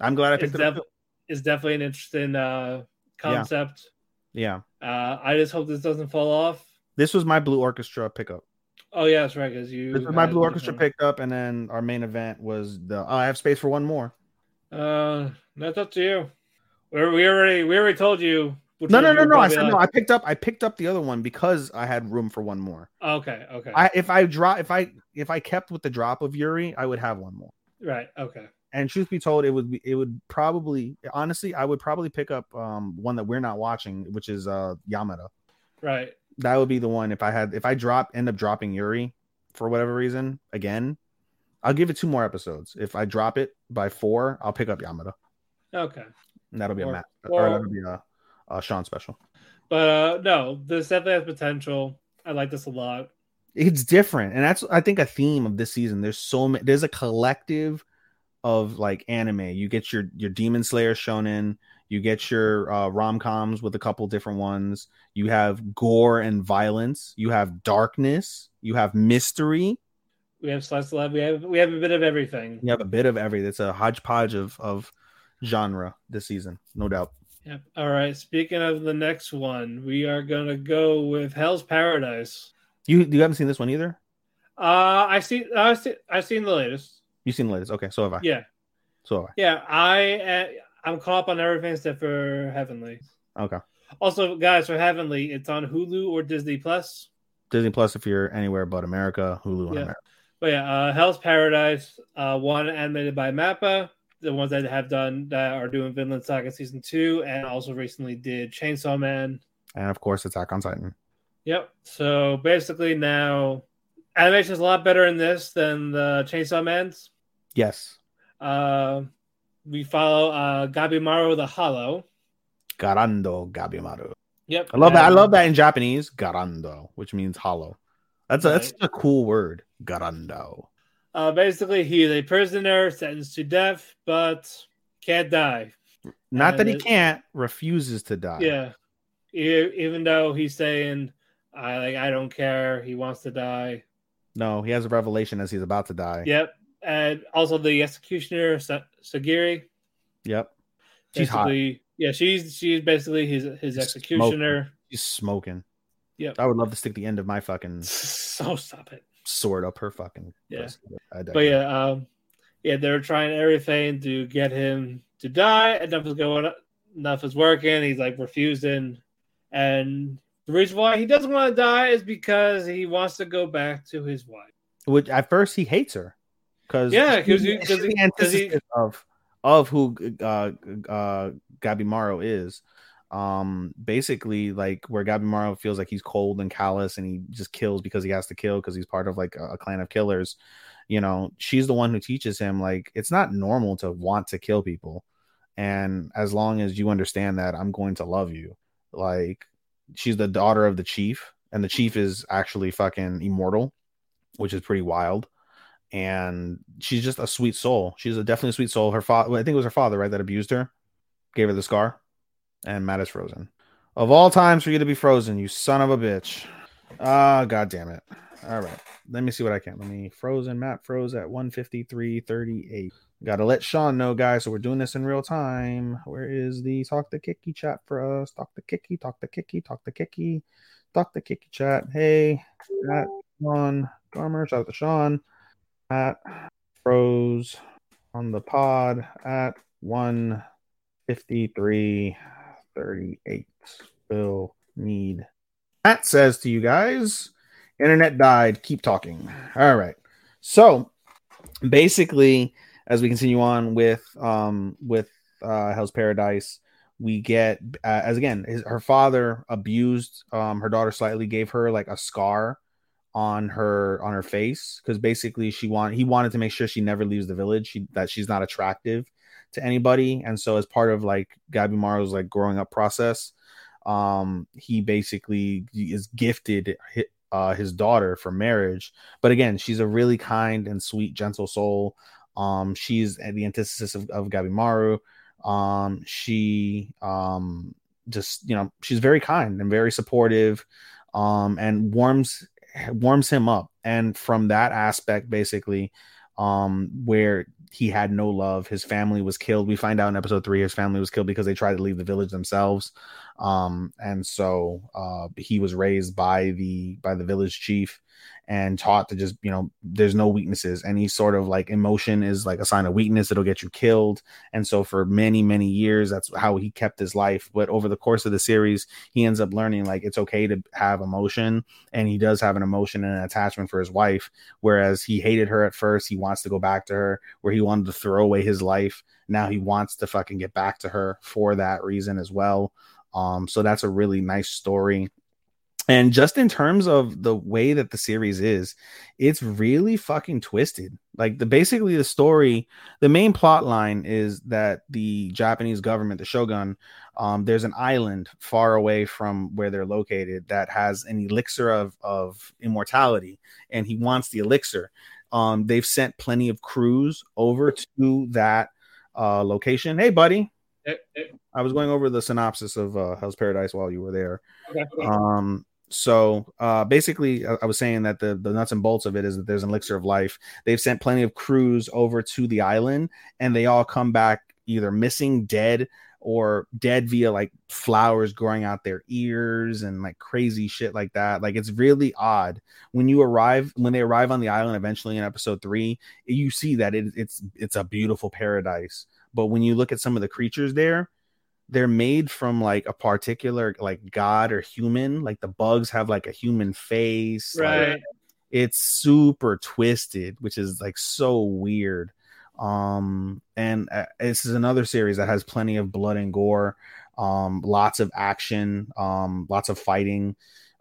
I'm glad I
It's,
picked it
def-
up.
it's definitely an interesting uh, concept.
Yeah.
Uh, I just hope this doesn't fall off.
This was my Blue Orchestra pickup.
Oh yeah, that's right. Because you
This was my
had
Blue
the
Orchestra
different-
pickup. And then our main event was the, oh, I have space for one more.
Uh, that's up to you. We're, we already we already told you. which
No,
one
no,
you
no,
would
no. I
probably
said no. I
like.
picked up. I picked up the other one because I had room for one more.
Okay, okay.
I if I drop if I if I kept with the drop of Yuri, I would have one more.
right. Okay.
And truth be told, it would be it would probably honestly I would probably pick up um one that we're not watching, which is uh Yamada.
Right.
That would be the one if I had if I drop end up dropping Yuri for whatever reason again. I'll give it two more episodes. If I drop it by four, I'll pick up Yamada,
Okay.
and that'll be a
Or-
Matt, or
or-
that'll be a, a Sean special.
But uh, no, this definitely has potential. I like this a lot.
it's different and that's i think a theme of this season there's so many there's a collective of like anime you get your your demon slayer shonen you get your uh, rom-coms with a couple different ones you have gore and violence you have darkness you have mystery
We have slice of life. We have we have a bit of everything.
you have a bit of everything it's a hodgepodge of of genre this season no doubt
Yep. All right. Speaking of the next one, we are gonna go with Hell's Paradise.
you you haven't seen this one either
Uh, I see. I see. I've seen the latest.
you've seen the latest okay so have i
Yeah.
so have
Yeah. I uh, I'm caught up on everything except for Heavenly.
i okay
Also, guys, for Heavenly, it's on Hulu or Disney Plus.
disney plus if you're anywhere but america hulu and
Yeah.
america
But yeah, uh, Hell's Paradise, uh, one animated by Mappa, the ones that have done that are doing Vinland Saga season two, and also recently did Chainsaw Man.
and of course attack on titan
Yep. So basically, now animation is a lot better in this than the Chainsaw Man's.
yes
Uh, we follow uh, Gabimaru the Hollow.
Garando Gabimaru.
Yep.
I love that. I
and-
love that in Japanese, Garando, which means hollow. That's a, that's
Right.
a cool word, Garando.
Uh, basically, he is a prisoner sentenced to death, but can't die.
Not that he
And it-
can't, refuses to die.
Yeah, E- even though he's saying, "I like, I don't care," he wants to die.
No, he has a revelation as he's about to die.
Yep, and also the executioner Sa- Sagiri.
Yep. She's hot.
basically, Yeah, she's she's basically his his
She's
executioner.
She's smoking.
Yep.
I would love to stick the end of my
[LAUGHS]
fucking
So stop it.
sword up her fucking.
Yeah.
pussy. I
But yeah, um, yeah, they're trying everything to get him to die. Enough is going, enough is working. He's like refusing, and the reason why he doesn't want to die is because he wants to go back to his wife.
Which at first he hates her because
Yeah, 'cause he- 'cause he- 'cause he-
of of who uh uh Gabi Morrow is. Um, basically, like where Gabi Morrow feels like he's cold and callous, and he just kills because he has to kill because he's part of like a, a clan of killers. You know, she's the one who teaches him like it's not normal to want to kill people, and as long as you understand that, I'm going to love you. Like she's the daughter of the chief, and the chief is actually fucking immortal, which is pretty wild and she's just a sweet soul. She's a definitely a sweet soul. Her father, I think it was her father, right, that abused her, gave her the scar, and Matt is frozen. Of all times for you to be frozen, you son of a bitch. Ah, god damn it. All right, let me see what I can. Let me frozen. Matt froze at 153.38. Gotta let Sean know, guys. So we're doing this in real time. Where is the talk the kicky chat for us? Talk the kicky, talk the kicky, talk the kicky, talk the kicky chat. Hey, Matt, Sean, Garmer, shout out to Sean at froze on the pod at 153.38. Will need. Matt says to you guys, internet died. Keep talking. All right. So basically, as we continue on with um with uh Hell's Paradise, we get uh, as again his, her father abused um her daughter slightly, gave her like a scar on her on her face because basically she want he wanted to make sure she never leaves the village she, that she's not attractive to anybody and so as part of like Gabby Morrow's like growing up process um he basically is gifted hi- uh, his daughter for marriage but again she's a really kind and sweet gentle soul um she's at the antithesis of, of Gabby Maru um she um just you know she's very kind and very supportive um and warms warms him up and from that aspect basically um where he had no love his family was killed we find out in episode 3 his family was killed because they tried to leave the village themselves um and so uh he was raised by the by the village chief and taught to just you know there's no weaknesses any sort of like emotion is like a sign of weakness it'll get you killed and so for many many years that's how he kept his life but over the course of the series he ends up learning like it's okay to have emotion and he does have an emotion and an attachment for his wife whereas he hated her at first he wants to go back to her where he wanted to throw away his life now he wants to fucking get back to her for that reason as well um so that's a really nice story and just in terms of the way that the series is it's really fucking twisted like the basically the story the main plot line is that the japanese government the shogun um, there's an island far away from where they're located that has an elixir of, of immortality, and he wants the elixir. Um, they've sent plenty of crews over to that uh, location. Hey, buddy,
Eh, eh,
I was going over the synopsis of uh, Hell's Paradise while you were there.
okay.
Um, so uh, basically, I, I was saying that the, the nuts and bolts of it is that there's an elixir of life. They've sent plenty of crews over to the island, and they all come back either missing, dead, or dead via like flowers growing out their ears and like crazy shit like that. Like it's really odd when you arrive when they arrive on the island eventually in episode three. You see that it, it's it's a beautiful paradise, but when you look at some of the creatures there, they're made from like a particular like god or human like the bugs have like a human face like,
right?
it's super twisted which is like so weird um and uh, this is another series that has plenty of blood and gore um lots of action um lots of fighting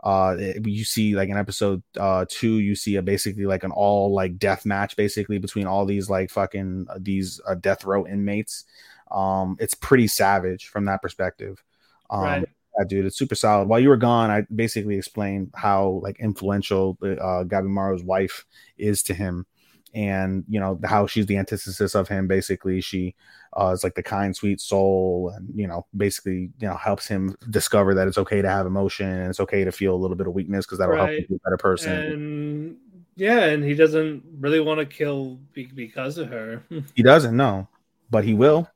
uh it- you see like in episode uh two you see a basically like an all like death match basically between all these like fucking uh, these uh, death row inmates um it's pretty savage from that perspective um
right.
yeah, dude, it's super solid. While you were gone, I basically explained how like influential uh, Gabi Maro's wife is to him, and you know how she's the antithesis of him basically she uh, is like the kind sweet soul and you know basically you know helps him discover that it's okay to have emotion and it's okay to feel a little bit of weakness because that'll help you
Right.
be a better person
And yeah, and he doesn't really want to kill be- because of her. [LAUGHS]
he doesn't know but he will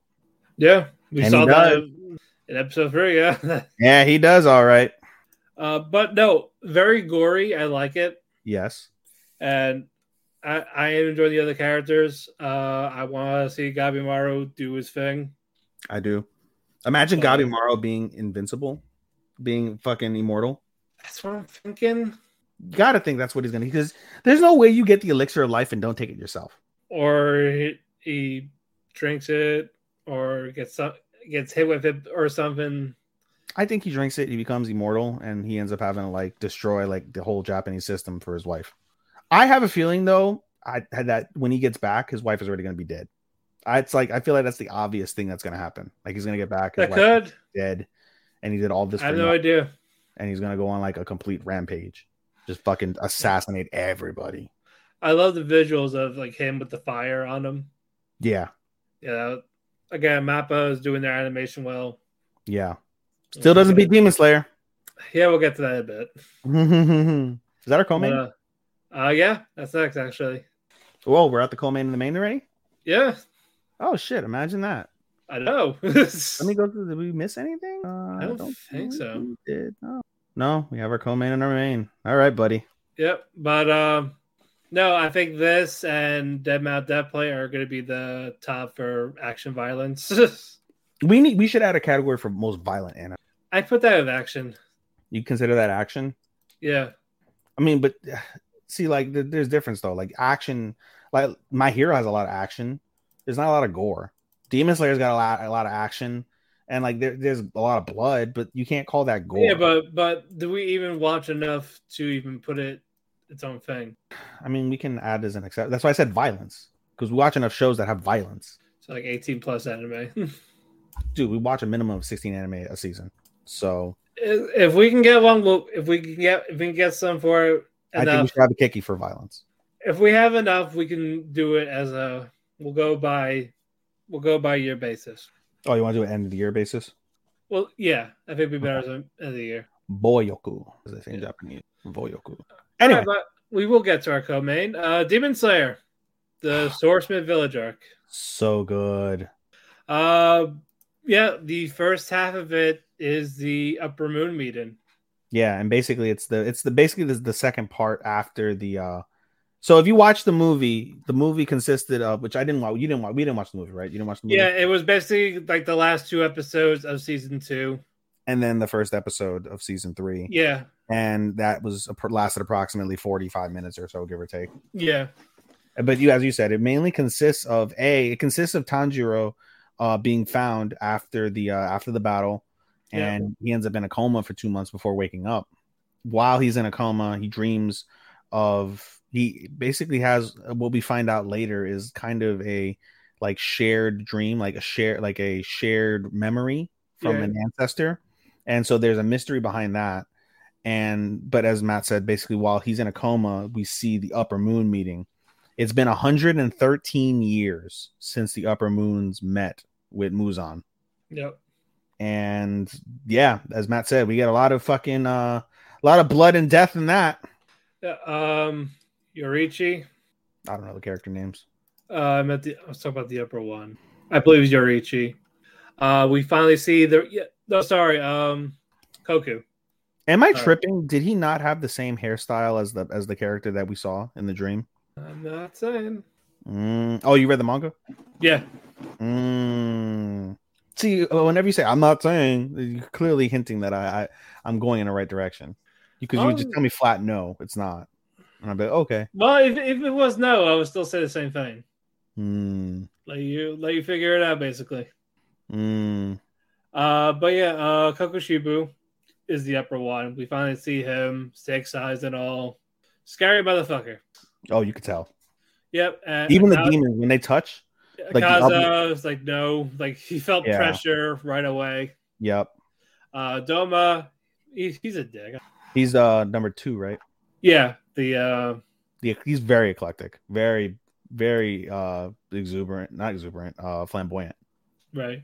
yeah, we
And he
saw that in in episode three. Yeah, [LAUGHS]
yeah he does all right
uh, but no, very gory. I like it.
yes
and I, I enjoy the other characters. Uh, I want to see Gabi Maru do his thing.
i do imagine
Uh,
gabi maro being invincible being fucking immortal
That's what I'm thinking.
gotta think that's what he's gonna because there's no way you get the elixir of life and don't take it yourself.
Or he, he drinks it, or gets some, gets hit with it, or something.
I think he drinks it, he becomes immortal, and he ends up having to like destroy like the whole Japanese system for his wife. I have a feeling though, I had that when he gets back, his wife is already gonna be dead. I, it's like I feel like that's the obvious thing that's gonna happen. Like he's gonna get back,
That
his wife is
could.
dead, and he did all this
I
for
have no
nothing,
idea.
and he's gonna go on like a complete rampage, just fucking assassinate everybody.
I love the visuals of like him with the fire on him.
Yeah,
You know, again, Mappa is doing their animation well.
yeah. Still doesn't beat Demon Slayer. [LAUGHS]
Yeah, we'll get to that in a bit.
is that our co-main?
But, uh, uh, yeah, that's next actually.
Whoa, Oh, we're at the co-main and the main already.
Yeah,
Oh shit! Imagine that.
I know. [LAUGHS]
Let me go through. Did we miss anything? Uh, I
don't think
we
so.
did. No. No, we have our co-main and our main. All right, buddy.
Yep, but um, no, I think this and Dead Mount Death Play are going to be the top for action violence. [LAUGHS]
We need. We should add a category for most violent anime.
I put that in action.
You consider that action?
Yeah,
I mean, but [SIGHS] uh, see, like, there- there's difference though. Like action, like My Hero has a lot of action. There's not a lot of gore. Demon Slayer's got a lot, a lot of action, and like there, there's a lot of blood, but you can't call that gore.
yeah, but but do we even watch enough to even put it its own thing?
I mean, we can add as an exception. That's why I said violence because we watch enough shows that have violence.
So like eighteen plus anime. [LAUGHS] if
dude, we watch a minimum of 16 anime a season. So
if we can get one, we'll, if we can get if we can get some for it
I think we
enough,
should have a kiki for violence.
if we have enough, we can do it as a. We'll go by, we'll go by year basis.
Oh, you want to do an end of the year basis?
Well, yeah, I think it'd be better as a, as a year.
Boyoku, as they say in Japanese. Boyoku.
All right,
Anyway,
but we will get to our co-main. Uh, Demon Slayer,
[SIGHS]
the Swordsmith Village arc.
so good.
Uh, yeah, the first half of it is the Upper Moon meeting.
Yeah, and basically it's the it's the basically this is the second part after the uh so if you watch the movie, the movie consisted of which I didn't watch. You didn't watch. We didn't watch the movie, right? You didn't watch the movie.
Yeah, it was basically like the last two episodes of season two.
And then the first episode of season three,
Yeah,
and that was appro- lasted approximately forty five minutes or so, give or take.
yeah,
but you as you said it mainly consists of a it consists of tanjiro uh being found after the uh after the battle
Yeah.
and he ends up in a coma for two months before waking up while he's in a coma he dreams of he basically has what we find out later is kind of a like shared dream like a share like a shared memory from
Yeah.
an ancestor and so there's a mystery behind that and but as matt said basically while he's in a coma we see the upper moon meeting it's been 113 years since the upper moons met with muzan
yep.
and yeah as matt said we get a lot of fucking uh a lot of blood and death in that
Um, Yorichi.
i don't know the character names
Uh, I'm at the. I was talking about the upper one. I believe it's Yorichi. Uh, we finally see the. Yeah, no, sorry. Um, Koku.
am i
right.
tripping did he not have the same hairstyle as the as the character that we saw in the dream
I'm not saying.
Mm. oh you read the manga
Yeah,
Mm. See, whenever you say "I'm not saying," you're clearly hinting that I, I I'm going in the right direction. Because you would just
Um,
tell me flat, no, it's not, and I'd be like, okay.
Well, if, if it was no, I would still say the same thing.
Mm.
Let you let you figure it out, basically.
Mm.
Uh, but yeah, uh, Kokushibu is the upper one. We finally see him, six eyes and all, scary motherfucker.
Oh, you could tell.
Yep. And
Even the
Aka-
demons when they touch.
Akaza
like the upper-
was like no, like he felt
Yeah.
pressure right away.
Yep.
Uh, Doma, he, he's a dick.
He's uh number two, right?
Yeah, the uh,
The, he's very eclectic, very very uh exuberant, not exuberant, uh flamboyant.
Right.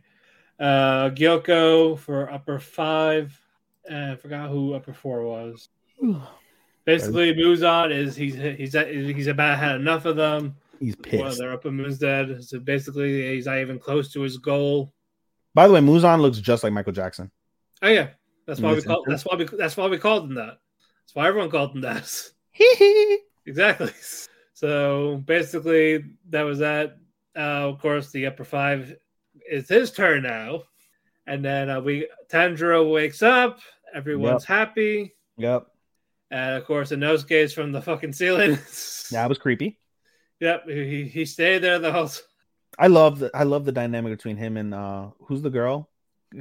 Uh, Gyoko for upper five. Uh, I forgot who upper four was. Basically, Muzan is he's he's he's about had enough of them.
He's
Well,
pissed.
their upper moon's dead. So basically, he's not even close to his goal.
By the way, Muzan looks just like Michael Jackson.
Oh yeah, that's why we
Makes
call
sense.
that's why we that's why we called him that. That's why everyone called him that. [LAUGHS] Exactly. So basically, that was that. Uh, of course, the upper five is his turn now, and then uh, we Tanjiro wakes up. Everyone's happy,
Yep.
and of course, Inosuke is from the fucking ceiling.
That was creepy.
Yep, he, he stayed there the whole.
I love the I love the dynamic between him and uh who's the girl?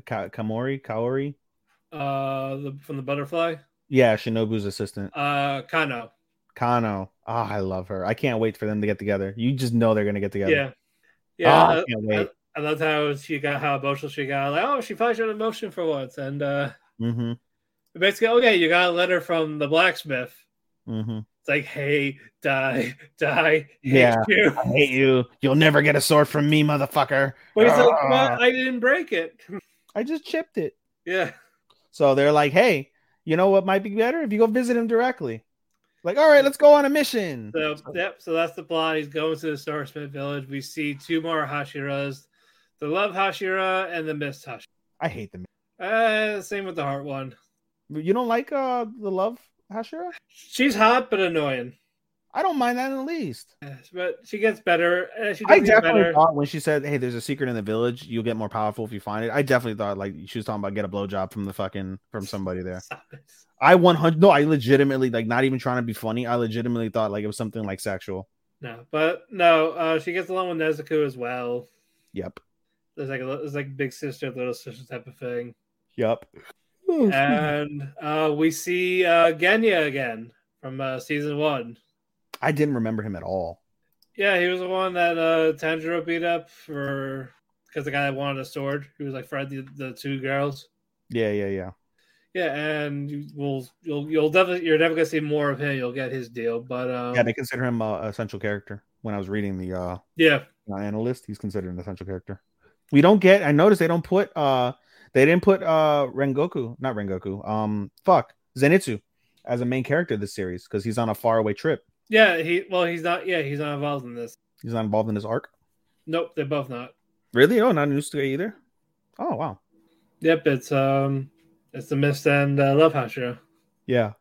Ka- Kamori, Kaori?
Uh, the, from the butterfly.
Yeah, Shinobu's assistant.
Uh, Kano.
Kano. Ah, I love her. I can't wait for them to get together. You just know they're gonna get together.
Yeah, yeah. uh,
Ah,
I-
I can't wait.
I loved how she got how emotional she got. Like, oh, she finally showed emotion for once, and uh,
Mm-hmm.
basically, oh yeah, you got a letter from the blacksmith.
Mm-hmm.
It's like, hey, die, die, hate
Yeah.
you.
I hate you. You'll never get a sword from me, motherfucker.
But he's like,
Ah.
"But I didn't break it. [LAUGHS]
I just chipped it.
yeah,
So they're like, hey, you know what might be better if you go visit him directly. Like, all right, let's go on a mission.
so yep, so that's the plot. He's going to the Starsmith village. We see two more Hashiras, the Love Hashira and the Mist Hashira.
I hate them.
Uh, same with the Heart one.
You don't like uh the love Hashira?
She's hot but annoying,
I don't mind that in the least.
Yes, but she gets better. Uh, she
I
does get
definitely
better.
thought when she said, "Hey, there's a secret in the village. You'll get more powerful if you find it." I definitely thought like she was talking about get a blowjob from the fucking from somebody there.
Stop it.
I 100 no, I legitimately like not even trying to be funny. I legitimately thought like it was something like sexual.
No, but no, uh, she gets along with Nezuko as well.
Yep.
There's like a, li- there's like big sister, little sister type of thing.
Yep.
Hmm. And uh, we see uh, Genya again from uh, season one.
I didn't remember him at all.
Yeah, he was the one that uh, Tanjiro beat up for because the guy wanted a sword. He was like fried the, the two girls.
Yeah, yeah, yeah.
Yeah, and you- we'll you'll you'll definitely you're never gonna see more of him. You'll get his deal, but um,
yeah, they consider him uh, an essential character. When I was reading the uh
yeah,
uh, analyst. He's considered an essential character. We don't get. I noticed they don't put. uh They didn't put uh Rengoku, not Rengoku. Um, fuck Zenitsu as a main character of this series because he's on a faraway trip.
yeah. He well, he's not. Yeah, he's not involved in this.
He's not involved in this arc.
Nope, they're both not.
Really? Oh, not Nusuke either. Oh wow.
Yep, it's um, it's the Mist and uh, Love House show.
Yeah.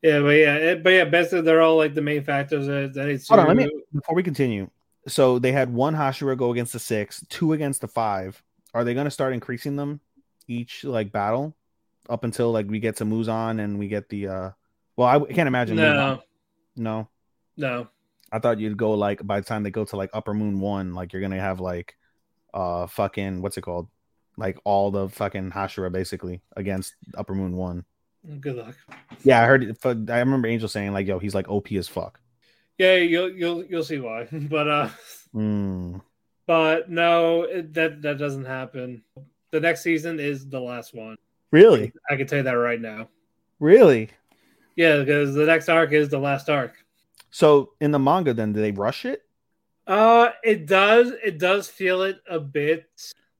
Yeah, but yeah, it, but yeah, basically they're all like the main factors that that it's.
Hold on, let me- Before we continue, so they had one Hashira go against the six, two against the five. Are they going to start increasing them each like battle up until like we get to Muzan and we get the? uh Well, I can't imagine. Muzan.
No,
No.
no,
I thought you'd go like by the time they go to like Upper Moon One, like you're gonna have like uh fucking what's it called? Like all the fucking Hashira basically against Upper Moon One.
good luck.
Yeah, I heard it. fu- I remember Angel saying like, "Yo, he's like OP as fuck."
Yeah, you'll you'll you'll see why, [LAUGHS] but uh,
Mm.
but no, it, that that doesn't happen. The next season is the last one.
Really,
I can tell you that right now.
really.
Yeah, because the next arc is the last arc.
So in the manga, then do they rush it?
Uh, it does it does feel it a bit.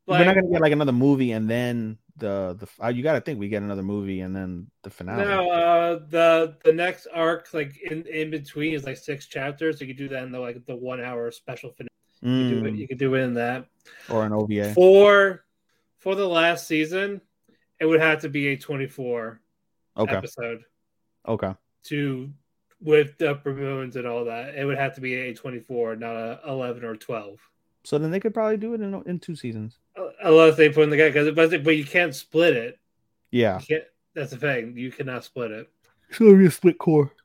We're
Like,
not gonna get like another movie and then the the uh, you got to think we get another movie and then the finale.
No, uh, the the next arc, like in, in between, is like six chapters. So you could do that in the like the one hour special finale. You, could do it,
Mm,
you could do it in that.
or an OVA.
For for the last season, it would have to be a twenty four
Okay,
episode
okay,
to with the upper moons and all that. It would have to be a twenty four, not a eleven or twelve.
so then they could probably do it in in two seasons.
Uh, Unless they put in the guy because but but you can't split it.
Yeah,
You can't, that's the thing. You cannot split it.
so it'll be a split core. [SIGHS]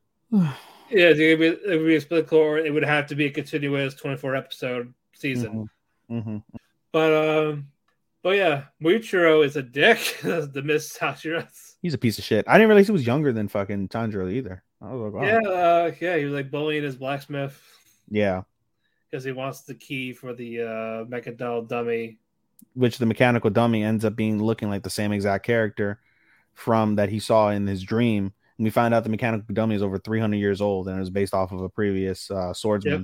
Yeah, it would be, it would be a split core. It would have to be a continuous 24 episode season.
Mm-hmm.
But um, but yeah, Muichiro is a dick. [LAUGHS] That's the Miss Sashira.
He's a piece of shit. I didn't realize he was younger than fucking Tanjiro either. I was like, wow.
Yeah, uh, yeah, he was like bullying his blacksmith
Yeah.
because he wants the key for the uh, mecha doll dummy.
Which the mechanical dummy ends up being looking like the same exact character from that he saw in his dream. And we find out the mechanical dummy is over 300 years old and it was based off of a previous uh, swordsman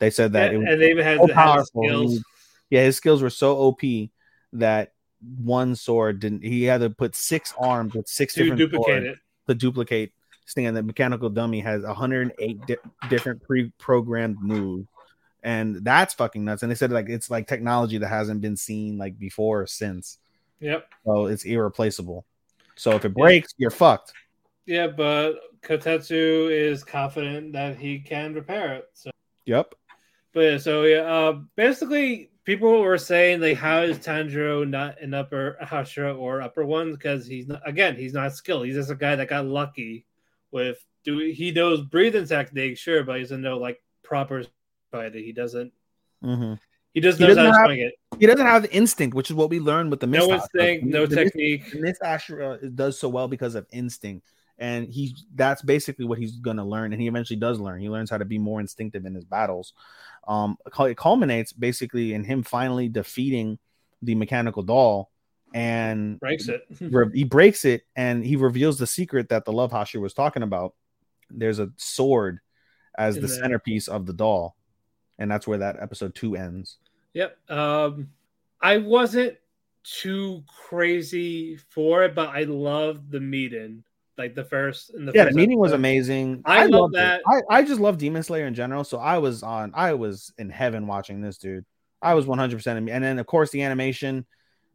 They said that
Yeah,
it was
and they even had,
so
had the
powerful.
skills.
yeah, his skills were so OP that one sword didn't. He had to put six arms with six
to
different
duplicate
swords
it.
to duplicate. Stan, the mechanical dummy has 108 di- different pre-programmed moves, and that's fucking nuts. And they said like it's like technology that hasn't been seen like before or since,
Yep.
so it's irreplaceable. So if it breaks, you're fucked.
Yeah, but Kotetsu is confident that he can repair it. So,
Yep.
but yeah, so yeah, uh, basically, people were saying like, how is Tanjiro not an upper Hashira or upper one? Because he's not, again, he's not skilled. He's just a guy that got lucky with do he knows breathing technique, sure, but he doesn't know like proper fighting. He doesn't.
Mm-hmm.
He just
He
knows
doesn't
how to
have
swing it.
He doesn't have the instinct, which is what we learned with the
No
Mist
one's
Ashura.
saying no
The Mist-
technique.
the Mist Ashura uh, does so well because of instinct, and he that's basically what he's going to learn, and he eventually does learn. He learns how to be more instinctive in his battles. Um, cul- it culminates basically in him finally defeating the mechanical doll, and
Breaks it. [LAUGHS]
re- he breaks it and he reveals the secret that the love hashir was talking about there's a sword as
In
the
there.
centerpiece of the doll and that's where that episode two ends
Yep. Um, I wasn't too crazy for it, but I loved the meeting, like the first. In the
yeah the
first
meeting was
episode.
amazing
I love
loved it.
that.
I, I just love demon slayer in general so i was on i was in heaven watching this dude i was 100% in, and then of course the animation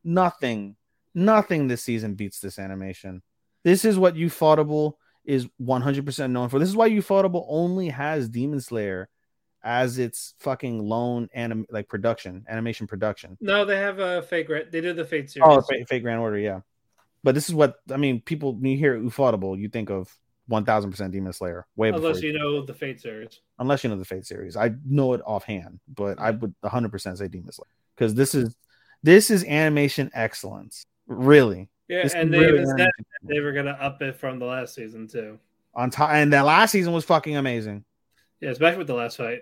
nothing nothing this season beats this animation this is what ufotable is 100% known for this is why ufotable only has demon slayer as its fucking lone anim like production animation production
No, they have a fake. Re- they did the fake series.
Oh, fake, fake Grand Order, yeah. But this is what I mean. People, when you hear Ufotable, you think of one thousand percent Demon Slayer. Way before,
unless
you,
you know the fate series.
unless you know the Fate series, I know it offhand, but I would one hundred percent say Demon Slayer because this is this is animation excellence, really.
Yeah,
This
and
is
they
really
even said
animation.
they were gonna up it from the last season too.
on top, and that last season was fucking amazing.
Yeah, especially with the last fight.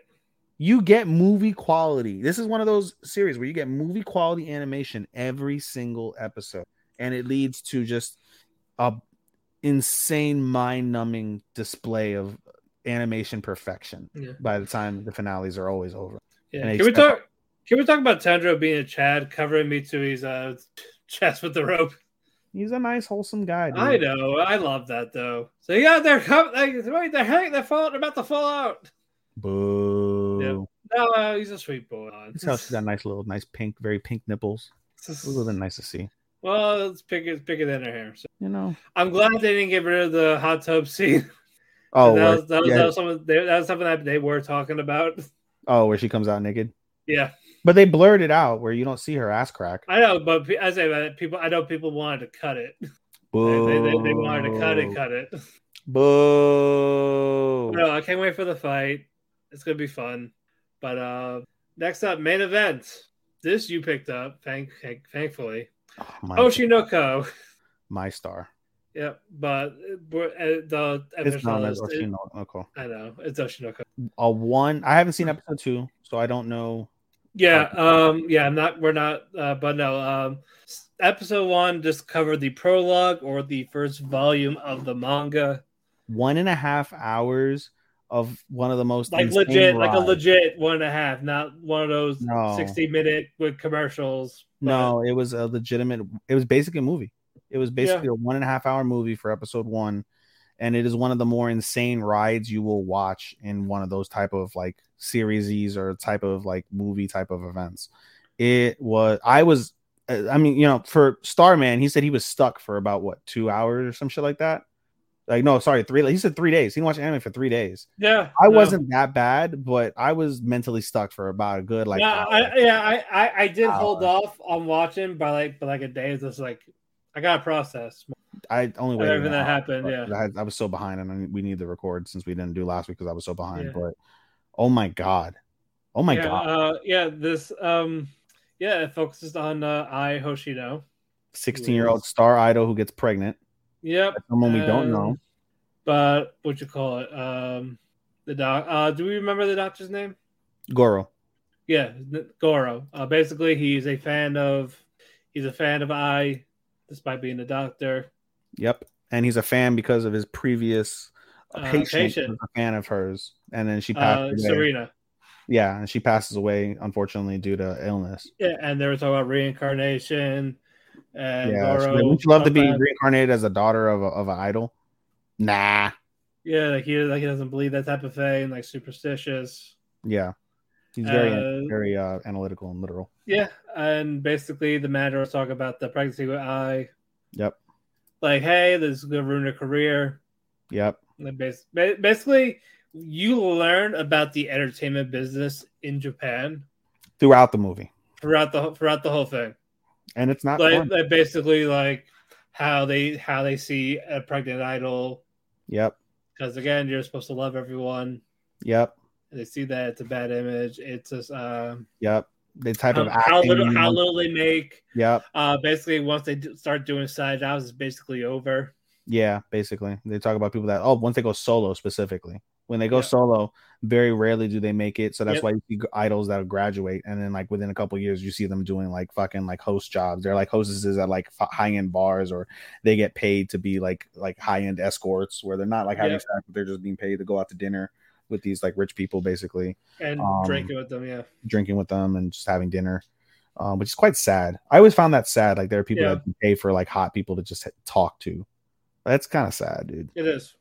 You get movie quality. This is one of those series where you get movie quality animation every single episode, and it leads to just a insane, mind-numbing display of animation perfection.
Yeah.
By the time the finales are always over,
Yeah.
And
Can we
expect-
talk? Can we talk about Tandro being a Chad covering Mitsui's uh, [LAUGHS] chest with the rope?
he's a nice, wholesome guy. Dude.
I know. I love that though. So yeah, they're coming. Like, wait, they're hanging. They're falling. They're about to fall out.
Boo.
No, uh, he's a sweet boy.
He's got- he's got nice little, nice pink, very pink nipples. A little bit nice to see.
Well, it's bigger, it's bigger than her hair. So.
You know.
I'm glad they didn't get rid of the hot tub scene.
Oh,
that
where,
was, that was,
yeah.
that was something, they- that was something that they were talking about. [LAUGHS]
oh, where she comes out naked,
yeah,
but they blurred it out where you don't see her ass crack.
I know, but pe- I say that people, I know people wanted to cut it. [LAUGHS] They,
Boo.
they, they, they wanted to cut it,
Oh.
cut it. [LAUGHS]
Boo.
No, I can't wait for the fight. It's gonna be fun. But uh next up, main event. This you picked up, thank, thank thankfully.
Oh, my,
Oshinoko.
my star.
Yep, but uh, the
It's
episode
not as
is-
Oshinoko.
I know it's Oshinoko.
A one. I haven't seen episode two, so I don't know.
Yeah, um, yeah, I'm not. We're not. Uh, but no, um, s- episode one just covered the prologue or the first volume of the manga,
One and a half hours of one of the most
like
insane
legit, like a
rides.
legit one and a half, not one of those
No.
sixty minute with commercials. but-
No, it was a legitimate. It was basically a movie. It was basically a one and a half hour movie for episode one, and it is one of the more insane rides you will watch in one of those type of like serieses or type of like movie type of events. It was. I was. uh, I mean, you know, for Starman, he said he was stuck for about what two hours or some shit like that. Like no, sorry, three. He said three days. He didn't watch anime for three days.
yeah,
I
no.
wasn't that bad, but I was mentally stuck for about a good like.
yeah,
hour.
I, yeah, I, I, I did hold off on watching by like, but like a day. It's just like I got to process
I only waited
everything
an
that
hour.
happened.
But
Yeah,
I, had- I was so behind, and I- we need to record since we didn't do last week because I was so behind.
Yeah.
But oh my god, oh my
yeah,
god,
uh, yeah. This, um, yeah, it focuses on uh, I Hoshino.
sixteen-year-old star idol who gets pregnant
Yep.
by someone we don't know.
Um, But what you call it? Um, the doc. Uh, do we remember the doctor's name?
Goro,
Yeah, N- Goro. Uh, basically, he's a fan of. He's a fan of I, despite being a doctor.
yep, and he's a fan because of his previous
Uh,
patient,
patient.
was a fan of hers, and then she passed
Uh,
away.
Serena.
Yeah, and she passes away unfortunately due to illness.
Yeah, and they were talking about reincarnation. And
yeah, she-
Goro
wouldn't you love to be
comes back.
reincarnated as a daughter of a, of an idol? Nah.
Yeah, like he like he doesn't believe that type of thing, like superstitious.
Yeah, she's very
Uh,
very uh, analytical and literal.
Yeah, and basically the matter was talking about the pregnancy with I.
Yep.
Like, hey, this is gonna ruin your career.
Yep.
Like, bas- ba- Basically, you learn about the entertainment business in Japan
Throughout the movie,
throughout the whole- throughout the whole thing.
and it's not
Like,
fun.
like basically, like how they how they see a pregnant idol
Yep.
because again, you're supposed to love everyone.
Yep.
And they see that it's a bad image. It's just um,
Yep. The type
how,
of
how
acting
little
you
how
want-
little they make.
Yep.
Uh, basically, once they do, start doing side jobs, it's basically over.
Yeah, basically. They talk about people that oh, once they go solo specifically. When they go
Yeah.
solo, very rarely do they make it. So that's
Yep.
why you see idols that'll graduate and then like within a couple years you see them doing like fucking like host jobs. They're like hostesses at like high end bars or they get paid to be like like high end escorts where they're not like having
Yeah.
sex, but they're just being paid to go out to dinner with these like rich people basically
And
Um,
drinking with them, yeah.
drinking with them and just having dinner. Um, which is quite sad. I always found that sad. Like there are people
Yeah.
that pay for like hot people to just talk to. That's kind of sad, dude.
It is.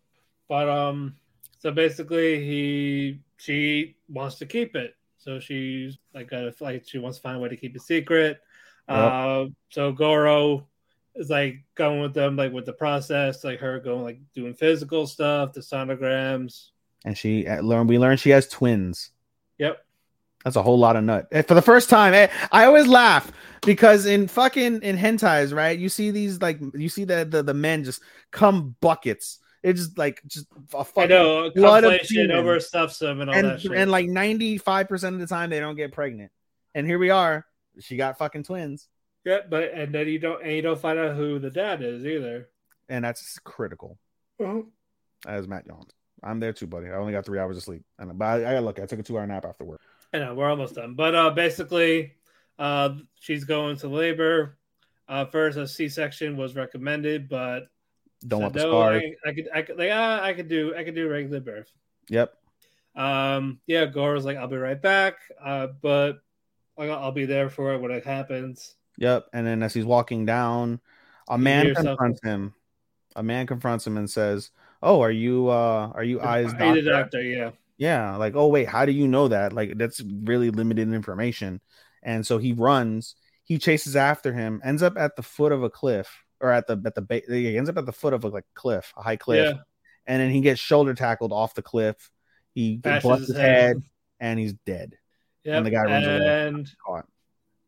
But um so basically he she wants to keep it. So she's like got like she wants to find a way to keep it secret.
Yep.
Uh, so Goro is like going with them like with the process, like her going like doing physical stuff, the sonograms.
and she uh, learn we learn she has twins.
Yep.
That's a whole lot of nut. Eh, For the first time, eh, I always laugh because in fucking in hentais, right? You see these like you see the the, the men just come buckets. It's just like just a
I
fucking
know
blood of
conflation
demons.
over stuff some and all
and
that shit.
and like ninety five percent of the time they don't get pregnant. And here we are. She got fucking twins,
yeah, but and then you don't and you don't find out who the dad is either.
and that's critical. As Matt yawns, I'm there too, buddy. I only got three hours of sleep, and but I, I gotta look. I took a two hour nap after work.
I know we're almost done, but uh, basically, uh, she's going to labor. Uh, first, a C-section was recommended, but
Don't
said,
want the
"No,
scars.
I, I could, I could, like, ah, I could do, I could do regular birth.
Yep.
Um, yeah, Gore was like, "I'll be right back," uh, but like, I'll be there for it when it happens.
Yep. And then as he's walking down, a man
hear
confronts him. A man confronts him and says, "Oh, are you uh are you eyes
I need
doctor?
a doctor, yeah,
Yeah, like, "Oh, wait, how do you know that?" Like that's really limited information. And so he runs, he chases after him, ends up at the foot of a cliff or at the at the ba- he ends up at the foot of a like cliff, a high cliff.
yeah,
And then he gets shoulder tackled off the cliff. He
Bashes
busts
his
his
head.
head and he's dead.
yeah.
And the guy runs away.
and
Caught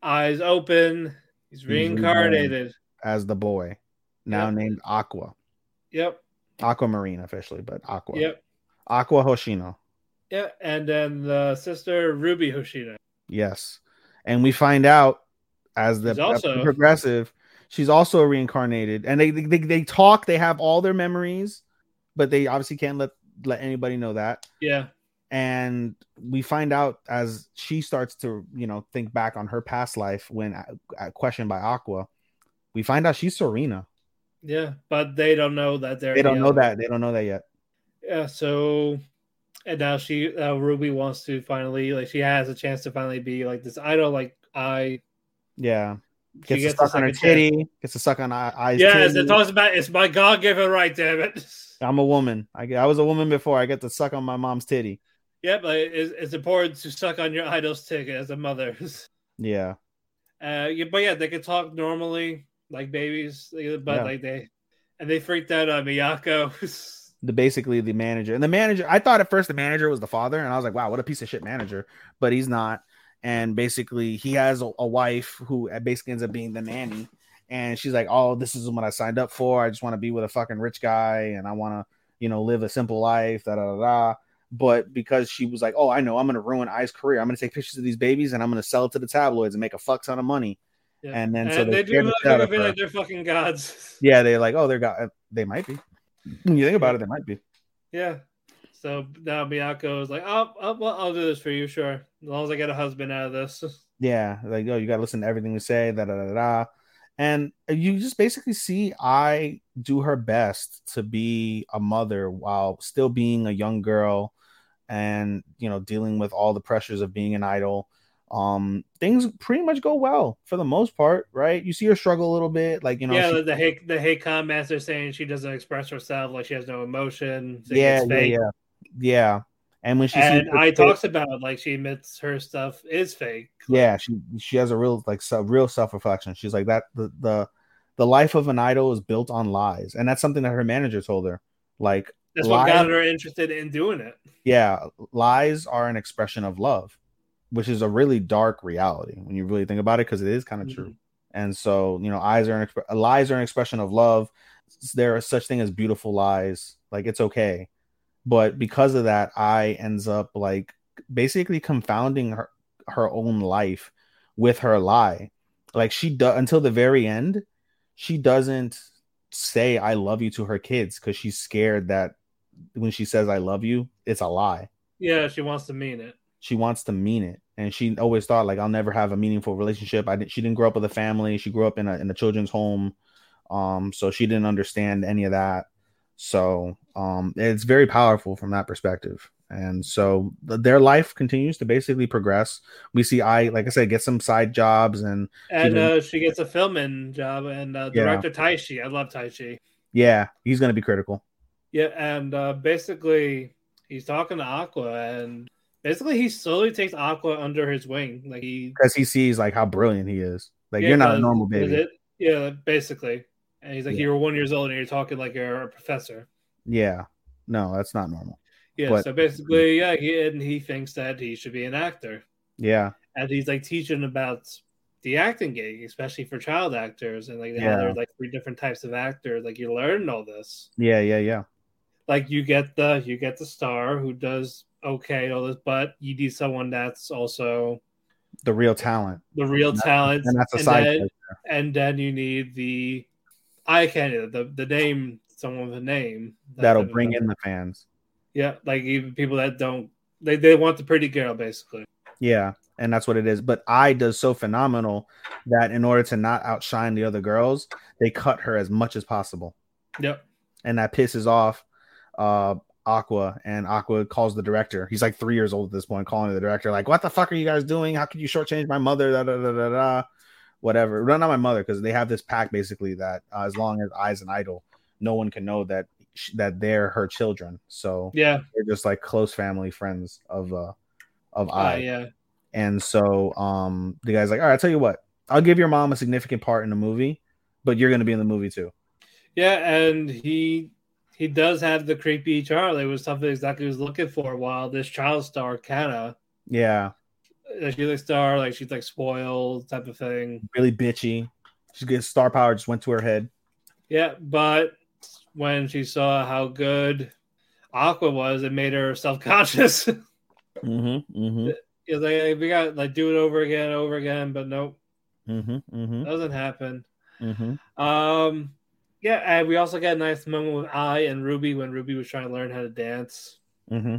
eyes open. He's
reborn.
reincarnated.
as the boy, now
Yep.
named Aqua.
Yep,
Aquamarine officially, but Aqua.
yep,
Aqua Hoshino.
yeah. And then the sister Ruby Hoshino.
Yes. And we find out as the
She's also-
progressive, she's also reincarnated. And they, they they talk, they have all their memories, but they obviously can't let let anybody know that.
Yeah.
And we find out as she starts to, you know, think back on her past life when uh, questioned by Aqua, we find out she's Serena.
Yeah, but they don't know that they're.
They don't know
alien.
that. They don't know that yet.
Yeah, so and now she uh, Ruby wants to finally like she has a chance to finally be like this idol. Like I
Yeah.
she
Gets, to
a
suck on her
second chance.
titty. Gets to suck on I- eyes.
Yes,
titty.
it talks about it's my God given right. Damn it.
I'm a woman. I, get- I was a woman before. I get to suck on my mom's titty.
[LAUGHS] Yeah, but it's, it's important to suck on your idol's ticket as a mother. [LAUGHS]
Yeah.
Uh, yeah, but yeah, they can talk normally like babies, but
Yeah.
like they and they freaked out on Miyako. [LAUGHS]
The basically the manager and the manager. I thought at first the manager was the father, and I was like, wow, what a piece of shit manager. But he's not. And basically, he has a, a wife who basically ends up being the nanny. And she's like, oh, this is what I signed up for. I just want to be with a fucking rich guy, and I want to, you know, live a simple life. Da da da. da. But because she was like, oh, I know, I'm gonna ruin I's career. I'm gonna take pictures of these babies, and I'm gonna sell it to the tabloids and make a fuck ton of money.
Yeah.
And then so
they,
they
do
scared
look
the shit out
like
of
they're
her.
like they're fucking gods. [LAUGHS]
Yeah, they're like, oh, they're got. They might be. When you think about it, they might be.
Yeah. So now Miyako is like, oh, oh, well, I'll do this for you, sure. As long as I get a husband out of this. [LAUGHS]
Yeah, like, oh, you got to listen to everything we say. Da da da da. And you just basically see I do her best to be a mother while still being a young girl, and you know dealing with all the pressures of being an idol um things pretty much go well for the most part right you see her struggle a little bit like you know
yeah,
she-
the- the hey the hey comments are saying she doesn't express herself, like she has no emotion. so
yeah,
it's
yeah
fake.
yeah yeah and when she
And
sees
I talks about like she admits her stuff is fake.
yeah she she has a real like so, real self-reflection she's like that the, the the life of an idol is built on lies and that's something that her manager told her like
That's what
Lying-
got her interested in doing it.
yeah lies are an expression of love which is a really dark reality when you really think about it because it is kind of true and so you know eyes are an exp- lies are an expression of love S- there are such thing as beautiful lies like it's okay but because of that i ends up like basically confounding her her own life with her lie like she does until the very end she doesn't say i love you to her kids because she's scared that when she says i love you it's a lie
Yeah, she wants to mean it.
she wants to mean it and she always thought like i'll never have a meaningful relationship i didn't she didn't grow up with a family she grew up in a in a children's home um so she didn't understand any of that so um it's very powerful from that perspective and so th- their life continues to basically progress we see i like i said get some side jobs and
And
did.
uh, she gets a filming job and uh,
Yeah.
director Taishi. I love Taishi.
yeah he's gonna be critical
Yeah, and uh, basically he's talking to Aqua, and basically he slowly takes Aqua under his wing. Like he,
because he sees like how brilliant he is like
Yeah,
you're not a
'cause-
normal
'cause
baby
it- yeah, basically. And he's like,
Yeah.
you were one years old, and you're talking like you're a professor.
yeah no that's not normal
Yeah.
But-
so basically, yeah, he and he thinks that he should be an actor,
yeah
and he's like teaching about the acting gig, especially for child actors, and like how
Yeah.
there's like three different types of actors. Like you learn all this.
yeah yeah yeah
like you get the you get the star who does okay and all this, but you need someone that's also
the real talent
the real talent,
and that's a side
then,
character.
and then you need the eye candy, the the name, someone with a name that
that'll
type of
bring
thing.
in the fans
yeah, like even people that don't they they want the pretty girl basically.
Yeah, and that's what it is. But I does so phenomenal that in order to not outshine the other girls, they cut her as much as possible,
Yep.
and that pisses off uh, Aqua. And Aqua calls the director. He's like three years old at this point, calling the director like, "What the fuck are you guys doing? How could you shortchange my mother?" Da, da, da, da, da. Whatever. Run on my mother because they have this pact basically that uh, as long as I's an idol, no one can know that sh- that they're her children. So
Yeah.
they're just like close family friends of uh of I.
Uh, yeah.
And so um the guy's like, all right, I'll tell you what, I'll give your mom a significant part in the movie, but you're gonna be in the movie too.
Yeah, and he he does have the creepy Charlie was something exactly he was looking for while this child star Kana
Yeah,
uh, she's like star, like she's like spoiled type of thing.
really bitchy. She gets star power just went to her head.
Yeah, but when she saw how good Aqua was, it made her [LAUGHS] self conscious. like,
Mm-hmm. Mm-hmm.
hey, we got like do it over again, over again, but nope,
Mm-hmm. Mm-hmm.
doesn't happen.
Mm-hmm.
Um, yeah, and we also got a nice moment with I and Ruby when Ruby was trying to learn how to dance.
Mm-hmm.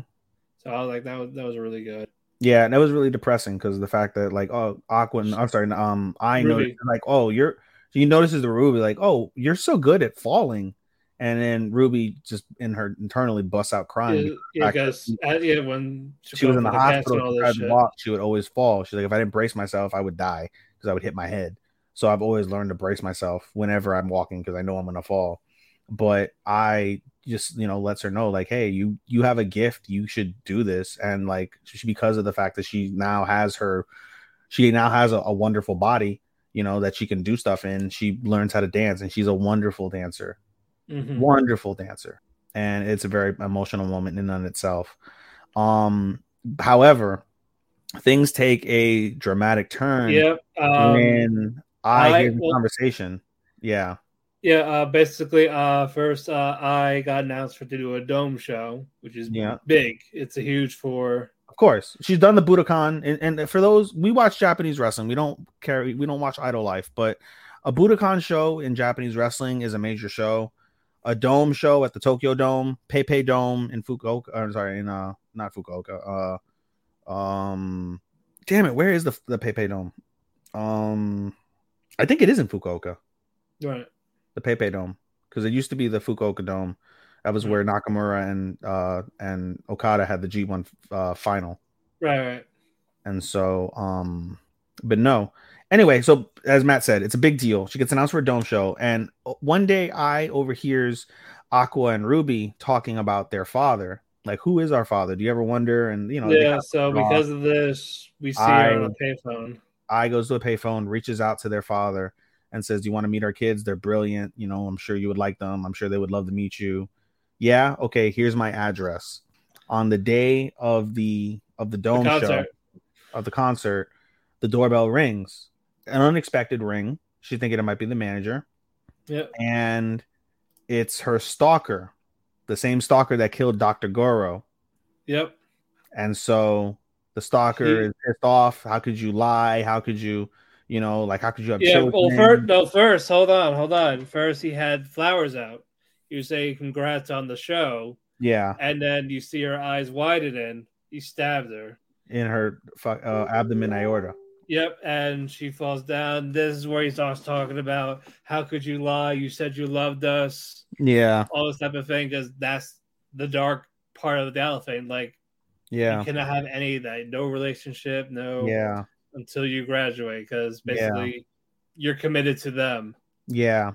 So I was like, that was that was really good.
Yeah, and that was really depressing because of the fact that like oh Aqua and I'm sorry, um I
Ruby.
noticed like oh you're he notices the Ruby like oh you're so good at falling, and then Ruby just in her internally busts out crying.
Yeah, yeah,
back-
because uh, yeah, when
she was
goes
in the
for cast and
hospital.
all
She
this
tried
shit.
to walk, she would always fall. She's like, if I didn't brace myself, I would die because I would hit my head. So I've always learned to brace myself whenever I'm walking because I know I'm gonna fall. But I just, you know, lets her know like, hey, you you have a gift. You should do this. And like, she, because of the fact that she now has her, she now has a, a wonderful body. You know that she can do stuff in. She learns how to dance, and she's a wonderful dancer
Mhm.
wonderful dancer and it's a very emotional moment in and of itself um however things take a dramatic turn
Yep. Um,
when i,
I-
hear the
well-
conversation yeah
Yeah, uh, basically, uh, first uh, I got announced for to do a dome show, which is
Yeah.
big. It's a huge for
of course she's done the budokan and, and for those we watch japanese wrestling we don't carry we don't watch idol life but a budokan show in japanese wrestling is a major show a dome show at the tokyo dome pepe dome in fukuoka i'm sorry in uh not fukuoka uh um damn it where is the the pepe dome um i think it is in fukuoka
right.
the pepe dome because it used to be the fukuoka dome That was where Nakamura and uh and Okada had the G1 uh, final.
Right, right.
And so um but no. Anyway, so as Matt said, it's a big deal. She gets announced for a dome show and uh, one day I overhears Aqua and Ruby talking about their father. Like who is our father? Do you ever wonder and you know they
yeah,
have-
so
Raw.
because of this, we see
I-
her on a payphone.
I goes to a payphone, reaches out to their father, and says, "Do you want to meet our kids? They're brilliant. You know, I'm sure you would like them. I'm sure they would love to meet you." Yeah, okay. Here's my address. On the day of the of the dome show
concert.
of the concert, the doorbell rings, an unexpected ring. She's thinking it might be the manager,
Yep.
and it's her stalker, the same stalker that killed Doctor Goro.
Yep.
And so the stalker
He-
is pissed off. How could you lie? How could you, you know, like how could you have
Yeah.
children?
Well, first, no, first, hold on, hold on. First, he had flowers out. You say congrats on the show,
yeah,
and then you see her eyes widen. He stabbed her.
in her fu- uh, abdomen aorta.
Yep, and she falls down. This is where he starts talking about how could you lie? You said you loved us,
Yeah,
all this type of thing, because that's the dark part of the elephant. Like
yeah,
you cannot have any of that. No relationship. No.
yeah,
until you graduate because
Yeah.
basically you're committed to them.
yeah,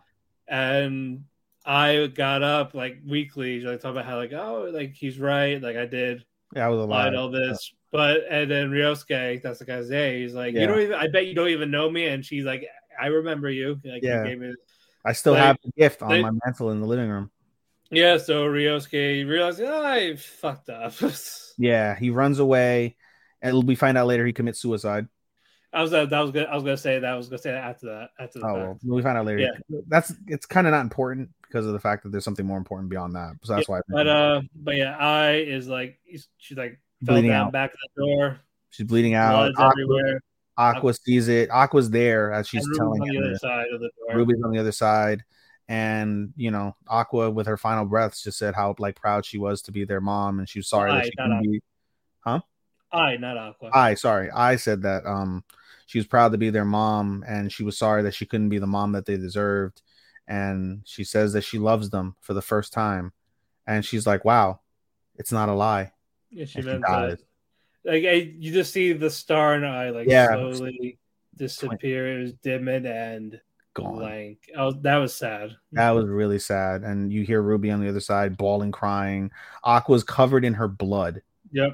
And I got up like weekly, like talking about how like oh like he's right, like I did
yeah. I was
lied
alive.
all this. But and then Ryosuke, that's the guy's name. He's like,
Yeah.
you don't even. I bet you don't even know me. And she's like, I remember you. Like, you
Yeah.
gave me-
I still
Like,
have the gift on
they-
my mantle in the living room.
yeah. So Ryosuke realized "Oh, I fucked up. [LAUGHS]
Yeah, he runs away, and we find out later he commits suicide.
I was uh, that was gonna I was gonna say that I was gonna say that after that after the
Oh,
fact.
well, we find out later. That's it's kind of not important because of the fact that there's something more important beyond that. So that's why. I
But uh, but yeah, I is like he's- she's like fell
Bleeding
down
out.
back of the door.
she's bleeding out.
Blood's
Aqua,
everywhere.
Aqua sees it. Aqua's there as she's
And Ruby's
telling
on the
him.
other
this.
side of the door.
Ruby's on the other side, and you know, Aqua with her final breaths just said how like proud she was to be their mom, and she was sorry that
I,
she
not
couldn't be.
I, not Aqua.
I sorry, I said that. Um, she was proud to be their mom, and she was sorry that she couldn't be the mom that they deserved. And she says that she loves them for the first time, and she's like, "Wow, it's not a lie."
Yeah, she
And she
meant
dies.
that. Like I, you just see the star in her eye, like
Yeah.
slowly disappear. It was dimming and
Gone.
blank. Oh, that was sad.
That was
mm-hmm.
really sad. And you hear Ruby on the other side bawling, crying. Aqua's covered in her blood.
Yep.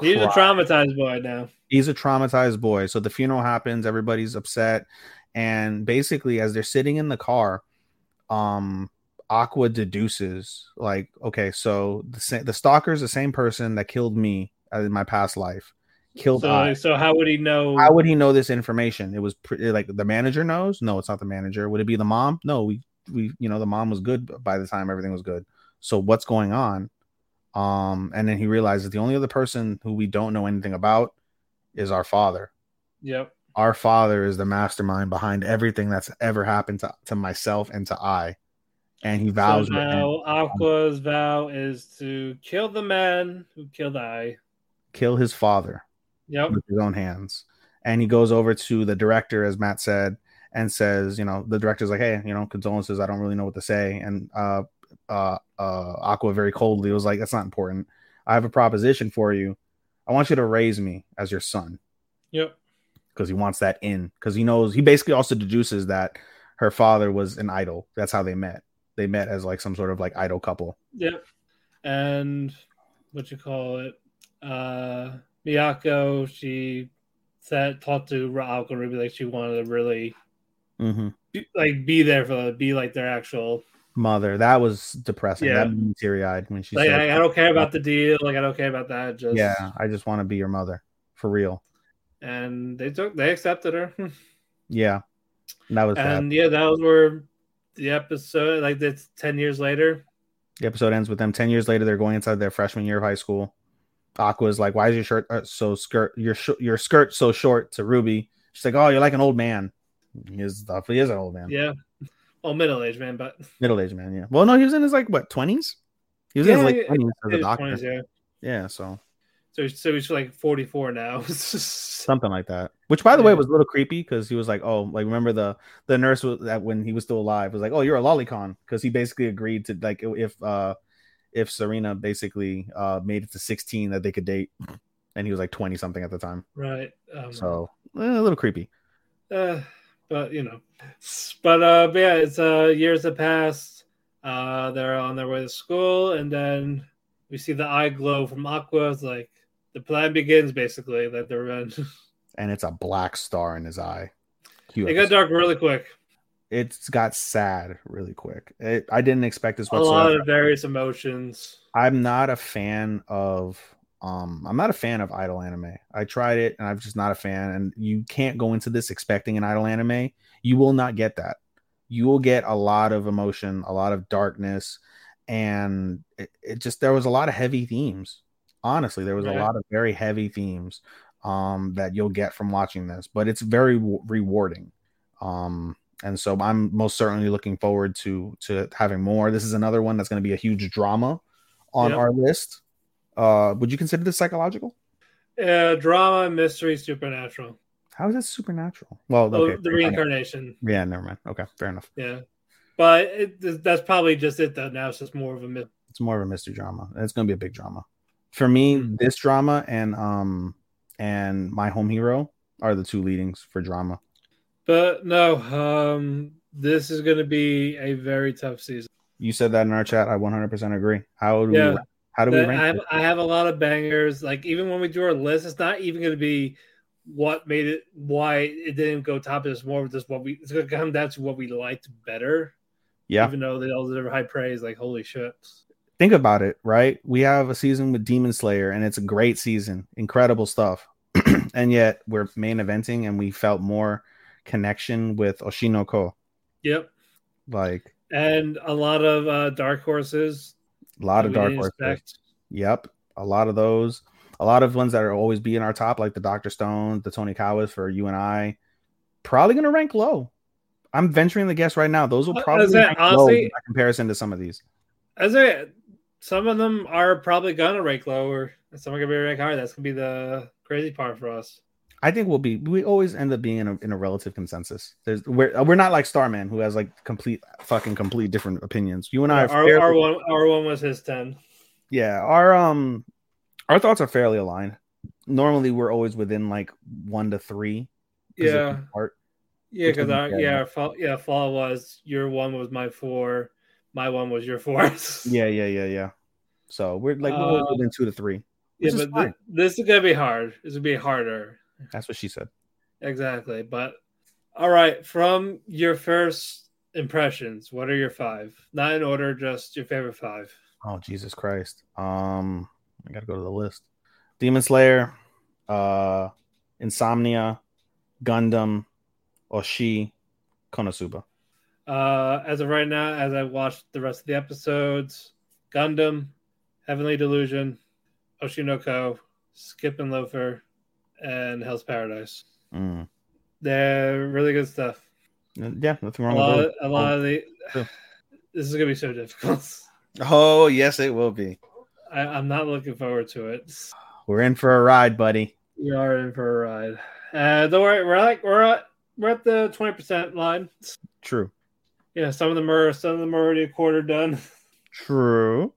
He's a
Cry-
traumatized boy now.
he's a traumatized boy. So the funeral happens, everybody's upset, and basically as they're sitting in the car, um Aqua deduces like, okay, so the sa- the stalker's the same person that killed me uh, in my past life. Killed
So,
I.
so how would he know?
How would he know this information? It was pre- like the manager knows? No, it's not the manager. Would it be the mom? No, we we you know the mom was good by the time everything was good. So what's going on? Um and then he realizes the only other person who we don't know anything about is our father
Yep.
our father is the mastermind behind everything that's ever happened to, to myself and to I. And he vows
so
with him
now Aqua's vow is to kill the man who killed I.
to kill his father
Yep.
with his own hands. And he goes over to the director, as Matt said, and says, you know, the director's like, hey, you know, condolences. I don't really know what to say. And uh, uh, uh, Aqua very coldly was like, that's not important. I have a proposition for you. I want you to raise me as your son.
Yep.
because he wants that in because he knows he basically also deduces that her father was an idol that's how they met they met as like some sort of like idol couple
Yep. And what you call it? Uh Miyako, she said talked to Raoko Ruby like she wanted to really
mm-hmm.
be- like be there for be like their actual
mother that was depressing
Yeah.
that made me teary-eyed when she
like
said
I, I don't care about the deal, like I don't care about that. Just
yeah i just want to be your mother for real
and they took they accepted her.
yeah and that was that.
[LAUGHS] and yeah, that was where the episode like that's ten years later.
the episode ends with them 10 years later they're going inside their freshman year of high school aqua's like why is your shirt uh, so skirt your sh- your skirt so short to ruby she's like oh you're like an old man he is, he is an old man
Yeah. Well middle aged man, but
middle aged man. Yeah. Well, no, he was in his like what twenties. He was in
Yeah, yeah,
his late twenties as a
his
doctor.
20s, yeah.
Yeah, so
So so he's like forty four now. [LAUGHS] so
something like that. Which, by the way,
Yeah.
was a little creepy because he was like, "Oh, like remember the the nurse was, that when he was still alive was like, oh, you're a lolicon,' because he basically agreed to like if uh if Serena basically uh, made it to 16 that they could date, and he was like 20 something at the time.
Right. Um,
So eh, a little creepy.
uh, but you know, but uh, but yeah, it's uh, years have passed. Uh, they're on their way to school, and then we see the eye glow from Aqua. It's like the plan begins, basically, that they're
[LAUGHS]
in.
and it's a black star in his eye. Cute
it got
episode.
dark really quick.
it's got sad really quick. It, I didn't expect this
A lot
whatsoever.
of various emotions.
I'm not a fan of um I'm not a fan of idol anime. I tried it and I'm just not a fan and you can't go into this expecting an idol anime. You will not get that. You will get a lot of emotion, a lot of darkness and it, it just there was a lot of heavy themes. Honestly, there was
Right.
a lot of very heavy themes um that you'll get from watching this, but it's very w- rewarding. Um and so I'm most certainly looking forward to to having more. This is another one that's going to be a huge drama on
Yep.
our list. Uh, would you consider this psychological?
Uh, drama, mystery, supernatural.
How is that supernatural? Well,
Oh,
okay,
the reincarnation.
yeah, never mind. Okay, fair enough.
Yeah. But it, that's probably just it, though. Now it's just more of a myth.
It's more of a mystery drama. It's going to be a big drama. For me,
Hmm.
this drama and um and my home hero are the two leadings for drama.
But no, um, this is going to be a very tough season.
You said that in our chat. I 100% agree. How do
Yeah.
we? How do we
That-
rank?
I, have,
this?
I have a lot of bangers. Like even when we do our list, it's not even going to be what made it, why it didn't go top. It's more of just what we. It's going to come down to what we liked better.
Yeah.
Even though they all deserve high praise, like holy shit.
think about it, right? We have a season with Demon Slayer, and it's a great season, incredible stuff. [CLEARS THROAT] and yet we're main eventing, and we felt more connection with Oshinoko.
Yep.
Like
And a lot of uh, dark horses.
a lot
that
of
we
dark
didn't
horses.
expect.
Yep, a lot of those. A lot of ones that are always be in our top, like the Doctor Stone, the Tony Kawas for you and I. Probably gonna rank low. I'm venturing the guess right now. Those will
Uh,
probably
is that
rank low
honestly-
in comparison to some of these.
As I, some of them are probably gonna rank lower, and some are gonna be rank higher. That's gonna be the crazy part for us.
I think we'll be we always end up being in a in a relative consensus. There's we're we're not like Starman who has like complete fucking complete different opinions. You and I are
Our,
fairly-
our one, our one was his ten.
yeah, our um our thoughts are fairly aligned. Normally we're always within like one to three.
Yeah,
positions apart.
yeah,
Which
because
one
our
you got,
yeah,
Matt?
our fall, yeah, fall was your one was my four, my one was your four. [LAUGHS]
Yeah, yeah, yeah, yeah. So we're like we're
Uh,
always within two to three.
yeah,
which is
but th-
fine.
this is gonna be hard. This will be harder,
That's what she said.
exactly. But all right, from your first impressions, what are your five? Not in order, just your favorite five.
Oh Jesus Christ. Um I gotta go to the list. Demon Slayer, uh Insomnia, Gundam, Oshi, Konosuba.
Uh, as of right now, as I watched the rest of the episodes, Gundam, Heavenly Delusion, Oshinoko, Skip and Loafer, and Hell's Paradise.
Mm.
They're really good stuff.
Yeah, nothing
A
wrong
lot,
with
a lot of the.
True.
[SIGHS] This is gonna be so difficult. [LAUGHS]
that. Oh, yes, it will be.
I, I'm not looking forward to it.
We're in for a ride, buddy.
We are in for a ride. Uh, don't worry, we're like we're at we're at the twenty percent line.
True.
Yeah, some of them are some of them are already a quarter done.
True.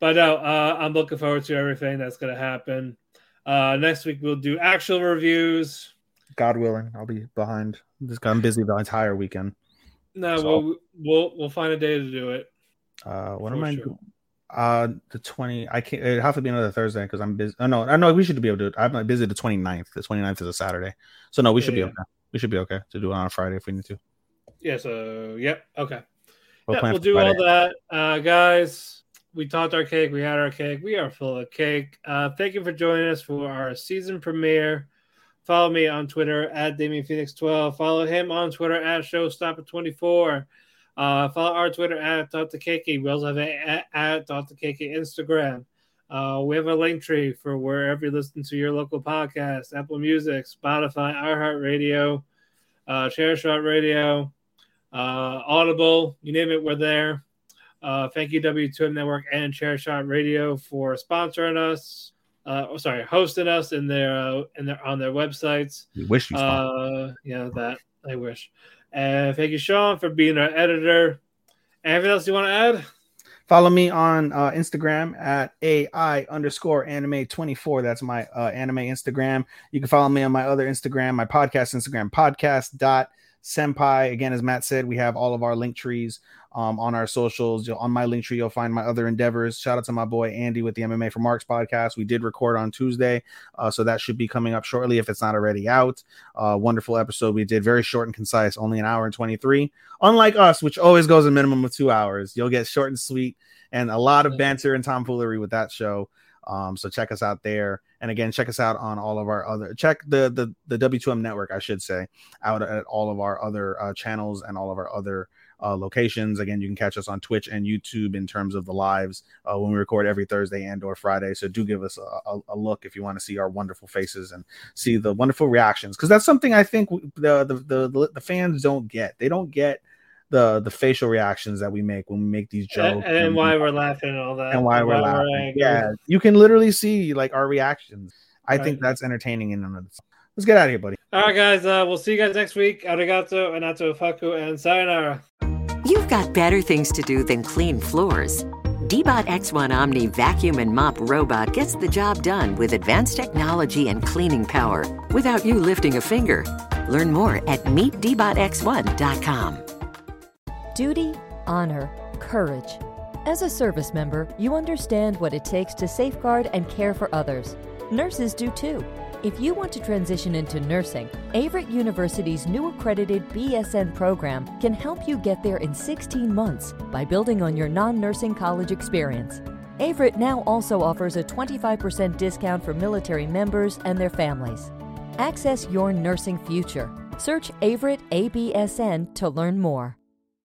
But no, uh, I'm looking forward to everything that's going to happen. Uh, next week we'll do actual reviews.
God willing, I'll be behind. This guy, I'm busy the entire weekend.
No,
So-
we'll, we'll we'll find a day to do it.
Uh, what
For
am I?
sure.
doing? Uh, the 20. I can't. It'd have to be another Thursday because I'm busy. Oh, no, I know we should be able to. do it. I'm not busy the 29th. The 29th is a Saturday, so no, we
Yeah,
should
yeah.
be okay. We should be okay to do it on a Friday if we need to.
Yeah. So uh, yep. Okay.
We'll,
yeah,
plan
we'll
for
do
Friday.
all that, uh, guys. We talked our cake. We had our cake. We are full of cake. Uh, thank you for joining us for our season premiere. Follow me on Twitter at Damien Phoenix 12. Follow him on Twitter at Showstopper 24. Uh, follow our Twitter at Dr. Keiki. We also have a at, at Dr. Keiki Instagram. Uh, we have a link tree for wherever you listen to your local podcast Apple Music, Spotify, iHeartRadio, uh, Shot Radio uh, Audible, you name it, we're there. Uh, thank you, W2M Network and Chairshot Radio for sponsoring us. Uh, oh, sorry, hosting us in their uh, in their on their websites.
We wish you. stopped.
Uh, yeah, that I wish. And thank you, Sean, for being our editor. Anything else you want to add?
Follow me on uh, Instagram at AI underscore anime 24. That's my uh, anime Instagram. You can follow me on my other Instagram, my podcast Instagram, podcast dot senpai. Again, as Matt said, we have all of our link trees um, on our socials. You'll, on my link tree, you'll find my other endeavors. Shout out to my boy Andy with the MMA for Marks podcast. We did record on Tuesday, uh, so that should be coming up shortly if it's not already out. Uh, wonderful episode we did, very short and concise, only an hour and 23. Unlike us, which always goes a minimum of two hours, you'll get short and sweet and a lot of banter and tomfoolery with that show. Um, so check us out there. And again, check us out on all of our other check the the the W2M network, I should say, out at all of our other uh, channels and all of our other uh, locations. Again, you can catch us on Twitch and YouTube in terms of the lives uh, when we record every Thursday and or Friday. So do give us a, a, a look if you want to see our wonderful faces and see the wonderful reactions because that's something I think w- the, the the the fans don't get. They don't get the the facial reactions that we make when we make these jokes
and, and why we're laughing and all that.
and why we're laughing.
angry.
yeah, you can literally see like our reactions. I think
Right.
that's entertaining in and of itself. Let's get out of here, buddy.
All right, guys. Uh, we'll see you guys next week. Arigato, anato, faku, and sayonara.
You've got better things to do than clean floors. Dbot X1 Omni vacuum and mop robot gets the job done with advanced technology and cleaning power without you lifting a finger. Learn more at meetdbotx1.com.
Duty, honor, courage. As a service member, you understand what it takes to safeguard and care for others. Nurses do too. If you want to transition into nursing, Averett University's new accredited BSN program can help you get there in 16 months by building on your non nursing college experience. Averett now also offers a 25% discount for military members and their families. Access your nursing future. Search Averett ABSN to learn more.